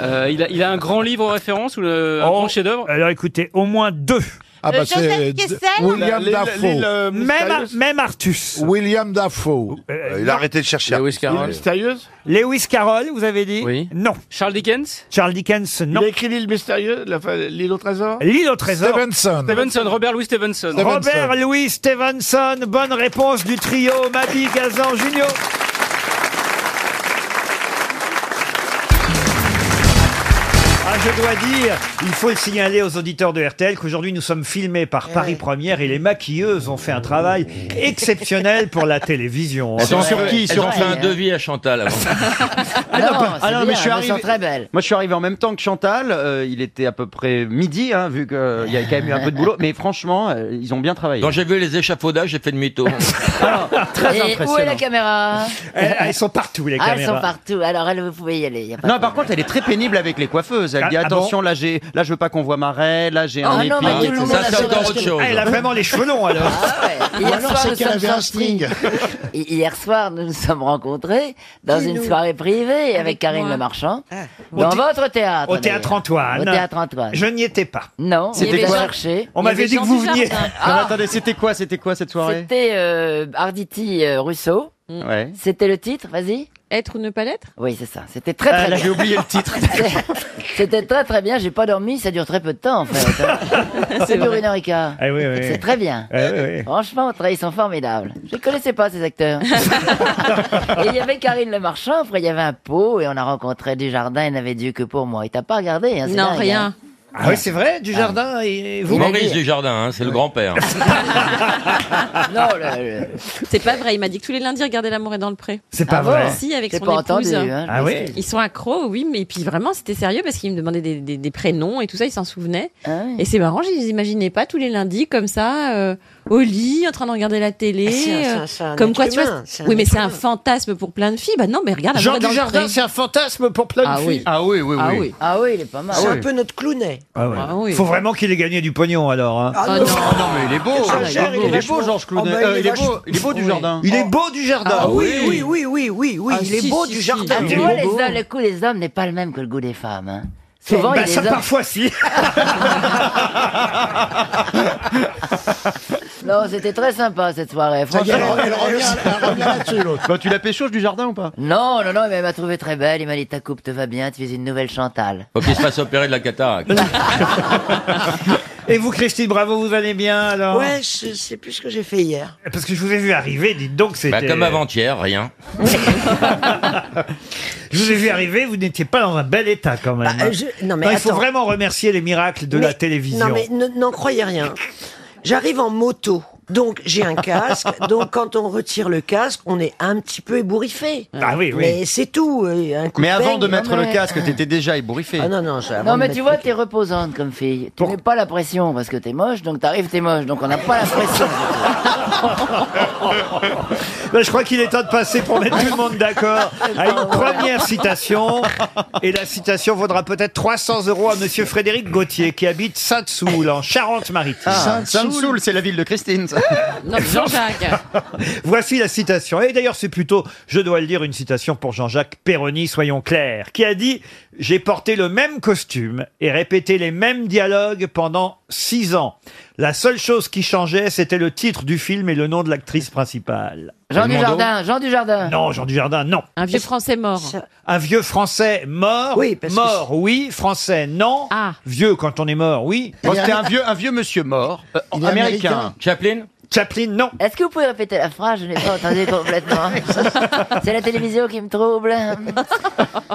S11: Euh, il, a, il a un grand livre en référence ou le, un grand chef-d'œuvre
S1: Oh, Alors écoutez, au moins deux.
S5: Ah, bah, Euh, Joseph c'est- Kessel William L'île- Dafoe. l'île, euh,
S1: Même,
S5: mystérieuse
S1: (laughs) même Artus. Euh,
S5: William Dafoe.
S1: il a arrêté de chercher. Lewis
S5: Carroll.
S1: Mystérieuse Lewis Carroll, vous avez dit Oui. Non. Charles Dickens Charles Dickens, non.
S20: Il a écrit l'île mystérieuse, la fa- l'île au trésor
S1: L'île au trésor. Stevenson.
S11: Stevenson, Robert Louis Stevenson.
S1: Robert Louis Stevenson, bonne réponse du trio Mabi Gazan Junior. Ah, je dois dire, il faut le signaler aux auditeurs de RTL qu'aujourd'hui nous sommes filmés par
S28: Eh
S1: Paris Première et les maquilleuses ont fait un
S28: (laughs)
S1: travail exceptionnel pour la télévision.
S22: Elles ont- elles ont fait un devis à Chantal avant.
S7: non,
S22: pas-
S7: ah non, mais je suis arrivé.
S18: très belles.
S7: Moi, je suis arrivé en même temps que Chantal. euh, il était à peu près midi, hein, vu qu'il y a quand même eu un peu de boulot. Mais franchement, euh, ils ont bien travaillé.
S22: Quand j'ai vu les échafaudages, j'ai fait
S7: (laughs)
S22: demi-tour.
S7: Très
S28: Et où est la
S7: impressionnant.
S28: caméra
S1: Elles, Eh, elles sont partout, les
S28: Ah, elles
S7: caméras.
S28: sont partout. Alors, elles, vous pouvez y aller. y a pas
S7: Non,
S28: de
S7: par contre, elle est très pénible avec les coiffeuses. Elle
S1: Ah,
S7: dit
S1: ah bon
S7: attention, là, j'ai, là, je veux pas qu'on voit ma raie, là, j'ai
S28: Ah
S7: un
S28: non, mais tout le monde Ça, a c'est ce encore
S1: autre chose. Ah, Elle a vraiment les cheveux longs, alors.
S7: Ah,
S28: problème. Hier soir, nous sommes sortis- (laughs) Hi- Hier soir, nous nous sommes rencontrés dans
S1: Dis-nous.
S28: une soirée privée avec, Karine Le Marchand,
S7: Ah.
S28: dans
S1: Au thé-
S28: votre théâtre.
S1: Au
S28: d'ailleurs.
S1: théâtre Antoine.
S28: Au théâtre Antoine.
S1: Je n'y étais pas.
S28: Non,
S7: C'était
S28: il était
S7: quoi
S28: cherché.
S7: On
S28: Il y
S7: m'avait
S28: avait
S7: dit que
S28: Jean
S7: vous veniez.
S28: Dujardin.
S7: Non,
S28: Ah,
S7: attendez, c'était quoi, c'était quoi cette soirée
S28: C'était euh, Arditi euh, Rousseau.
S7: Ouais.
S28: C'était le titre, vas-y. Être ou ne pas l'être Oui, c'est ça. C'était très très
S7: Ah, là,
S28: bien.
S7: j'ai oublié le titre.
S28: C'était très très bien, j'ai pas dormi, ça dure très peu de temps en
S1: (laughs)
S28: fait.
S1: C'est
S28: ça dure
S1: vrai.
S28: une heure et quart.
S1: Eh oui, oui, oui.
S28: C'est très bien.
S1: Eh oui, oui.
S28: Franchement, ils sont formidables. Je les connaissais pas ces
S1: (laughs)
S28: acteurs. et il y avait Karine Le Marchand, après il y avait un pot et on a rencontré Dujardin, il n'avait Dieu que pour moi. Et t'as pas regardé hein, c'est Non, dingue, rien. hein.
S1: Ah oui, c'est vrai, du jardin et vous
S22: Maurice Desjardins, hein, c'est le grand-père.
S28: Non,
S29: C'est pas vrai, il m'a dit que tous les lundis, regardez l'amour est dans le pré.
S22: C'est pas Ah vrai. bon
S29: Si, avec
S28: J'ai
S29: son
S28: pas
S29: épouse.
S28: entendu, hein, je Ah oui m'excuse.
S29: Ils sont accros, oui, mais puis vraiment, c'était sérieux parce qu'ils me demandaient des, des- des prénoms et tout ça, ils s'en souvenaient.
S28: Ah
S29: Et c'est marrant, je les imaginais pas tous les lundis comme ça, euh, au lit, en train de regarder la télé.
S28: Ah, c'est un-
S29: euh,
S28: c'est un- c'est un
S29: comme
S28: être
S29: quoi, tu
S28: humain,
S29: vois.
S28: c'est un
S29: Oui, mais
S28: être
S29: c'est un
S28: humain.
S29: fantasme pour plein de filles. Bah non, mais regarde,
S1: Jean
S29: l'amour est dans le
S1: Dujardin,
S29: pré.
S1: c'est un fantasme pour plein de
S29: Ah oui.
S1: filles.
S29: Ah oui, oui, Ah oui. oui.
S28: Ah oui, il est pas mal.
S1: Ah oui.
S28: notre clownet.
S1: Ah ouais.
S28: Ah oui.
S1: Faut vraiment qu'il ait gagné du pognon alors. hein.
S28: Ah Ah non. non.
S7: Ah non, mais il est beau.
S1: Ah, il est beau.
S7: Il est beau, Georges Clounet.
S1: Ah, bah,
S7: Euh, Il est
S1: vache-
S7: beau, il est beau du jardin.
S1: Il est beau du jardin.
S28: Ah oui, oui,
S1: oui, oui, oui, oui.
S28: Ah, si, si, si. Ah, tu
S1: Il est
S28: vois,
S1: beau,
S28: les
S1: beau.
S28: hommes, le goût des hommes n'est pas le même que le goût des femmes. hein. Souvent,
S1: Bah,
S28: il y a des
S1: ça,
S28: hommes-
S1: parfois, si.
S28: (laughs) Non, c'était très sympa cette soirée. Franchement,
S1: (laughs)
S7: Bah, tu l'as pécho du jardin ou pas
S28: Non, non, non, mais il m'a trouvé très belle. Il m'a dit ta coupe te va bien, tu fais une nouvelle Chantal.
S22: (laughs) Faut qu'il se fasse opérer de la cataracte.
S1: (laughs) Et vous, Christine Bravo, vous allez bien alors
S28: Ouais, je sais plus ce que j'ai fait hier.
S1: Parce que je vous ai vu arriver, dites donc,
S22: Bah,
S1: c'était.
S22: comme avant-hier, rien.
S1: Je vous ai vu arriver, vous n'étiez pas dans un bel état quand même.
S28: Bah, euh, je- non, mais
S1: il faut
S28: attends.
S1: vraiment remercier les miracles de la
S28: Mais-
S1: télévision.
S28: Non, mais ne- n'en croyez rien. J'arrive en moto. Donc j'ai un casque,
S7: (laughs)
S28: donc quand on retire le casque, on est un petit peu ébouriffé.
S7: Ah oui, oui.
S28: Mais c'est tout. euh, un coup
S7: Mais
S28: de
S7: avant
S28: peigne,
S7: de mettre
S28: non,
S7: le
S28: mais-
S7: casque, t'étais déjà ébouriffé.
S28: Ah non, non, Non mais tu vois, t'es reposante comme fille. Tu n'as pas la pression parce que t'es moche, donc t'arrives, t'es moche, donc on n'a pas la pression.
S1: (laughs) Ben, je crois qu'il est temps de passer pour mettre tout le monde
S28: (laughs)
S1: d'accord à une première citation. Et la citation vaudra peut-être 300 euros à monsieur Frédéric Gauthier qui habite Sainte-Soule en Charente-Maritime.
S7: Ah, Sainte-Soule, c'est la ville de Christine. ça.
S29: Non, Jean-Jacques.
S1: (laughs) Voici la citation. Et d'ailleurs, c'est plutôt, je dois le dire, une citation pour Jean-Jacques Perroni, soyons clairs, qui a dit « J'ai porté le même costume et répété les mêmes dialogues pendant six ans. La seule chose qui changeait, c'était le titre du film et le nom de l'actrice principale. »
S28: Jean
S1: Belmondo
S28: Dujardin, Jean Dujardin.
S1: Non, Jean Dujardin, non.
S29: Un vieux français mort.
S1: Un vieux français mort,
S28: Oui, parce que
S1: mort, oui, français, non. Vieux quand on est mort, oui.
S7: Bon, Oh, c'était un vieux, un vieux monsieur mort, euh,
S1: Il est
S7: américain.
S1: américain.
S7: Chaplin
S1: Chaplin, non.
S28: Est-ce que vous pouvez répéter la phrase Je n'ai pas
S29: (laughs)
S28: entendu complètement. C'est la télévision qui me trouble.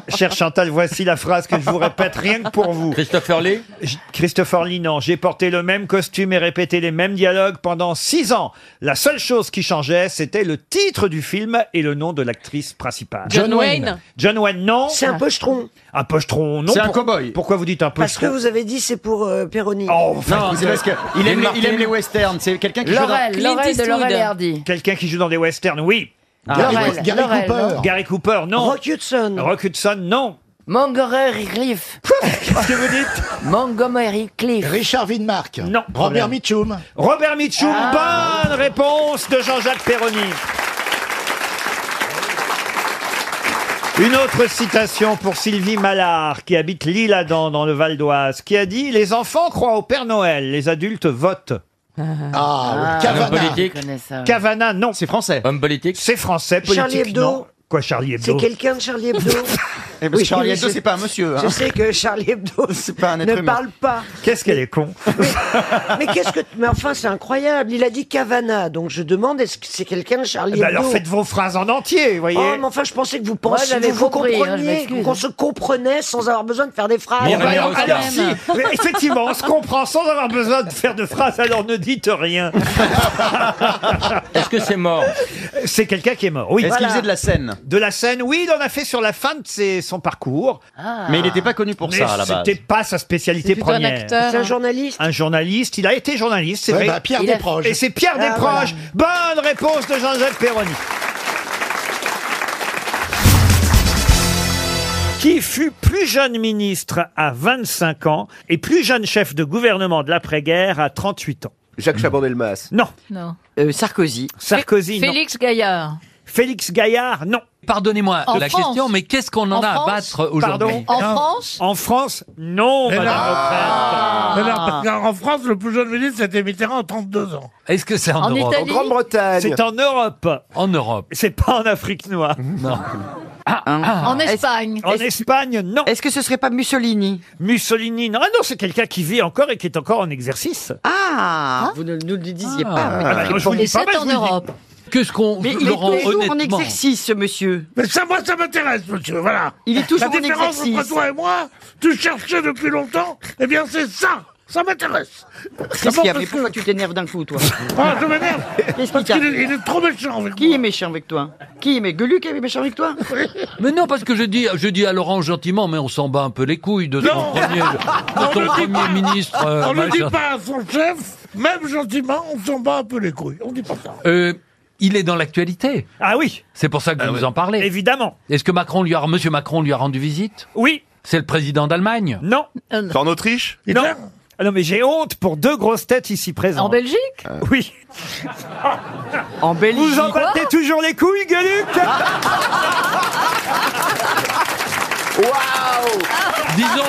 S1: Cher Chantal, voici la phrase que je vous répète rien que pour vous.
S22: Christopher Lee
S1: J- Christopher Lee, non. J'ai porté le même costume et répété les mêmes dialogues pendant six ans. La seule chose qui changeait, c'était le titre du film et le nom de l'actrice principale.
S29: John John Wayne. Wayne.
S1: John Wayne, non.
S14: C'est un pochetron.
S1: Un pochetron, non.
S14: C'est un
S1: Pour- Pourquoi vous dites un
S14: Parce que
S1: pochetron
S14: vous avez dit c'est pour euh, Perroni.
S7: Non, c'est parce que il aime, les, il aime les westerns. C'est quelqu'un qui joue dans-
S28: Laurel, Laurel de Laurel et Hardy.
S1: Quelqu'un qui joue dans des westerns, oui.
S28: Ah, Laurel, Gary- Gary Laurel, Cooper. non.
S1: Gary Cooper, non. Rock Hudson. Rock Hudson, non.
S28: Montgomery Cliff.
S1: (laughs) Qu'est-ce que vous dites
S28: (laughs) Montgomery Cliff.
S1: Richard Widmark. Non. Problème.
S5: Mitchum.
S1: Robert Mitchum,
S28: Ah.
S1: bonne réponse de Jean-Jacques Perroni. Une autre citation pour Sylvie Mallard, qui habite l'Île-Adam dans le Val d'Oise, qui a dit Les enfants croient au Père Noël, les adultes votent.
S28: Ah,
S1: Cavana.
S28: je connais ça.
S1: Cavana, non. C'est
S7: français.
S22: Homme politique
S1: C'est français, politique.
S14: Charlie Hebdo.
S1: non. Quoi, Charlie
S14: C'est
S1: Hebdo ben,
S14: quelqu'un de Charlie
S1: (laughs)
S14: Hebdo.
S7: Eh, parce que Charlie
S14: mais
S7: Hebdo,
S14: je-
S7: c'est pas un monsieur, hein.
S14: Je sais que Charlie
S1: (laughs)
S14: Hebdo
S7: un être
S14: ne
S7: humain.
S14: parle pas.
S1: Qu'est-ce qu'elle est con
S14: Mais qu'est-ce que Mais enfin, c'est incroyable. Il a dit Cavana, donc je demande est-ce que c'est quelqu'un de Charlie
S1: Eh ben
S14: Hebdo
S1: alors faites vos phrases en entier, vous voyez.
S14: Oh, mais enfin, je pensais que vous
S28: Moi,
S14: pensiez,
S28: j'avais
S14: que vous
S28: compris, hein, je
S14: compreniez,
S28: m'excuse.
S14: qu'on se comprenait sans avoir besoin de faire des phrases.
S1: Bon, bah, alors, alors si,
S14: même.
S1: mais effectivement, on se comprend sans avoir besoin de faire de phrases, alors ne dites rien.
S22: (laughs) Est-ce que c'est mort
S1: C'est quelqu'un qui est mort, oui.
S7: Est-ce qu'il faisait de la scène
S1: De la scène, oui, il en a fait sur la fin de ses- son parcours.
S7: Ah. Mais il n'était pas connu pour
S1: Mais
S7: ça à la base.
S1: C'était pas sa spécialité première.
S14: C'est un journaliste.
S1: Un journaliste, il a été journaliste, c'est
S5: Ouais,
S1: vrai.
S5: bah, Pierre Il a- Desproges.
S1: Et c'est Pierre
S14: Ah,
S1: Desproges. Bonne réponse de Jean-Jacques Perroni. Qui fut plus jeune ministre à 25 ans et plus jeune chef de gouvernement de l'après-guerre à 38 ans Hmm.
S16: Jacques Chaban-Delmas.
S1: Non.
S24: Non.
S16: Sarkozy.
S1: Sarkozy, non.
S24: Félix Gaillard.
S1: Félix Gaillard, non.
S4: Pardonnez-moi
S24: En
S4: la
S24: France.
S4: question, mais qu'est-ce qu'on en,
S24: En
S4: a
S24: France.
S4: à battre
S1: Pardon
S4: aujourd'hui
S24: En France
S1: En France, non,
S10: Mais
S1: madame
S10: non.
S1: O'Krent.
S10: Mais non,
S13: Ah.
S10: parce qu'en France, le plus jeune ministre, c'était Mitterrand, en 32 ans.
S4: Est-ce que c'est en,
S24: En
S4: Europe
S24: Italie En Grande-Bretagne.
S1: C'est en Europe.
S4: En Europe.
S1: C'est pas en Afrique noire. Ah,
S4: Non.
S24: En Espagne.
S1: En Espagne, non.
S24: Est-ce que ce serait pas Mussolini
S1: Mussolini, non, Ah non, c'est quelqu'un qui vit encore et qui est encore en exercice.
S24: Ah
S14: Vous ne nous le disiez
S1: Ah,
S14: pas.
S1: non, je vous le dis pas, mais je vous le dis.
S4: Qu'est-ce
S10: (laughs)
S4: qu'on.
S24: Mais il est
S4: Laurent,
S24: toujours en
S4: honnêtement.
S24: exercice, ce monsieur.
S10: Mais ça, moi, ça m'intéresse, monsieur, voilà.
S24: Il est toujours
S10: La
S24: en
S10: différence entre
S24: exercice.
S10: toi et moi, tu cherchais depuis longtemps, eh bien, c'est ça. Ça m'intéresse.
S24: Qu'est-ce
S10: D'abord,
S24: qu'il y a
S10: parce
S24: Mais
S10: que-
S24: pourquoi tu t'énerves d'un coup, toi
S10: (laughs) Ah, je m'énerve.
S24: Qu'est-ce qui
S10: Parce
S24: t'arrive
S10: qu'il est, il est trop méchant avec
S24: Qui est méchant avec toi Qui est méchant Gueluc est méchant avec toi
S4: Mais non, parce que je dis, je dis à Laurent gentiment, mais on s'en bat un peu les couilles de
S10: Non.
S4: ton premier, de
S10: (laughs) On
S4: ton
S10: ne dit
S4: premier
S10: pas.
S4: ministre. euh,
S10: on ne dit
S4: machin.
S10: pas à son chef, même gentiment, on s'en bat un peu les couilles. On dit pas ça.
S4: Euh, il est dans l'actualité.
S1: Ah oui,
S4: C'est pour ça que vous nous en parlez.
S1: évidemment.
S4: Est-ce que Macron lui a, Monsieur Macron lui a rendu visite
S1: Oui.
S4: C'est le président d'Allemagne.
S1: Non.
S18: Euh,
S16: C'est en Autriche
S1: Non. Ah non, mais j'ai honte pour deux grosses têtes ici présentes.
S24: En Belgique
S1: Oui.
S24: Euh. En Belgique.
S1: Vous en battez toujours les couilles, Gueluc
S4: Disons.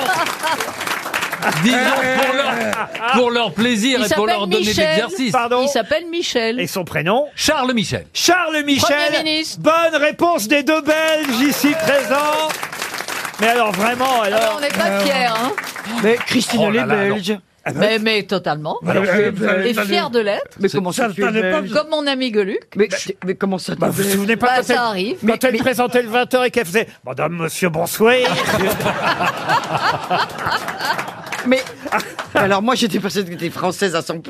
S4: Disons pour leur, Ah. pour leur plaisir
S24: Il
S4: et pour
S24: s'appelle
S4: leur donner de
S24: Michel.
S4: l'exercice.
S1: Pardon
S24: Il s'appelle Michel.
S1: Et son prénom
S4: Charles Michel.
S1: Charles Michel.
S24: Premier ministre.
S1: Bonne réponse des deux Belges ici présents. Mais alors vraiment, alors.
S24: Alors, Euh, Ah
S1: euh,
S24: on n'est
S3: Euh,
S24: pas fiers, hein
S14: Mais Christine,
S4: Oh là là, alors.
S24: mais, mais totalement.
S10: Alors,
S3: euh,
S24: et
S10: vous avez pas
S24: fier
S10: vu-
S24: de l'être.
S14: Mais comment
S10: Ça,
S14: ça,
S10: ça
S14: tu es
S10: n'est pas-
S14: belge
S24: Comme mon ami Gueluc.
S14: mais, mais comment ça
S1: Bah, vous vous souvenez pas
S24: Bah,
S1: quand
S24: ça
S1: elle,
S24: arrive.
S1: quand elle présentait le 20h et qu'elle faisait Madame,
S14: (laughs)
S1: Monsieur, bonsoir.
S14: Mais alors moi j'étais persuadée que t'étais française à 100%.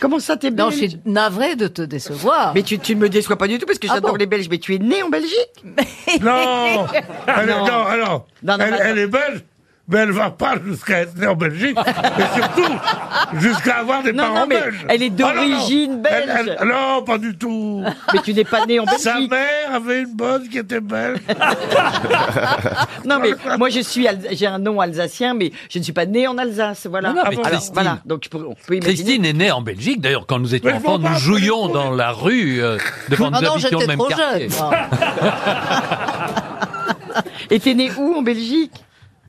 S14: Comment ça t'es
S24: Non,
S14: belge
S24: je suis navrée de te décevoir.
S14: Mais tu, tu ne me déçois pas du tout parce que
S24: Ah
S14: j'adore
S24: bon
S14: les Belges. Mais tu es né en Belgique
S18: (laughs)
S10: Non Elle est- Non, alors,
S14: Non, non,
S10: elle,
S14: attends.
S10: elle est belge, mais elle va pas jusqu'à être née en Belgique, et surtout jusqu'à avoir des
S18: Non,
S10: parents
S18: non, mais
S10: belges.
S18: elle est
S10: Ah, non, non.
S18: d'origine
S10: Elle- elle-
S18: belge.
S10: non, pas du tout.
S18: Mais tu n'es
S10: (laughs)
S18: pas née en
S10: Sa
S18: Belgique.
S10: mère avait une bonne qui était belge.
S18: (laughs) non mais moi je suis Alsa- j'ai un nom alsacien mais je ne suis pas née en Alsace voilà.
S4: Non, non, mais
S18: Alors,
S4: Christine-
S18: voilà (laughs) donc je peux- on peut imaginer.
S4: Christine est née en Belgique. D'ailleurs, quand nous étions
S18: Mais je m'en
S4: enfants, nous
S18: bats,
S4: jouions dans la rue euh, devant
S18: Ah
S4: nous
S18: non,
S4: habitions le
S18: j'étais
S4: même
S18: trop
S4: quartier.
S18: jeune, moi. (laughs) Et t'es née où en Belgique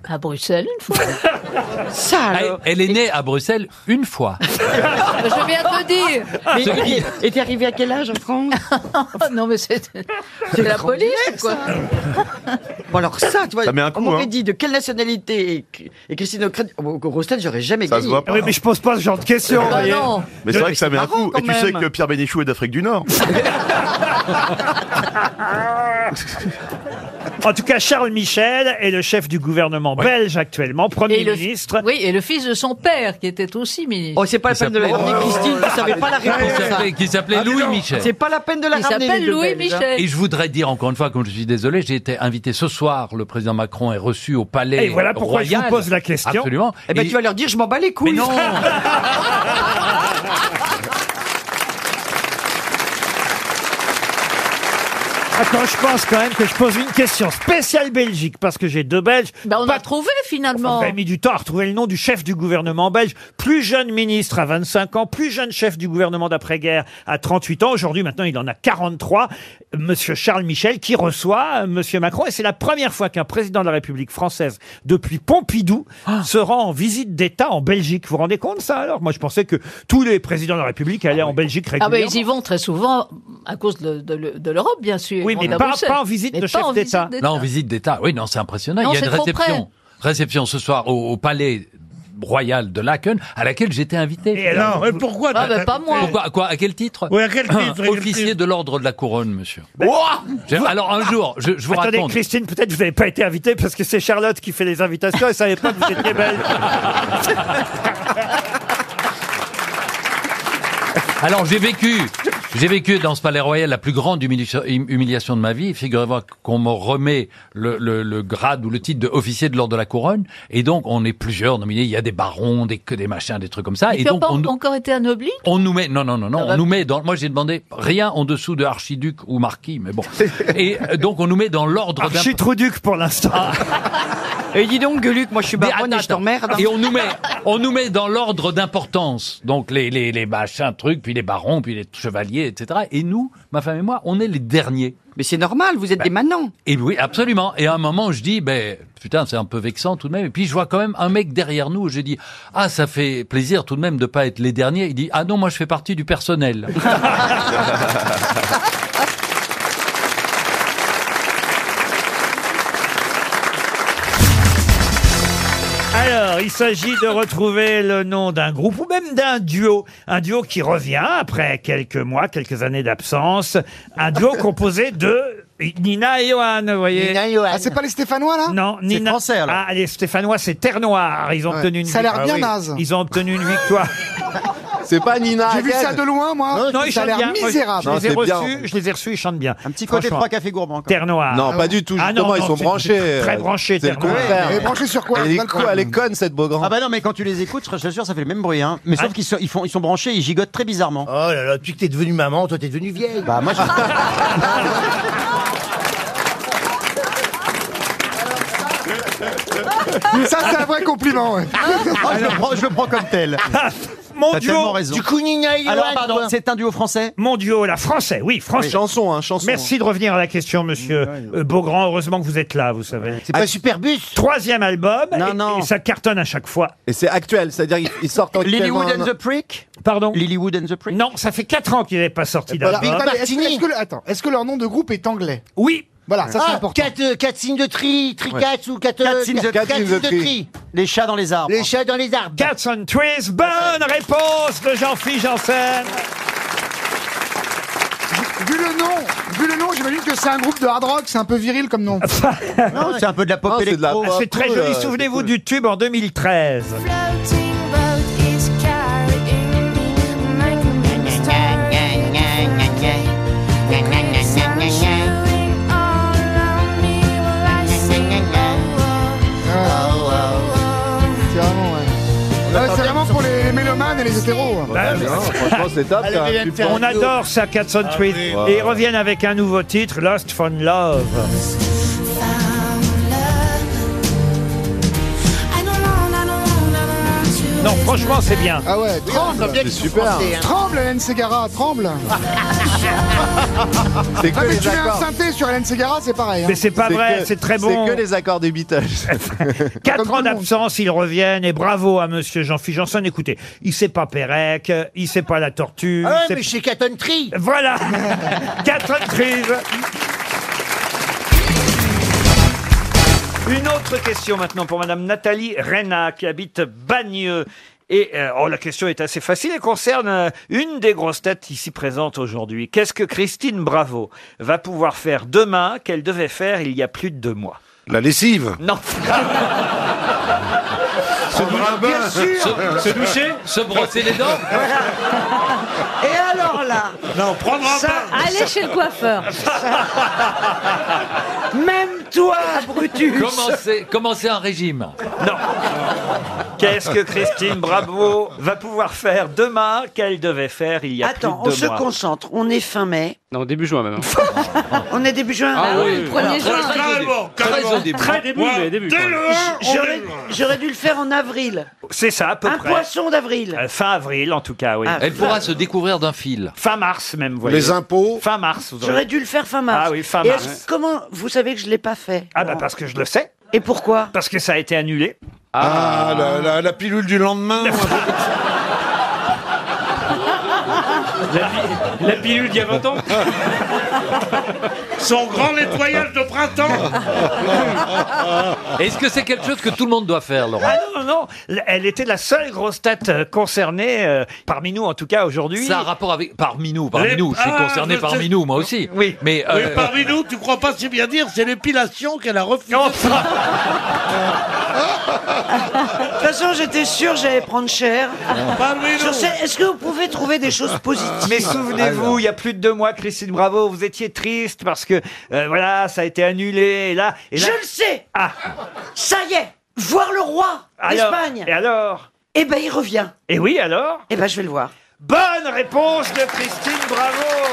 S24: À Bruxelles une fois.
S18: (laughs) Ça alors.
S4: Elle est née à Bruxelles une fois.
S24: Ah, Je viens de dire.
S18: Mais-
S4: Ce qui-
S18: et t'es arrivée à quel âge en France
S24: (laughs) Non mais c'est c'est la police ou quoi.
S18: Bon alors ça, tu vois,
S24: Ça met un
S18: on
S24: coup,
S18: m'aurait
S24: hein.
S18: dit de quelle nationalité est- est Christine O'Crane au au Rostel, j'aurais jamais gagné.
S1: Ah
S9: Oui, mais je pose pas ce genre de questions.
S18: Bah
S9: voyez.
S18: non.
S9: Mais c'est vrai que ça met un
S18: marrant
S9: coup. Et
S18: quand
S9: tu sais
S18: même.
S9: que Pierre Bénichou est d'Afrique du Nord.
S6: Ah
S1: En tout cas, Charles Michel est le chef du gouvernement belge actuellement, Premier
S24: Et le-
S1: ministre.
S24: Oui, et le fils de son père qui était aussi ministre.
S18: Oh, c'est pas la peine de la ramener, Christine, vous savez pas la réponse. Ah,
S4: Qui s'appelait- Qui s'appelait Louis Oh, Michel.
S18: C'est pas la peine de la
S24: Il
S18: ramener.
S24: s'appelle
S18: les deux
S24: Louis
S18: Belges, hein.
S24: Michel.
S4: Et je voudrais dire encore une fois, comme je suis désolé, j'ai été invité ce soir. Le président Macron est reçu au palais.
S1: Et voilà pourquoi je vous
S4: royal.
S1: pose la question.
S4: Absolument.
S1: Eh ben, tu vas
S18: leur dire, je m'en bats les couilles. (laughs)
S4: non.
S1: Attends, je pense quand même que je pose une question spéciale Belgique parce que j'ai deux Belges.
S24: Ben, on a trouvé finalement.
S1: Vous avez mis du temps à retrouver le nom du chef du gouvernement belge, plus jeune ministre à 25 ans, plus jeune chef du gouvernement d'après-guerre à 38 ans. Aujourd'hui, maintenant, il en a 43. Monsieur Charles Michel qui reçoit euh, Monsieur Macron et c'est la première fois qu'un président de la République française depuis Pompidou
S24: Ah.
S1: se rend en visite d'État en Belgique. Vous vous rendez compte ça alors Moi, je pensais que tous les présidents de la République allaient en Belgique
S24: Ah ben
S1: régulièrement.
S24: ils y vont très souvent à cause de, de- de l'Europe bien sûr.
S1: Oui,
S24: Ils
S1: mais
S24: vont à
S1: pas-
S24: Bruxelles.
S1: pas en visite
S24: Mais
S1: de
S24: pas
S1: chef
S24: en visite
S1: d'État.
S4: Non, en visite d'État. Oui, non, c'est impressionnant.
S24: Non,
S4: Il y a
S24: c'est
S4: une
S24: trop
S4: réception. Réception ce soir au, au palais royal de Laken, à laquelle j'étais invité.
S10: alors, et pourquoi Ah, t'as- ben, pas moi.
S4: Pourquoi, à quoi, à quel titre
S10: Oui, à quel titre, à quel
S4: Officier
S10: titre
S4: de l'ordre de la couronne, monsieur. J'ai- Ben, Alors un jour, je, je vous
S1: Ben, Attendez,
S4: raconte.
S1: Christine, peut-être vous n'avez pas été invitée parce que c'est Charlotte qui fait les invitations et ne savait pas que vous
S4: (laughs)
S1: étiez belge.
S4: Alors j'ai vécu, j'ai vécu dans ce palais royal la plus grande humiliation, hum- humiliation de ma vie. Figurez-vous qu'on me remet le, le- le grade ou le titre de officier de l'ordre de la couronne, et donc on est plusieurs nominés. Il y a des barons, des que des machins, des trucs comme ça,
S24: Et
S4: ah, et
S24: tu as
S4: donc
S24: pas
S4: on,
S24: encore été anobli
S4: on nous met, non, non, non, non,
S24: va-
S4: on nous met dans, moi j'ai demandé rien en dessous de archiduc ou marquis,
S1: (laughs)
S4: mais bon. Et euh, donc on nous met dans l'ordre d'un. Ah,
S1: Architrouduc pour l'instant.
S18: Et dis donc, Gueluc, moi je suis baronne et je hein. t'emmerde.
S4: Et on nous met, on nous met dans l'ordre d'importance. Donc les, les, les machins, trucs, puis les barons, puis les chevaliers, etc. Et nous, ma femme et moi, on est les derniers. Ben,
S18: Mais c'est normal, vous êtes des manants.
S4: Et oui, absolument. Et à un moment, je dis, ben, putain, c'est un peu vexant tout de même. Et puis je vois quand même un mec derrière nous. Je dis, ah, ça fait plaisir tout de même de pas être les derniers. Il dit, ah non, moi je fais partie
S18: (laughs)
S4: du personnel.
S1: Alors, il s'agit de retrouver le nom d'un groupe ou même d'un duo. Un duo qui revient après quelques mois, quelques années d'absence. Un duo composé de Nina et Johan, vous voyez. Nina et Johan. Ah, c'est pas les Stéphanois, là Non, Nina. C'est français, alors. Ah, les Stéphanois, c'est Terre Noire. Ils ont
S25: Ouais.
S1: obtenu une
S25: Ça a l'air
S1: victoire. Ah
S25: bien naze.
S1: Ils ont obtenu une victoire.
S25: (laughs) C'est pas Nina
S1: J'ai vu
S25: Hagen.
S1: ça de loin,
S25: Non,
S1: Non, ils
S25: ça a
S1: chantent
S25: l'air
S1: bien. Moi,
S25: misérable.
S1: Je, les ai reçus, je les ai reçus, ils chantent bien. Un petit
S25: côté trois cafés
S1: gourmands. Terre Noire.
S25: Non, pas du tout.
S1: Ah
S25: Justement,
S1: non,
S25: ils
S1: non,
S25: sont
S1: c'est
S25: branchés. euh,
S1: Très branchés,
S25: C'est le
S1: Terre Noire.
S25: contraire. Elle est, con- elle est conne, cette Beaugrand.
S7: Ah bah non, mais quand tu les écoutes, je te jure, ça fait le même bruit. Hein. Mais
S1: Ah.
S7: sauf qu'ils sont, ils font, ils sont branchés, ils gigotent très bizarrement. Oh là là, depuis que t'es devenue maman, toi t'es devenue vieille. Bah moi, je...
S25: (laughs) Ça, c'est un vrai compliment, ouais.
S7: Ah, je, le prends, je le prends comme tel.
S1: Ah, Mon
S7: T'as
S1: duo.
S7: tellement raison.
S1: Du coup, Nina et
S7: Alors
S1: Johan,
S7: pardon,
S1: toi.
S7: c'est un duo français
S1: Mon duo, là, français, oui, français.
S25: Oui. Chanson, hein, chanson.
S1: Merci de revenir à la question, monsieur euh, Beaugrand. Heureusement que vous êtes là, vous savez. C'est
S25: pas
S1: Superbus Troisième album.
S25: Non,
S1: et,
S25: non.
S1: et ça cartonne à chaque fois.
S25: Et c'est actuel, c'est-à-dire qu'ils- ils sortent en
S1: Lilywood and the
S7: Prick
S1: Pardon
S7: Lilywood and the Prick
S1: Non, ça fait 4 ans qu'il n'est pas sorti
S25: Voilà.
S1: d'album.
S25: Big Bang-
S19: Est-ce que, est-ce que le- attends, est-ce que leur nom de groupe est anglais
S1: Oui.
S19: Voilà, ça c'est
S7: Ah,
S19: important.
S7: quatre, euh, quatre signes de tri, tri
S19: Ouais.
S7: quatre ou quatre, euh,
S19: Quatre signes de-
S7: quatre
S19: quatre
S7: signes de tri. Les chats dans les arbres.
S19: Les
S7: chats dans les arbres.
S1: Cats on Trees, bonne réponse de Jean-Philippe Janssen.
S19: Vu le nom, vu le nom, j'imagine que c'est un groupe de hard rock, c'est un peu viril comme nom.
S7: (laughs) Non, c'est un peu de la pop
S19: Non, c'est de la
S7: électro. hein.
S19: pop,
S1: C'est très joli, souvenez-vous du tube en 2013.
S19: Ah,
S17: Oh, oh,
S19: apéro.
S1: Bah,
S25: Ouais, non, franchement, c'est top. t'as un super-
S1: On adore ça, 408.
S25: Ah oui.
S1: Et ils reviennent avec un nouveau titre, Lost Fun Love. Non, franchement, c'est bien.
S19: Ah ouais, tremble.
S1: C'est super.
S25: hein.
S19: Tremble, Hélène Segara, tremble.
S25: (laughs) C'est que
S19: ah, mais
S25: les
S19: tu mets un
S25: accords.
S19: synthé sur Hélène Segara, c'est pareil. hein.
S1: vrai,
S25: que-
S1: c'est très bon.
S25: C'est
S19: (laughs)
S25: que les accords des Beatles.
S1: Quatre ans d'absence, ils reviennent et bravo à Monsieur Jean-Philippe Janssen. Écoutez, il sait pas Pérec, il sait pas la tortue.
S7: Ah ouais,
S1: il sait-
S7: mais chez Caton Tree.
S1: Voilà. Quatre crises. Une autre question maintenant pour Madame Nathalie Rena qui habite Bagneux. Et euh, oh, la question est assez facile et concerne euh, une des grosses têtes ici présentes aujourd'hui. Qu'est-ce que Christine Bravo va pouvoir faire demain qu'elle devait faire il y a plus de deux mois La lessive
S4: (laughs)
S1: Non.
S17: Se doucher,
S1: bien sûr.
S4: se, se doucher, se brosser les dents.
S18: Et alors là
S1: Non, prendre un
S18: Ça,
S1: bain.
S18: allez chez le coiffeur.
S14: (laughs)
S18: Même toi, Brutus.
S4: Commencer, commencer un régime.
S1: Qu'est-ce que Christine Bravo va pouvoir faire demain qu'elle devait faire il y a
S18: Attends, on
S1: plus de
S18: se
S1: deux mois
S18: concentre. On est fin mai.
S11: Non, début juin même. hein.
S18: On est début juin.
S11: Ah Ah oui, oui, le premier
S18: Alors,
S11: juin.
S18: très
S11: Très
S18: au
S11: au début. Très au
S18: Très
S11: début. Ouais,
S18: mais
S11: dès le
S18: J-
S11: un, on
S18: J'aurais,
S11: est
S18: j'aurais dû le faire en avril.
S1: C'est ça, à peu
S18: Un
S1: près.
S18: poisson d'avril.
S1: Euh, Fin avril, en tout cas, oui.
S18: Ah, Elle pourra fin-
S4: se découvrir d'un fil.
S1: Fin mars, même, vous voyez.
S4: Les
S1: impôts Fin mars, vous aurez-
S18: J'aurais dû le faire fin mars.
S1: Ah oui, fin
S18: Et
S1: mars.
S18: est-ce- comment vous savez que je l'ai pas fait
S1: Ah, bah, parce que je le sais.
S18: Et pourquoi
S1: Parce que ça a été annulé.
S5: Ah, la, la- la pilule du lendemain.
S20: La, pilule d'il y a 20 ans Son grand nettoyage de
S5: (laughs)
S20: printemps
S4: Est-ce que c'est quelque chose que tout le monde doit faire, Laurent
S1: Ah non, non, non, elle était la seule grosse tête euh, concernée, euh, parmi nous en tout cas aujourd'hui.
S4: Ça a un rapport avec parmi nous, parmi
S1: Les-
S4: nous. Je suis
S1: Ah,
S4: concerné
S1: je
S4: parmi
S1: sais.
S4: nous, moi aussi. Oui, mais
S1: Oui,
S4: euh,
S20: Parmi nous, tu crois pas si bien dire, c'est l'épilation qu'elle a refusée.
S10: (laughs)
S18: De toute façon, j'étais sûr que j'allais prendre cher.
S20: Parmi
S18: Je sais- Est-ce que vous pouvez trouver des
S11: Ah.
S18: choses positives
S1: Mais souvenez-vous, il y a plus de deux mois, Christine Bravo, vous étiez triste parce que euh, voilà, ça a été annulé. Et là, et là-
S18: Je le sais
S1: Ah.
S18: Ça y est Voir le roi
S1: Alors,
S18: d'Espagne
S1: Et alors
S18: Eh ben, il revient.
S1: Et oui, alors
S18: Eh ben, je vais le voir.
S1: Bonne réponse de Christine Bravo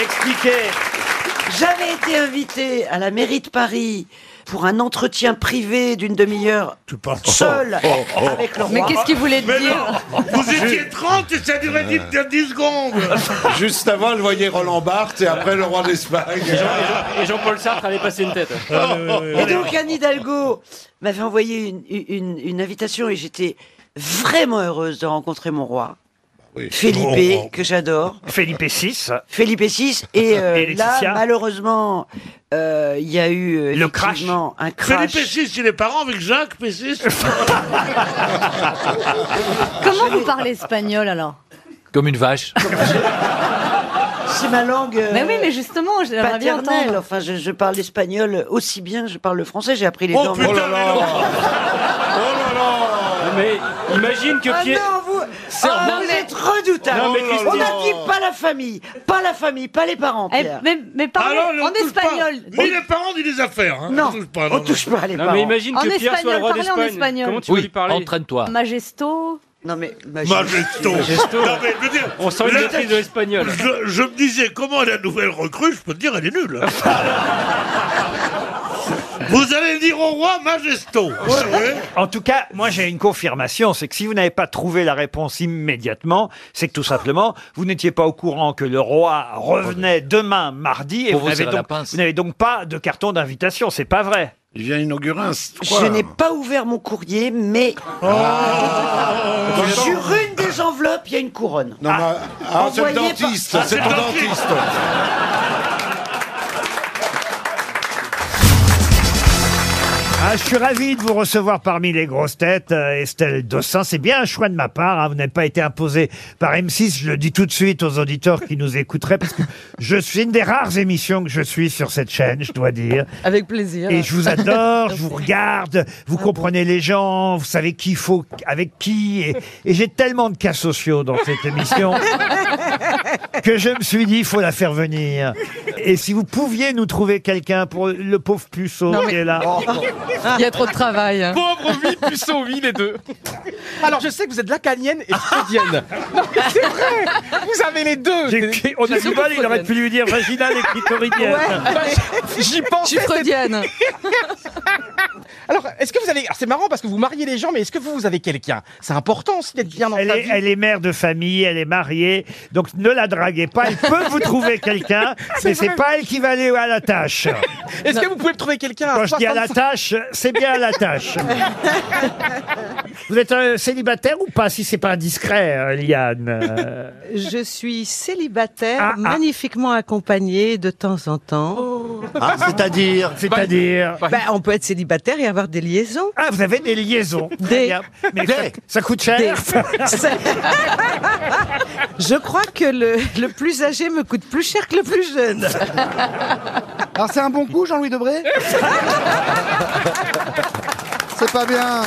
S1: Expliquez
S18: J'avais été invitée à la mairie de Paris pour un entretien privé d'une demi-heure, seule,
S20: Oh, oh, oh.
S18: avec le roi.
S20: Mais qu'est-ce qu'il
S18: voulait
S20: Mais non, vous étiez 30 et ça durait 10, 10 secondes.
S5: Euh. (laughs) Juste avant, elle voyait Roland Barthes et après le roi d'Espagne.
S11: Et Jean-Paul Sartre allait passer
S5: (laughs)
S11: une tête.
S10: Oh,
S1: Ah,
S18: Et donc Anne Hidalgo m'avait envoyé une, une- une invitation et j'étais vraiment heureuse de rencontrer mon roi.
S20: Bah
S18: Felipe,
S1: Oh, oh.
S18: que j'adore.
S1: Felipe VI.
S18: Felipe VI. Et, euh,
S1: Et
S18: là,
S1: Laetitia.
S18: malheureusement, euh, il y a eu euh,
S1: Le crash.
S18: effectivement un crash.
S20: Felipe VI, il est parent avec Jacques
S18: (laughs)
S20: Pessis.
S8: Comment vous parlez espagnol alors
S4: comme une vache.
S18: C'est ma langue. euh,
S8: Mais oui, mais justement, j'aimerais bien
S18: paternelle.
S8: entendre.
S18: Enfin, je, je parle l'espagnol aussi bien, que je parle le français, j'ai appris les
S20: Oh
S18: langues.
S20: putain, mais non.
S11: Ah, Mais imagine que
S18: Ah
S11: Pierre.
S18: non, vous,
S11: C'est
S18: Ah,
S11: un-
S18: vous êtes redoutable.
S11: Non, mais
S5: Oh
S18: on
S11: Christine-
S18: a dit pas la famille, pas la famille, pas les parents.
S8: Eh,
S18: Pierre.
S8: mais, mais parlez
S20: Ah non, on
S8: en
S20: touche pas.
S8: espagnol.
S5: Oh,
S20: Ni les parents, ni les affaires. hein.
S18: Non,
S20: on touche pas,
S18: on touche pas les
S11: Non,
S18: parents.
S11: mais imagine
S8: En
S11: que Pierre soit le
S8: espagnol,
S11: roi
S8: parlez en
S11: d'Espagne.
S8: espagnol.
S11: Comment tu veux lui
S4: Oui,
S11: parler
S4: entraîne-toi.
S8: Majesto.
S18: Non mais
S20: Majesto.
S11: Majesto.
S20: Non, mais, je veux dire,
S11: On sent une
S20: là,
S11: maîtrise de l'espagnol.
S20: Je, je me disais, comment est la nouvelle recrue Je peux te dire, elle est nulle. Vous allez le dire au roi Majesto.
S1: En tout cas, moi j'ai une confirmation, c'est que si vous n'avez pas trouvé la réponse immédiatement, c'est que tout simplement, vous n'étiez pas au courant que le roi revenait demain mardi et
S4: Pour
S1: vous
S4: vous
S1: n'avez
S4: serrer la
S1: donc,
S4: pince.
S1: vous n'avez donc pas de carton d'invitation, c'est pas vrai.
S5: Il vient inaugurer un
S18: Je n'ai pas ouvert mon courrier, mais sur une des enveloppes, il y a une couronne.
S5: Ah. Non, mais- ah, c'est le
S18: Envoyé par-
S5: dentiste,
S18: Ah,
S5: c'est
S18: c'est
S5: ton
S18: le
S5: dentiste.
S1: Ah, je suis ravi de vous recevoir parmi les grosses têtes, euh, Estelle Dossin. C'est bien un choix de ma part. hein. Vous n'avez pas été imposé par M6. Je le dis tout de suite aux auditeurs qui nous écouteraient, parce que je suis une des rares émissions que je suis sur cette chaîne, je dois dire.
S13: Avec plaisir.
S1: Et je vous adore,
S14: (laughs)
S1: je vous regarde, vous comprenez les gens, vous savez qui faut avec qui. Et, et j'ai tellement de cas sociaux dans cette émission que je me suis dit, il faut la faire venir. Et si vous pouviez nous trouver quelqu'un pour le pauvre puceau
S14: Non,
S1: qui
S14: mais-
S1: est là.
S3: Oh.
S14: Il y a trop de travail.
S7: Pauvre vie, puceau, vie, les deux. (laughs) Alors, je sais que vous êtes lacanienne et
S1: (laughs)
S7: freudienne. Non, mais c'est vrai. Vous avez les deux.
S1: On a du mal, il aurait pu lui dire vaginale et clitoridienne. (laughs)
S7: J'y pensais.
S14: Je suis freudienne.
S7: (laughs) Alors, est-ce que vous avez. alors, c'est marrant parce que vous mariez les gens, mais est-ce que vous, vous avez quelqu'un C'est important aussi d'être bien dans
S1: Elle
S7: sa
S1: est,
S7: vie.
S1: elle est mère de famille, elle est mariée, donc ne la draguez pas. Elle peut vous trouver quelqu'un,
S7: (laughs) C'est
S1: mais c'est
S7: vrai.
S1: pas elle qui va aller à la tâche.
S7: Est-ce que vous pouvez me trouver quelqu'un à
S1: Quand je dis à la
S7: 65
S1: tâche, c'est bien à la tâche. Vous êtes euh, célibataire ou pas, si c'est pas indiscret, euh, Liane Euh,
S3: Je suis célibataire,
S1: Ah, ah.
S3: magnifiquement accompagnée de temps en temps.
S1: Ah, c'est-à-dire C'est-à-dire
S3: Ben, on peut être célibataire et avoir des liaisons.
S1: Ah, vous avez des liaisons.
S3: Des.
S1: Mais ça, ça coûte cher.
S3: Des. (laughs) Ça- Je crois que le, le plus âgé me coûte plus cher que le plus jeune.
S19: Alors c'est un bon coup, Jean-Louis Debré
S1: (laughs)
S19: C'est pas bien.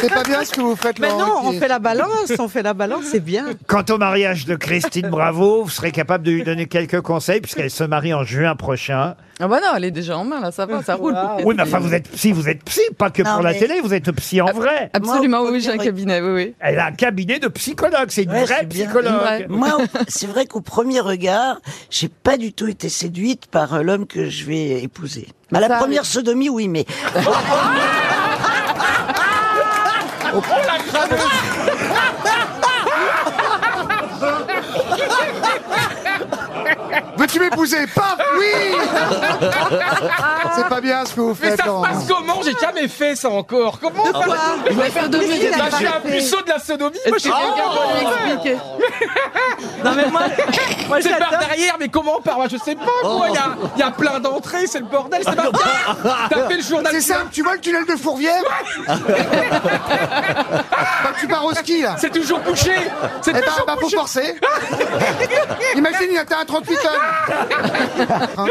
S19: C'est pas bien ce que vous faites,
S3: Mais
S19: Laurent
S3: non, on
S19: Ruquier.
S3: fait la balance, on fait la balance, c'est bien.
S1: Quant au mariage de Christine Bravo, vous serez capable de lui donner quelques conseils puisqu'elle se marie en juin prochain.
S14: Ah bah non, elle est déjà en main, là, ça va,
S19: Ah,
S14: ça roule.
S1: Ah, Oui, mais enfin, vous êtes psy, vous êtes psy, pas que
S14: Non,
S1: pour la
S14: mais-
S1: télé, vous êtes psy en vrai.
S14: Absolument, oui, j'ai un cabinet, oui, oui.
S1: Elle a un cabinet de psychologue, c'est une
S14: Ouais,
S1: vraie
S14: c'est bien.
S1: psychologue.
S14: Ouais.
S18: Moi, au- c'est vrai qu'au premier regard, j'ai pas du tout été séduite par euh, l'homme que je vais épouser. À la
S14: Ça
S18: première
S14: arrive.
S18: sodomie, oui,
S14: (laughs)
S18: mais
S14: Oh la
S19: Veux-tu m'épouser Paf Oui (laughs) C'est pas bien ce que vous
S7: Mais
S19: faites,
S7: ça se
S19: Laurent.
S7: passe comment J'ai jamais fait ça encore. Comment
S19: De quoi
S7: Il m'a fait
S3: sodomie,
S7: dominer.
S3: il a
S7: Lâcher
S3: pas
S7: un
S3: fait.
S7: puceau de la sodomie.
S14: Est-ce
S7: Moi,
S14: que
S7: je sais pas
S14: quelqu'un
S7: comment
S14: peut
S7: on fait.
S14: l'expliquer
S7: Non mais moi,
S3: moi,
S7: c'est
S3: j'adore.
S7: par derrière, mais comment on part Moi, Je sais pas. Moi, il y a- il y, a plein d'entrées, c'est le bordel. C'est pas
S19: (laughs)
S7: T'as fait le journal.
S19: C'est simple, tu vois le tunnel de Fourvière (laughs) Bah, Tu pars au ski, là.
S7: C'est toujours couché. C'est
S19: Eh ben,
S7: toujours
S19: bah, faut forcer. Imagine, il atteint un 38
S7: (laughs)
S19: tonnes. Hein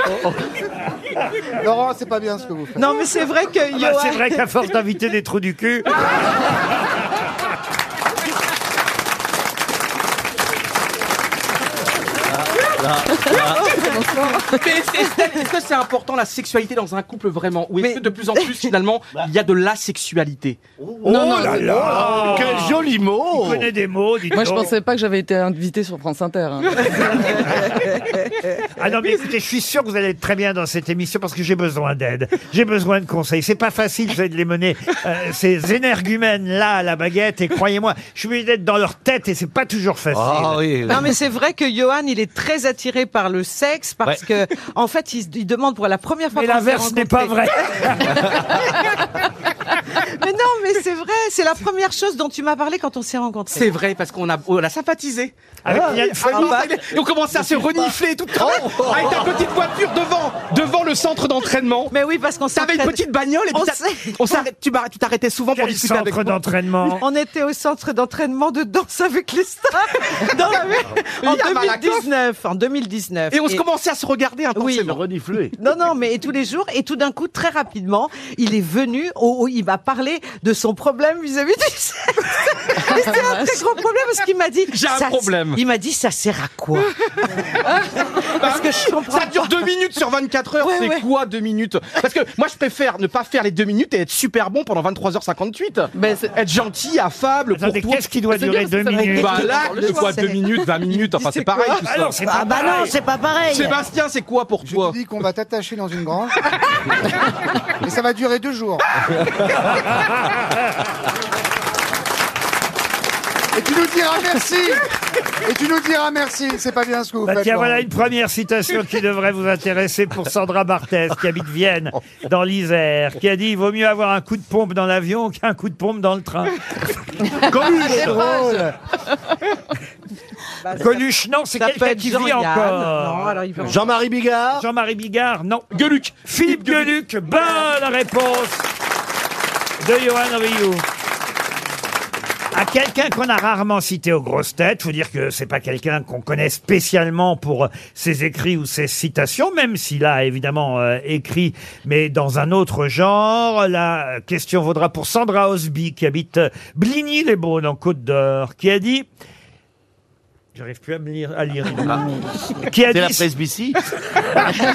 S19: Laurent, c'est pas bien ce que vous faites.
S3: Non, mais c'est vrai que
S1: Ah bah,
S3: Johan-
S1: c'est vrai qu'à force d'inviter des trous du cul.
S7: Ah, Mais est-ce- est-ce est-ce que c'est important la sexualité dans un couple vraiment Ou est-ce que de plus en plus finalement il y a de la sexualité
S1: Oh là là
S7: Quel
S1: joli mot Il connaît des mots, dites
S14: Moi, je
S1: donc.
S14: pensais pas que j'avais été invitée sur France Inter.
S24: (laughs)
S14: hein.
S1: Ah non, mais écoutez, je suis sûr que vous allez être très bien dans cette émission parce que j'ai besoin d'aide. J'ai besoin de conseils. C'est pas facile, vous allez les mener, euh, ces énergumènes-là à la baguette. Et croyez-moi, je suis obligé d'être dans leur tête et c'est pas toujours facile.
S3: Ah.
S11: Ah,
S3: Non mais c'est vrai que Johan il est très attiré par le sexe parce que (laughs) en fait il, se- il demande pour la première fois.
S1: Mais
S3: qu'on s'est
S1: l'inverse n'est pas
S3: rencontrés.
S1: vrai.
S3: (laughs) mais non mais c'est vrai c'est la première chose dont tu m'as parlé quand on s'est rencontrés.
S7: C'est vrai parce qu'on a on a sympathisé.
S1: Avec
S7: Ah,
S1: Liane Folie.
S7: ah bah, Et on commençait à se renifler tout de suite. avec ta petite voiture devant devant le centre d'entraînement.
S3: Mais oui parce qu'on
S7: T'avais une petite bagnole et puis
S3: On
S7: t'as-
S3: s'est-
S7: on s'arrête tu m'arrêtes- tu t'arrêtais souvent pour
S1: Quel
S7: discuter avec
S1: centre
S7: moi.
S1: d'entraînement
S3: On était au centre d'entraînement de danse avec
S7: (laughs)
S3: les stars dans la- en
S7: Il y a Malakoff.
S3: 2019 en 2019
S7: Et on se commençait à se regarder intensément.
S3: Non, non, mais tous les jours, et tout d'un coup, très rapidement, il est venu, oh, oh, il m'a parlé de son problème vis-à-vis du sexe. (laughs) Et C'était un très gros problème parce qu'il m'a dit.
S7: J'ai un
S3: ça-
S7: problème.
S3: Il m'a dit, ça sert à quoi Parce que je comprends.
S7: Ça dure deux minutes sur 24 heures,
S3: Ouais,
S7: c'est
S3: ouais.
S7: quoi deux minutes Parce que moi je préfère ne pas faire les deux minutes et être super bon pendant 23h58. être gentil, affable,
S1: Attendez,
S7: courtois.
S1: qu'est-ce qui doit C'est durer bien, ça, deux ça va minutes être
S7: Bah là,
S1: quelque chose
S7: c'est quoi
S1: dans le
S7: deux
S1: choix,
S7: minutes, 20 minutes, enfin c'est pareil
S1: quoi
S7: tout
S1: Ah
S7: ça.
S1: non, c'est pas Ah bah non, pareil. c'est
S19: pas pareil.
S7: Sébastien, c'est quoi pour toi
S19: Tu dis qu'on va t'attacher dans
S7: (laughs)
S19: une grange. Et ça va durer deux jours. Et tu nous diras merci. Et tu nous diras merci. C'est pas bien ce que vous
S1: Bah,
S19: faites.
S1: tiens,
S19: Laurent.
S1: voilà une première citation qui devrait vous intéresser pour Sandra Barthez, qui habite Vienne, dans l'Isère, qui a dit Il vaut mieux avoir un coup de pompe dans l'avion qu'un coup de pompe dans le train. Coluche
S3: C'est drôle.
S1: Coluche, non, c'est
S3: Bah, Ça peut
S1: quelqu'un
S3: être
S1: qui vit
S3: Jean-Yann.
S1: encore.
S3: Non, alors il peut-
S1: Jean-Marie Bigard Jean-Marie Bigard, non. Gueluc Philippe Gueluc, bonne réponse de Johan Rioux. À quelqu'un qu'on a rarement cité aux grosses têtes, faut dire que c'est pas quelqu'un qu'on connaît spécialement pour euh, ses écrits ou ses citations, même s'il a évidemment euh, écrit, mais dans un autre genre. La question vaudra pour Sandra Osby, qui habite Bligny-les-Beaunes en Côte d'Or, qui a dit J'arrive plus à me lire. À lire.
S7: Qui a
S1: dit
S7: la
S1: ce-
S7: presbytie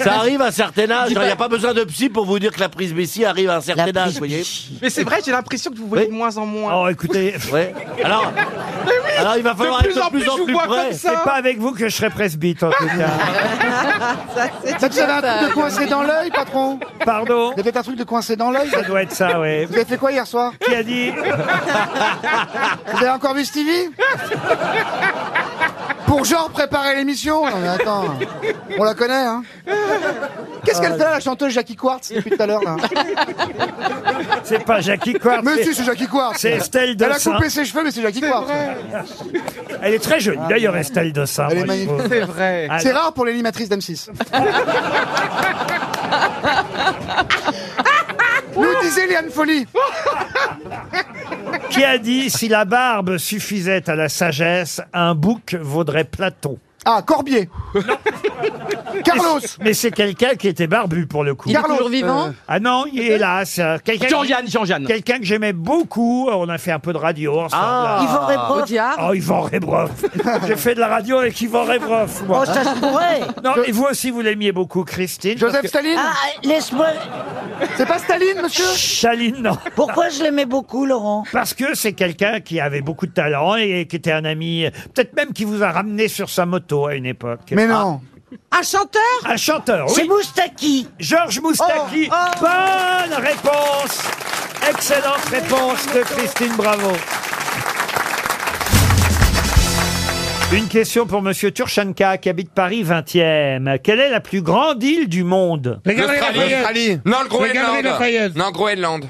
S7: Ça arrive à un certain âge.
S1: Dis
S7: Il
S1: pas-
S7: n'y a pas besoin de psy pour vous dire que la presbytie arrive à un certain âge, vous voyez.
S11: Mais c'est vrai, j'ai l'impression que vous voyez de moins en moins.
S1: Oh, écoutez.
S7: Ouais. Alors,
S11: alors il va falloir être de plus en plus près.
S1: C'est pas avec vous que je serai presbyte, en tout
S11: (laughs)
S1: cas.
S28: (laughs)
S19: Ça, Vous avez un truc de coincé dans l'œil, patron
S1: Pardon
S19: Vous avez un truc de coincé dans l'œil
S1: Ça doit être ça, oui.
S19: Vous avez fait quoi hier soir
S1: Qui a dit
S19: (laughs) Vous avez encore vu Stevie Pour genre préparer l'émission Non mais attends, on la connaît, hein Qu'est-ce qu'elle fait là, la chanteuse Jackie Quartz, depuis tout à l'heure, là
S1: C'est pas Jackie Quartz.
S19: Mais si, c'est Jackie Quartz
S1: C'est Estelle
S19: Elle a
S1: Dossin.
S19: coupé ses cheveux, mais c'est Jackie Quartz
S1: Elle est très jolie, d'ailleurs, Estelle de Saint.
S19: Elle est magnifique.
S1: Ah,
S19: C'est rare pour l'animatrice d'M6. Nous disait Liane Folie. (laughs)
S1: Qui a dit si la barbe suffisait à la sagesse, un bouc vaudrait Platon
S19: Ah, Corbier. Carlos.
S1: Mais c'est quelqu'un qui était barbu pour le coup.
S19: Il est Carlos. toujours vivant Euh.
S1: Ah non, il est là. c'est, euh, quelqu'un qui-
S11: Jean-Yann, Jean-Yann.
S1: Quelqu'un que j'aimais beaucoup. On a fait un peu de radio ensemble.
S11: Ah.
S1: là.
S11: Yvan Rebroff. Audiard.
S1: Oh, Yvan
S19: (laughs)
S1: Rebroff. J'ai fait de la radio avec Yvan Rebroff. moi.
S30: Oh, ça se pourrait.
S1: Non, et vous aussi, vous l'aimiez beaucoup, Christine.
S19: Joseph Staline
S30: Ah, laisse-moi.
S19: C'est pas Staline, monsieur
S1: Staline, non.
S30: Pourquoi je l'aimais beaucoup, Laurent
S1: Parce que c'est quelqu'un qui avait beaucoup de talent et qui était un ami, peut-être même qui vous a ramené sur sa moto à une époque.
S19: Mais non.
S1: Un chanteur Un chanteur, oui. C'est
S30: Moustaki.
S1: Georges Moustaki. Bonne réponse. Excellente réponse de Christine Bravo. Une question pour Monsieur Turchanka qui habite Paris 20e. Quelle est la plus grande île du monde
S9: L'Australie. Non, le Groenland. Non, Groenland.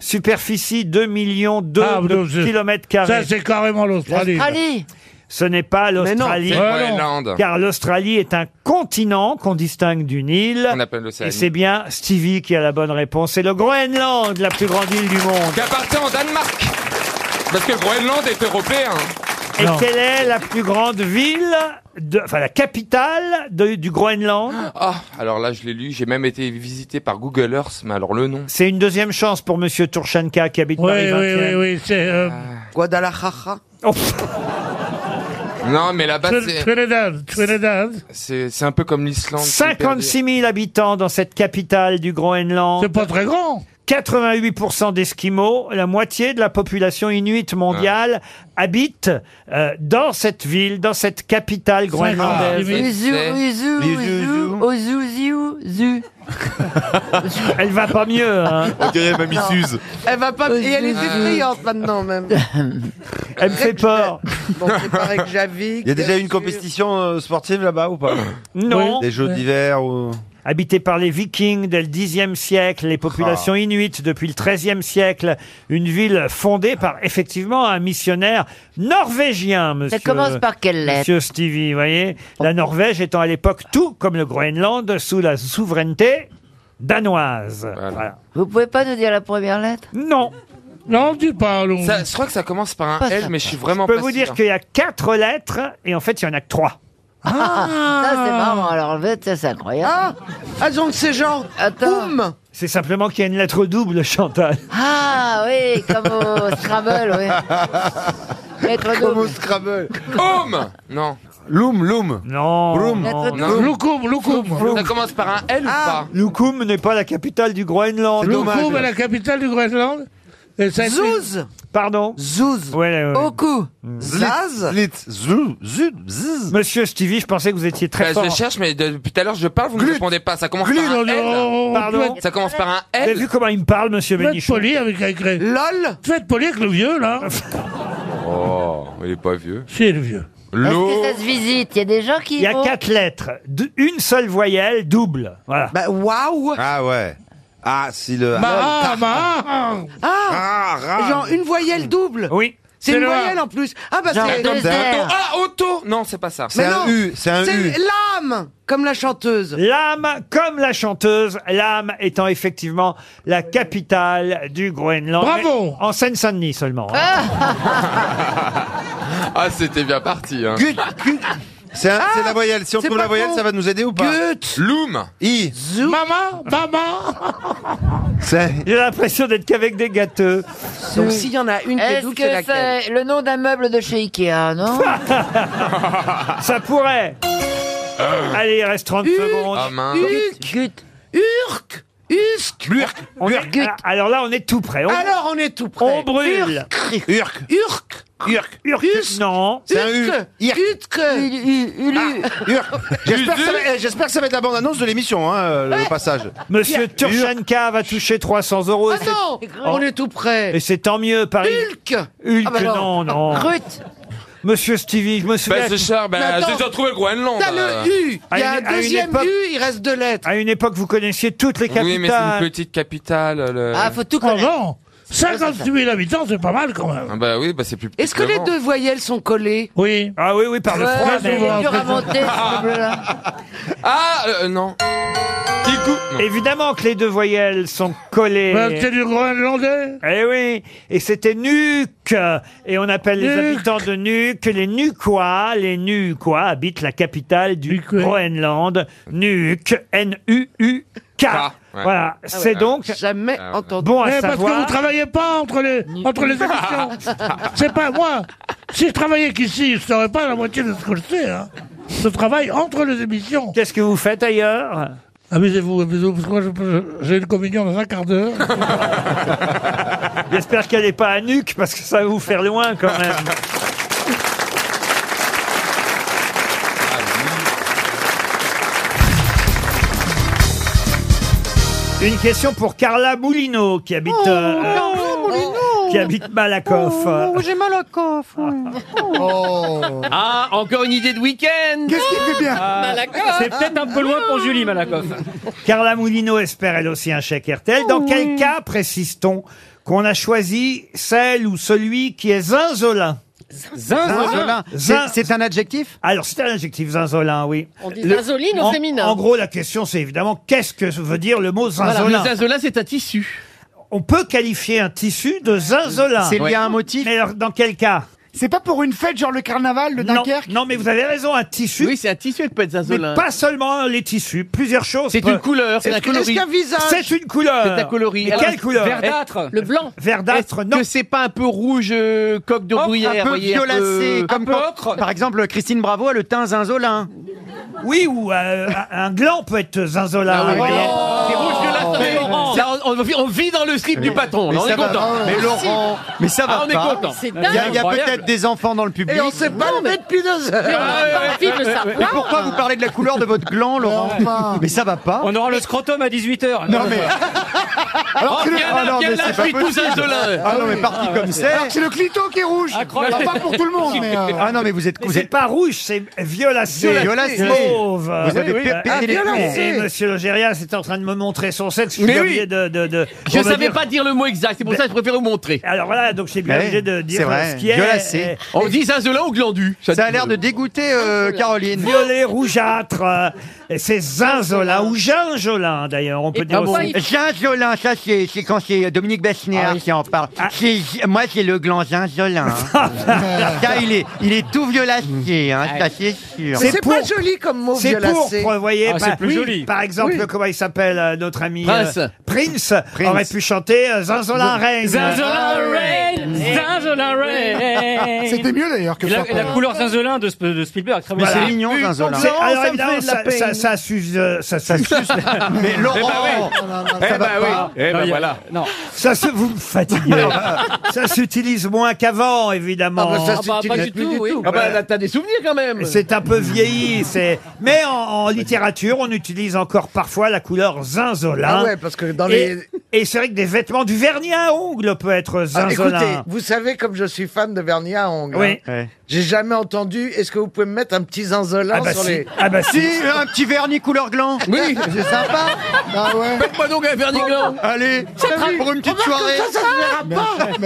S1: Superficie 2 millions de
S10: Ah, non, c'est-
S1: kilomètres carrés.
S10: Ça, c'est carrément l'Australie.
S1: Ce n'est pas l'Australie,
S9: c'est le Ouais, non. Groenland.
S1: car l'Australie est un continent qu'on distingue d'une île.
S9: On appelle l'Océanie.
S1: Et c'est bien Stevie qui a la bonne réponse. C'est le Groenland, la plus grande île du monde.
S9: Qui appartient au Danemark. Parce que le Groenland est européen.
S1: Et quelle est la plus grande ville, de, enfin la capitale de- du Groenland
S9: Ah, alors là, je l'ai lu. J'ai même été visité par Google Earth, mais alors le nom.
S1: C'est une deuxième chance pour Monsieur Turchanka qui habite
S10: Oui,
S1: Paris
S10: oui,
S1: 20e.
S10: oui, oui, c'est. euh,
S14: Ah.
S11: Guadalajara.
S9: Non, mais là-bas,
S10: Trin-
S9: c'est-
S10: Trinidad, Trinidad.
S9: c'est c'est un peu comme l'Islande. c'est hyper dur.
S1: 56 000 habitants dans cette capitale du Groenland.
S10: C'est pas très grand.
S1: 88% d'Esquimaux, la moitié de la population inuite mondiale habite euh, dans cette ville, dans cette capitale groenlandaise.
S28: Uzu, uzu, uzu, ozu, ziou, zu.
S1: (laughs) Elle va pas mieux. Hein.
S31: On dirait Mamie
S28: Non.
S31: Suze.
S28: Elle va pas.
S14: Et elle est effrayante maintenant même.
S1: Elle me fait peur.
S14: Bon, c'est pareil que j'avais.
S31: Il y a déjà eu une compétition euh, sportive là-bas ou pas
S1: Non.
S31: Des jeux d'hiver ou...
S1: Habitée par les Vikings dès le Xe siècle, les
S31: Ah.
S1: populations inuites depuis le XIIIe siècle, une ville fondée par effectivement un missionnaire norvégien, monsieur.
S28: commence par quelle lettre
S1: Monsieur Stevie, vous voyez, la Norvège étant à l'époque tout comme le Groenland sous la souveraineté danoise. Voilà.
S28: Vous pouvez pas nous dire la première lettre
S1: Non.
S10: Non, tu parles.
S9: Ça, je crois que ça commence par un
S28: Pas
S9: L,
S28: ça.
S9: mais je suis vraiment
S1: Je peux
S9: pas
S1: vous
S9: sûr.
S1: dire qu'il y a quatre lettres et en fait il y en a que trois.
S28: (laughs) Ça c'est marrant. Alors en fait, ça c'est incroyable.
S14: Ah, donc c'est genre. Boum
S1: C'est simplement qu'il y a une lettre double, Chantal.
S28: Ah oui, comme au Scrabble, oui. Lettre
S31: Comme au
S28: double.
S31: Scrabble.
S9: Home (laughs) Non.
S31: Loom, loom.
S1: Non.
S31: Loom.
S9: Lettre
S31: Non.
S9: double.
S10: Loukoum, Loukoum.
S9: Ça commence par un L
S14: Ah.
S9: ou
S1: Lukum n'est pas la capitale du Groenland.
S10: Loukoum est la capitale du Groenland. Et ça a été-
S1: Pardon
S14: Zouz.
S1: Ouais, ouais.
S14: Oku. Zaz.
S31: Zou, zou,
S1: Monsieur Stevie, je pensais que vous étiez
S9: pas
S1: très
S9: Bah,
S1: fort.
S9: Je cherche, mais de- depuis tout à l'heure, je parle, vous ne me répondez pas. Ça commence par un
S20: Oh,
S9: L.
S1: Pardon
S9: Ça commence par un
S1: Vous avez vu
S9: L.
S1: comment il me parle, monsieur
S10: Tu vas être
S1: Bénichon
S10: poli avec, avec les- Tu vas être poli avec le
S20: (laughs)
S10: vieux, là.
S9: Oh, il est pas vieux.
S10: C'est le vieux.
S28: Est-ce
S9: L'eau.
S28: que ça se visite Il y a des gens qui
S1: Il y a
S28: vont-
S1: quatre lettres, de- une seule voyelle, double. Voilà.
S14: Bah, waouh Bah,
S31: Ah ouais. Ah, si le...
S10: Maha,
S1: bah,
S10: Maha.
S14: Ah,
S31: rare.
S14: Genre une voyelle double
S1: Oui.
S14: C'est
S31: C'est
S14: une
S31: le A.
S14: voyelle en plus. Ah bah
S31: Genre
S14: c'est.
S31: comme Deux ça. R.
S9: Ah, auto Non, c'est pas ça.
S31: C'est un U, c'est un U.
S14: l'âme, comme la chanteuse.
S1: L'âme, comme la chanteuse, l'âme étant effectivement la capitale du Groenland.
S10: Bravo
S1: Mais En Seine-Saint-Denis
S28: Ah.
S1: seulement. hein.
S9: Ah, c'était bien parti. Hein. C'est un- c'est la voyelle. Si on
S20: c'est
S9: trouve la
S20: pas
S9: voyelle,
S20: con.
S9: ça va nous aider ou pas
S20: Goethe.
S9: Loom. I.
S20: Maman, maman.
S1: J'ai l'impression d'être qu'avec des gâteux. Mm.
S15: Donc, s'il y en a une qui est
S21: Est-ce
S15: double,
S21: que
S15: c'est laquelle
S21: c'est le nom d'un meuble de chez Ikea, non
S1: (laughs) Ça pourrait. Allez, il reste 30 secondes.
S17: Ah, mince.
S1: Urk. Urk. Usk. On est- Ah, Alors là, on est tout prêt. On-
S20: Alors, on est tout prêt.
S1: On brûle.
S20: Urk. Urk. Urk.
S9: Urk.
S1: Non.
S20: C'est un U. Irk.
S9: Ah, Urk. J'espère que ça va- eh, j'espère que ça va être la bande-annonce de l'émission, hein, euh, le
S20: Ouais.
S9: passage.
S1: Monsieur Turchanka va toucher 300 euros.
S20: Ah
S1: Et Oh, c'est-
S20: non, on est tout prêt.
S1: Et c'est tant mieux, Paris.
S20: Hulk.
S1: Hulk,
S20: Ah bah non.
S1: non, non.
S20: Ruth.
S1: Monsieur Stevie, je me souviens.
S17: Bah, c'est bah. ça, bah, Mais attends, j'ai retrouvé le Groenland,
S20: t'as là. le U, il y a
S1: À
S20: un
S1: une- à une
S20: deuxième
S1: époque-
S20: U, il reste deux lettres.
S1: À une époque, vous connaissiez toutes les capitales.
S17: Oui, mais c'est une petite capitale. le-
S9: Ah,
S20: tout connaître. Oh non, 58 000 habitants, c'est pas mal quand même.
S17: Ah bah oui, bah c'est plus petit.
S20: Est-ce que les
S17: le
S20: deux
S17: Mans.
S20: voyelles sont collées
S1: Oui. Ah oui, oui, par le
S20: Ouais,
S1: froid.
S20: c'est dur à monter,
S17: ce (laughs) Ah, euh, non. Qui cou- non.
S1: Évidemment que les deux voyelles sont collées.
S7: Bah,
S17: Ouais, c'est
S1: du groenlandais. Eh oui, et c'était Nuuk. Et on appelle les
S20: Nuuk.
S1: habitants de Nuuk les Nuquois. Les Nuquois habitent la capitale du Groenland, Nuuk, N-U-U-K.
S20: ouais.
S1: Voilà,
S20: Ah ouais.
S1: c'est donc
S20: Jamais
S1: entendu. Bon à
S20: Mais Eh, parce que
S1: savoir.
S20: vous travaillez pas entre les, entre les
S1: (laughs)
S20: émissions. c'est pas moi. Si je travaillais qu'ici, je saurais pas la moitié de ce que je sais. Hein. Je travaille entre les émissions.
S1: Qu'est-ce que vous faites ailleurs
S20: Amusez-vous, amusez-vous, parce que moi, je- j'ai une communion dans un quart
S1: (laughs)
S20: d'heure.
S1: J'espère qu'elle n'est pas à Nuuk parce que ça va vous faire loin quand même. Une question pour Carla Moulineau qui habite euh, qui habite Malakoff.
S19: Oh,
S20: j'ai mal au coffre.
S7: Oh.
S11: Ah, encore une idée de week-end
S20: Qu'est-ce qu'il fait bien
S11: Malakoff C'est peut-être un peu loin pour Julie, Malakoff.
S1: Carla Moulineau espère elle aussi un chèque RTL.
S7: Oh
S1: Dans quel cas précise-t-on qu'on a choisi celle ou celui qui est zinzolin
S7: Zinzolin.
S1: Zin-
S7: C'est- C'est un adjectif
S1: Alors, c'est un adjectif zinzolin, oui.
S7: On dit
S1: Le-
S7: zinzoline au
S1: en-
S7: féminin.
S1: En gros, la question, c'est évidemment qu'est-ce que veut dire le mot
S11: Voilà,
S1: zinzolin
S11: le zinzolin, c'est un tissu.
S1: On peut qualifier un tissu de zinzolin.
S11: C'est lié à un
S1: motif Mais alors, dans quel cas
S20: C'est pas pour une fête, genre le carnaval de Dunkerque
S1: Non, mais vous avez raison, un tissu.
S11: Oui, c'est un
S1: (laughs)
S11: tissu, elle peut être
S1: Mais
S11: zinzolin.
S1: pas seulement les tissus, plusieurs choses.
S11: C'est une couleur, c'est
S1: Est-ce
S11: un
S1: que- est-ce
S11: coloris.
S1: qu'un visage C'est une couleur.
S11: C'est un coloris.
S1: Mais
S11: Alors,
S1: quelle couleur
S11: Verdâtre. Le blanc.
S1: Verdâtre, non.
S11: Que c'est pas un peu rouge, euh, coq de
S7: Ocre,
S11: bruyère,
S7: Oh, un peu
S11: voyez,
S7: violacé,
S11: un peu-
S7: comme
S11: un peu
S7: quand-
S11: ocre.
S7: Par exemple, Christine Bravo a le teint zinzolin. Ah,
S1: Oui,
S7: (laughs)
S1: ou euh, un gland peut être zinzolin.
S11: Ah oui, mais-
S1: Oh.
S11: C'est rouge, violacé,
S1: Mais-
S11: orange. Là, on, on vit- on vit dans le slip du patron. là, on est content.
S7: Mais Laurent, mais ça va
S11: Ah, on est
S7: pas.
S11: content. C'est
S7: Il y a- il y a,
S11: incroyable.
S7: peut-être des enfants dans le public.
S11: Et on s'est pas Non, levé mais-
S7: depuis deux
S11: heures. Mais on a Ah, pas ouais, envie de le ouais, savoir.
S7: Mais pourquoi vous parlez de la couleur de votre gland, Laurent Mais ça va pas.
S11: On aura le scrotum à 18h.
S7: Non, mais-
S11: Alors
S7: que le- ah non, mais c'est pas possible. Ah non, mais parti comme c'est.
S19: Alors que c'est le clito qui est rouge.
S11: Incroyable.
S19: Alors, pas pour tout le monde, mais. euh,
S7: Ah non, mais vous êtes.
S1: Mais
S7: vous
S1: c'est
S7: êtes-
S1: pas rouge, c'est violacé.
S7: Violacé.
S1: Mauve.
S7: Vous avez Oui, oui. pété
S1: Ah,
S7: les
S1: violacé.
S7: plombs.
S1: Et monsieur Logérias est en train de me montrer son sexe. Je suis
S11: Mais oui.
S1: obligé de, de, de-
S11: Je
S1: on
S11: ne
S1: va
S11: savais
S1: dire-
S11: pas dire le mot exact, c'est pour ça que je préfère vous montrer.
S1: Alors voilà, donc j'ai bien
S7: Ouais,
S1: obligé de dire
S7: Eh c'est vrai.
S1: ce qui est.
S7: Violacé.
S11: On dit zinzolin ou glandu.
S7: Ça a l'air de dégoûter euh, Caroline.
S1: Violet, rougeâtre, euh, et c'est zinzolin ou ginjolin d'ailleurs, on peut
S7: ah
S1: dire aussi.
S7: Zinzolin, ça c'est c'est quand c'est euh, Dominique
S1: Ah
S7: Besnéard Ah qui en parle. C'est- Moi c'est le gland zinzolin.
S1: (laughs)
S7: hein. ça il est, il est tout violacé, hein, ça c'est sûr.
S15: Mais C'est pas
S1: pour-
S15: joli comme mot
S1: C'est
S15: violacé.
S1: pourpre, vous voyez.
S7: Ah,
S1: par-
S7: c'est plus
S1: oui,
S7: joli.
S1: Par exemple, comment il s'appelle euh, notre ami euh,
S11: Prince.
S1: Prince, aurait pu chanter euh, Zinzolin règne.
S11: Zinzolin règne, Zinzolin
S19: (laughs)
S11: règne.
S19: C'était mieux d'ailleurs que
S11: Et la,
S19: ça.
S11: et la couleur zinzolin de, Sp- de Spielberg, très
S1: Voilà.
S11: Putain,
S1: C'est-
S11: non,
S1: alors
S11: ça me
S1: évidemment,
S11: fait de la
S1: ça,
S11: peine.
S1: ça, ça suce, euh,
S11: (laughs)
S1: ça suce.
S7: Mais Laurent,
S11: Eh ben oui. Eh ben
S1: Non, il y a-
S11: voilà. Non.
S1: Ça, se- vous me fatiguez. (laughs) ça s'utilise moins qu'avant, évidemment.
S11: Ah bah, ça Ah bah, s'utilise pas du plus tout, du oui. tout. Ah bah, là,
S1: t'as des souvenirs quand même. C'est un peu vieilli. C'est. Mais en, en littérature, on utilise encore parfois la couleur zinzolin.
S14: Ah ouais, parce que dans
S1: Et-
S14: les-
S1: Et c'est vrai que des vêtements, du vernis à ongles peut être
S14: Ah,
S1: zinzolin.
S14: écoutez, vous savez comme je suis fan de vernis à ongles.
S1: Oui.
S14: hein. J'ai jamais entendu. Est-ce que vous pouvez me mettre un petit zinzolin
S1: Ah bah
S14: sur
S1: si.
S14: les
S1: Ah bah si.
S7: Si, un petit vernis couleur gland.
S14: Oui.
S7: c'est sympa.
S19: Ah ouais.
S11: Faites-moi donc un vernis gland.
S7: Allez, pour une petite soirée.
S11: ça, se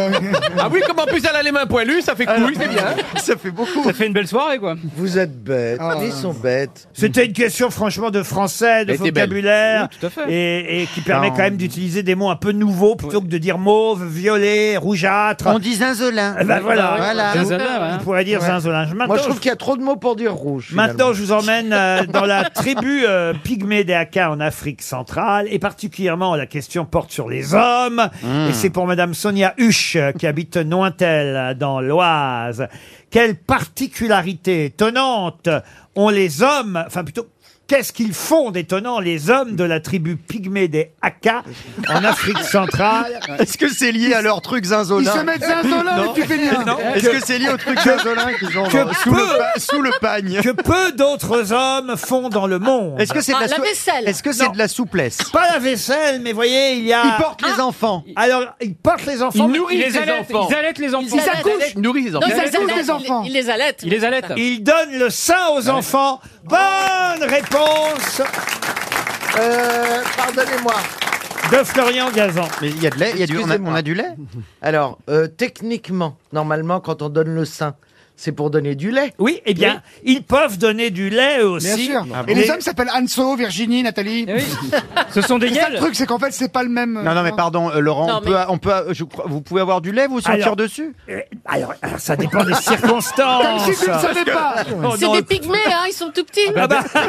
S11: Ah oui, comme en plus elle a les mains poilues, ça fait couille, c'est bien.
S7: Ça fait beaucoup.
S11: Ça fait une belle soirée, quoi.
S14: Vous êtes bêtes.
S19: Ah.
S14: Ils sont bêtes.
S1: C'était une question franchement de français, de
S11: Elle était belle.
S1: vocabulaire,
S11: Oui, tout à fait.
S1: et, et qui permet
S7: Non.
S1: quand même d'utiliser des mots un peu nouveaux plutôt que de dire mauve, violet, rougeâtre.
S7: On dit zinzolin.
S1: Eh ben voilà.
S7: Voilà.
S1: Vous, vous pourrez dire dire Zinzolinge.
S14: Moi, je trouve qu'il y a trop de mots pour dire rouge.
S1: Maintenant, je vous emmène euh, dans la tribu euh, pygmée des Hakka en Afrique centrale. Et particulièrement, la question porte sur les hommes.
S16: Mm.
S1: Et c'est pour Madame Sonia Huche, euh, qui habite Nointel, euh, dans l'Oise. Quelle particularité étonnante ont les hommes, enfin plutôt, qu'est-ce qu'ils font d'étonnant, les hommes de la tribu pygmée des Hakka en Afrique centrale
S9: Est-ce que c'est lié à leur truc zinzolin
S1: Ils se mettent zinzolin,
S9: Non.
S1: les Tupéniens.
S9: Non. Est-ce que c'est lié au truc
S1: Que-
S9: zinzolin qu'ils ont
S1: que
S9: genre, sous,
S1: peu-
S9: le pa- sous le pagne
S1: Que peu d'autres hommes font dans le monde.
S9: Est-ce que c'est de la Ah, la sou- vaisselle. est-ce que c'est de la
S1: souplesse Pas la vaisselle, mais voyez, il y a.
S9: Ils portent les
S1: enfants. Alors, ils portent les enfants.
S11: Ils
S1: mais-
S11: nourrissent les enfants. Ils allaitent les enfants.
S1: Ils accouchent.
S11: Ils nourrissent les enfants. Non, ils
S1: accouchent
S11: allaitent les enfants. Ils les allaitent. Ils les allaitent.
S1: Ils donnent le sein aux enfants. Bonne réponse.
S14: Pardonnez-moi.
S1: De Florian Gazan.
S9: Mais il y a de lait, il y a du, on, a, on a du lait
S14: Alors, euh, techniquement, normalement, quand on donne le sein, c'est pour donner du lait.
S1: Oui, eh bien, ils peuvent donner du lait aussi.
S14: Bien sûr.
S9: Ah
S19: Et les hommes s'appellent Anso, Virginie, Nathalie.
S9: Ce sont des
S19: C'est ça, Le
S9: gueules.
S19: truc, c'est qu'en fait, c'est pas le même. euh,
S9: Non, non, mais pardon, euh, Laurent,
S19: Non,
S9: on peut,
S19: mais-
S9: on peut, je crois- vous pouvez avoir du lait, vous sentir
S1: Alors,
S9: dessus
S1: euh, alors, alors, ça dépend des circonstances.
S9: Comme si tu ne savais pas.
S1: Oh,
S24: C'est
S1: non.
S24: des pygmées, hein, ils sont tout petits.
S1: Ah bah. ah,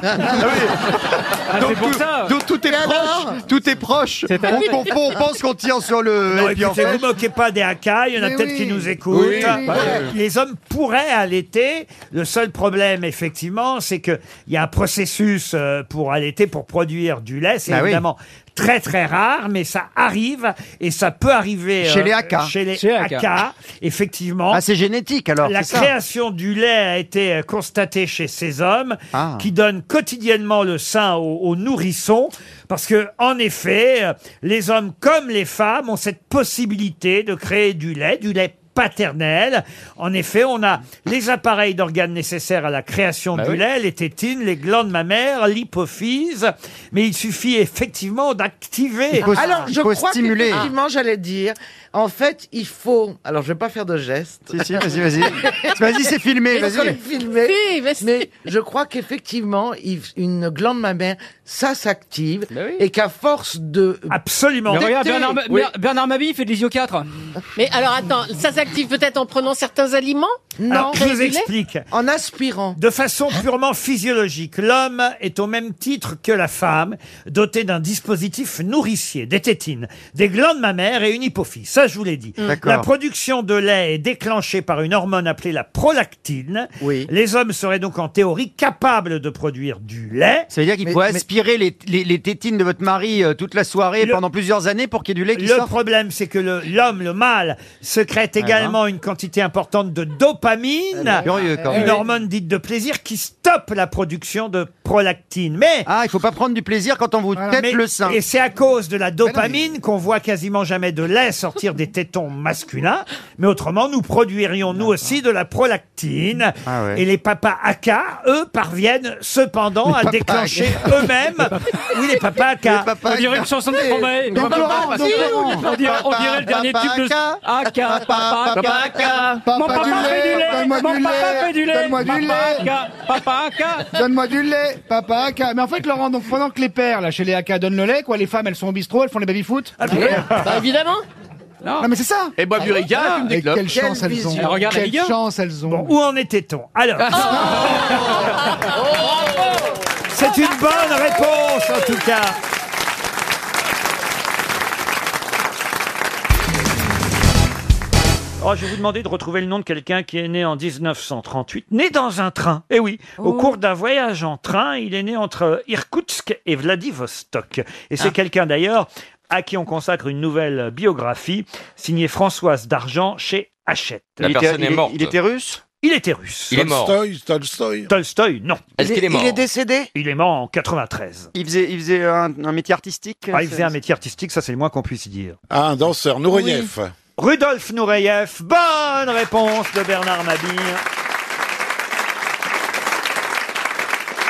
S9: Donc, tout,
S11: Ah
S9: donc tout est proche, tout est proche.
S1: C'est un-
S9: On confond, on pense qu'on tire sur le.
S1: Non,
S9: et puis en
S1: écoutez,
S9: fait-
S1: vous moquez pas des Hakka, il y en a
S9: Mais
S1: peut-être
S9: oui.
S1: qui nous écoutent.
S9: Oui, oui, oui.
S1: Les hommes pourraient allaiter. Le seul problème, effectivement, c'est qu'il y a un processus euh, pour allaiter, pour produire du lait. C'est
S9: Bah oui.
S1: évidemment très très rare, mais ça arrive et ça peut arriver euh,
S9: Chez les Hakka.
S1: Chez les
S9: Chez
S1: Hakka.
S9: Hakka.
S1: effectivement.
S9: Ah, c'est génétique alors.
S1: La
S9: c'est ça.
S1: création du lait a été euh, constatée chez ces hommes
S9: Ah.
S1: qui donnent quotidiennement le sein aux, aux nourrissons parce que en effet, euh, les hommes comme les femmes ont cette possibilité de créer du lait, du lait paternel. En effet, on a les appareils d'organes nécessaires à la création
S9: Bah
S1: du lait, les tétines, les glandes mammaires, l'hypophyse, mais il suffit effectivement d'activer.
S14: Alors, je crois qu'effectivement, j'allais dire, en fait, il faut. Alors, je vais pas faire de gestes.
S9: Si, si, vas-y, vas-y.
S14: (laughs)
S9: Vas-y, c'est filmé,
S14: Parce
S9: vas-y.
S14: qu'on est filmé. mais je crois qu'effectivement, il- une glande mammaire, ça s'active. Et qu'à force de.
S1: Absolument.
S11: Mais regarde, Bernard, Ma- Ber- Bernard Mabie fait de l'isio4.
S24: Mais alors attends, ça s'active peut-être en prenant certains aliments
S1: Alors, je
S24: Créer
S1: vous
S24: du lait
S1: explique.
S14: En aspirant.
S1: De façon purement physiologique, l'homme est au même titre que la femme, doté d'un dispositif nourricier, des tétines, des glandes mammaires et une hypophyse. Ça, je vous l'ai dit.
S9: D'accord.
S1: La production de lait est déclenchée par une hormone appelée la prolactine. Les hommes seraient donc en théorie capables de produire du lait.
S9: Ça veut dire qu'il
S1: Mais-
S9: faut
S1: mais-
S9: aspirer les, les- les tétines de votre mari euh, toute la soirée pendant plusieurs années pour qu'il y ait du lait qui
S1: Le
S9: sorte. Ah,
S1: problème, c'est que le- l'homme, le mâle, secrète
S9: Ouais,
S1: également une quantité importante de dopamine,
S9: Eh ben, curieux, quand même.
S1: une hormone dite de plaisir qui stoppe la production de prolactine. Mais
S9: Ah, il faut pas prendre du plaisir quand on vous tête
S1: Mais-
S9: le sein.
S1: Et c'est à cause de la dopamine qu'on voit quasiment jamais de lait sortir des tétons masculins. Mais autrement, nous produirions nous aussi de la prolactine.
S9: Ah ouais.
S1: Et les papas AK, eux, parviennent cependant à
S9: papas (laughs)
S1: déclencher
S9: AK.
S1: eux-mêmes. oui, les papas AK.
S11: On dirait une chanson de Stromae.
S1: Donc, Laurent,
S11: On
S1: donc,
S11: dirait-
S1: Laurent.
S11: on dirait- on dirait le dernier
S1: Papa,
S11: tube de
S1: Aka.
S11: Aka, papa,
S1: Papa,
S11: Aka,
S1: Aka.
S11: Mon papa
S1: Papa du
S11: fait
S1: lait,
S11: du lait. Mon
S19: donne-moi du
S11: papa
S19: lait,
S11: fait du lait.
S19: donne-moi du
S11: Papa
S19: lait.
S11: Aka, Papa Aka.
S19: Donne-moi du lait, papa Aka. Mais en fait, Laurent, donc pendant que les pères, là, chez les Aka, donnent le lait, quoi, les femmes, elles sont au bistrot, elles font les baby-foot.
S11: Bah, évidemment.
S19: Non, mais c'est ça.
S11: Et bois du Ricard,
S19: Ah,
S11: fume des
S19: et
S11: clopes.
S19: Quelle chance
S11: Quelle
S19: elles ont.
S11: vision. Ah, Regarde la
S19: Quelle
S11: Ligue un.
S19: chance elles ont.
S1: Où en était-on Alors.
S17: Ah,
S9: (laughs)
S1: C'est une bonne réponse en tout cas. Oh, je vais vous demander de retrouver le nom de quelqu'un qui est né en 1938, né dans un train. Eh oui, au cours d'un voyage en train, il est né entre Irkoutsk et Vladivostok. Et c'est quelqu'un d'ailleurs à qui on consacre une nouvelle biographie signée Françoise d'Argent chez Hachette.
S17: La Il était- personne est il est- morte. il était
S1: russe Il était russe.
S17: Il est mort. Tolstoï,
S1: Tolstoy Tolstoy, non.
S17: Est-ce qu'il est Il est- mort il est
S1: décédé Il est mort en 93.
S9: Il faisait, il faisait un, un métier artistique
S1: Ah, il faisait un métier artistique, ça c'est le moins qu'on puisse dire.
S5: Ah, un danseur, Noureyev.
S1: Rudolf Nureyev, bonne réponse de Bernard Mabille.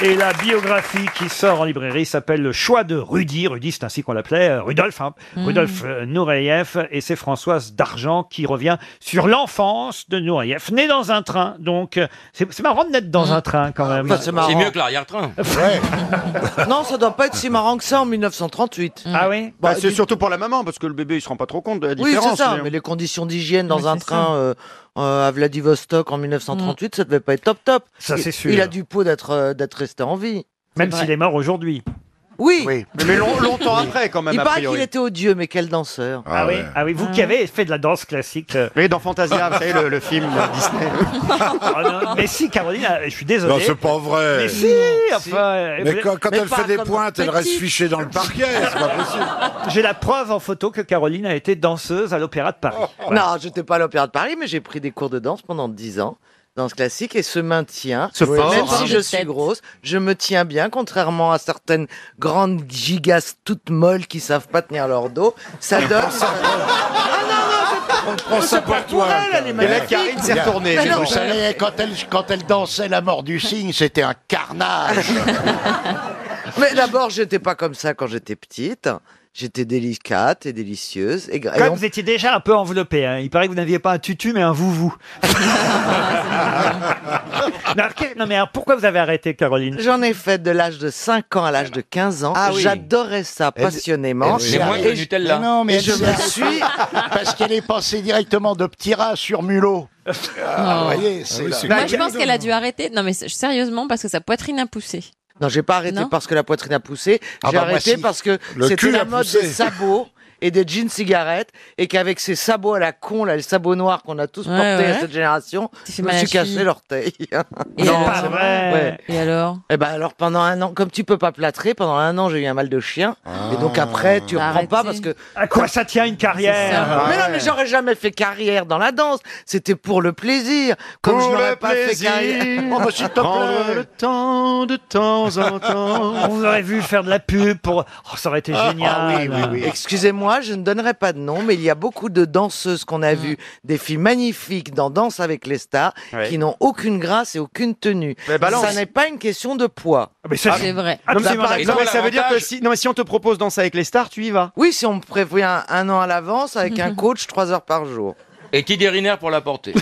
S1: Et la biographie qui sort en librairie s'appelle Le choix de Rudy. Rudy, c'est ainsi qu'on l'appelait, euh, Rudolf, hein.
S9: Mm.
S1: Rudolf euh, Nureyev. Et c'est Françoise d'Argent qui revient sur l'enfance de Nureyev. Né dans un train, donc. euh, C'est c'est marrant de naître dans un train quand même.
S17: C'est mieux que l'arrière-train.
S1: Ah,
S14: (laughs) non, ça doit pas être si marrant que ça en 1938.
S1: Ah oui
S9: Bah, c'est
S14: du-
S9: surtout pour la maman, parce que le bébé, il se rend pas trop compte de la
S14: Oui,
S9: différence.
S14: c'est ça.
S9: mais-
S14: Mais les conditions d'hygiène dans
S9: Mais
S14: un
S9: c'est
S14: train
S9: ça.
S14: euh, euh, à Vladivostok en 1938, ça devait pas être top top.
S1: Ça,
S14: Il-
S1: c'est sûr.
S14: Il a du pot d'être euh, d'être resté en vie.
S1: Même s'il est mort aujourd'hui.
S14: Oui.
S1: Mais long- longtemps après, quand même,
S14: Il
S1: a
S14: paraît
S1: priori.
S14: qu'il était odieux, mais quel danseur. Mmh.
S1: Ah, oui, ah oui, vous qui avez fait de la danse classique. euh, Oui, dans Fantasia,
S11: vous savez, le- le film de Disney.
S28: Oh.
S1: (laughs) Ah, mais si, Caroline, ah, je suis désolé.
S4: Non, c'est pas vrai.
S1: Mais si, enfin. euh,
S4: Mais
S1: vous-
S4: quand, quand elle fait des pointes, elle reste
S1: Petit.
S4: fichée dans le parquet, c'est pas possible.
S14: Ah.
S1: J'ai la preuve en photo que Caroline a été danseuse à l'Opéra de
S14: Oh.
S1: Paris. Voilà.
S14: Non, j'étais pas à l'Opéra de Paris, mais j'ai pris des cours de danse pendant 10 ans. Danse classique et se maintient.
S1: Se forge,
S14: même
S1: hein.
S14: si je suis grosse, je me tiens bien, contrairement à certaines grandes gigas toutes molles qui savent pas tenir leur dos. (laughs) Ça donne. Ah
S6: On
S14: prend ça pour toi,
S6: elle, elle est
S14: Karine. Et là,
S6: magnifique.
S14: Karine s'est retournée,
S6: Mais
S14: c'est
S6: non,
S14: bon.
S6: Vous savez, quand elle, quand elle dansait la mort du cygne, c'était un carnage.
S14: (laughs) Mais d'abord, j'étais pas comme ça quand j'étais petite. J'étais délicate et délicieuse. Et, gra- et
S1: Quand
S14: on-
S1: vous étiez déjà un peu enveloppé, hein. il paraît que vous n'aviez pas un tutu mais
S4: (laughs)
S1: un vous-vous. non, que- non, mais alors, pourquoi vous avez arrêté, Caroline
S14: J'en ai fait de l'âge de 5 ans à l'âge de 15 ans.
S1: Ah oui.
S14: J'adorais ça
S1: Elle-
S14: passionnément.
S6: elle- Mais moins que
S14: Et
S6: le
S14: je-
S6: Nutella. Mais non, mais
S14: et je
S6: elle-
S14: me suis.
S6: Parce qu'elle est passée directement de petit rat sur mulot. Ah, vous voyez, c'est la-
S29: Moi, je pense qu'elle a dû arrêter. Non, mais s- sérieusement, parce que sa poitrine a poussé.
S14: Non, j'ai pas arrêté
S29: Non
S14: parce que la poitrine a poussé.
S6: Ah
S14: J'ai
S6: bah moi,
S14: arrêté
S6: si.
S14: parce que
S6: Le
S14: c'était
S6: cul
S14: la
S6: a
S14: mode
S6: poussé.
S14: des sabots et des jeans cigarettes et qu'avec ces sabots à la con, là, les sabots noirs qu'on a tous
S29: Ouais,
S14: portés
S29: ouais.
S14: à cette génération,
S29: Tu fais
S14: je me
S29: mal à
S14: suis
S29: la cheville.
S14: cassé l'orteil. (laughs)
S29: Et alors Et alors
S14: Eh ben alors pendant un an, comme tu peux pas plâtrer, pendant un an j'ai eu un mal de chien
S6: Ah.
S14: et donc après tu
S29: Bah,
S14: reprends pas parce que
S1: à quoi ça tient une carrière
S14: C'est ça. Mais non
S1: Ouais.
S14: mais j'aurais jamais fait carrière dans la danse, c'était pour le plaisir. Comme
S6: Pour
S14: je
S6: le
S14: n'aurais pas
S6: plaisir.
S14: fait carrière.
S6: Oh, bah, s'il te Prendre plaît. le
S1: temps de temps (laughs) en temps. On aurait vu faire de la pub pour. Oh, ça aurait été
S14: Ah,
S1: génial.
S14: Excusez-moi, je ne donnerai pas de nom, mais il y a beaucoup de danseuses qu'on
S1: Mm.
S14: a vues, des filles magnifiques dans Danse avec les stars,
S1: Ouais.
S14: qui n'ont aucune grâce et aucune tenue.
S1: Mais balance.
S14: Ça n'est pas une question de poids.
S1: Mais ça, Ah, c'est vrai. absolument
S14: Là, par
S1: d'accord.
S14: exemple,
S1: Non, mais ça veut dire que
S14: si, non, si on te propose Danse avec les stars, tu y vas. Oui, si on me prévient un, un an à l'avance avec
S1: (laughs)
S14: un coach trois heures par jour.
S17: (laughs)
S9: Et qui dérinaire pour la porter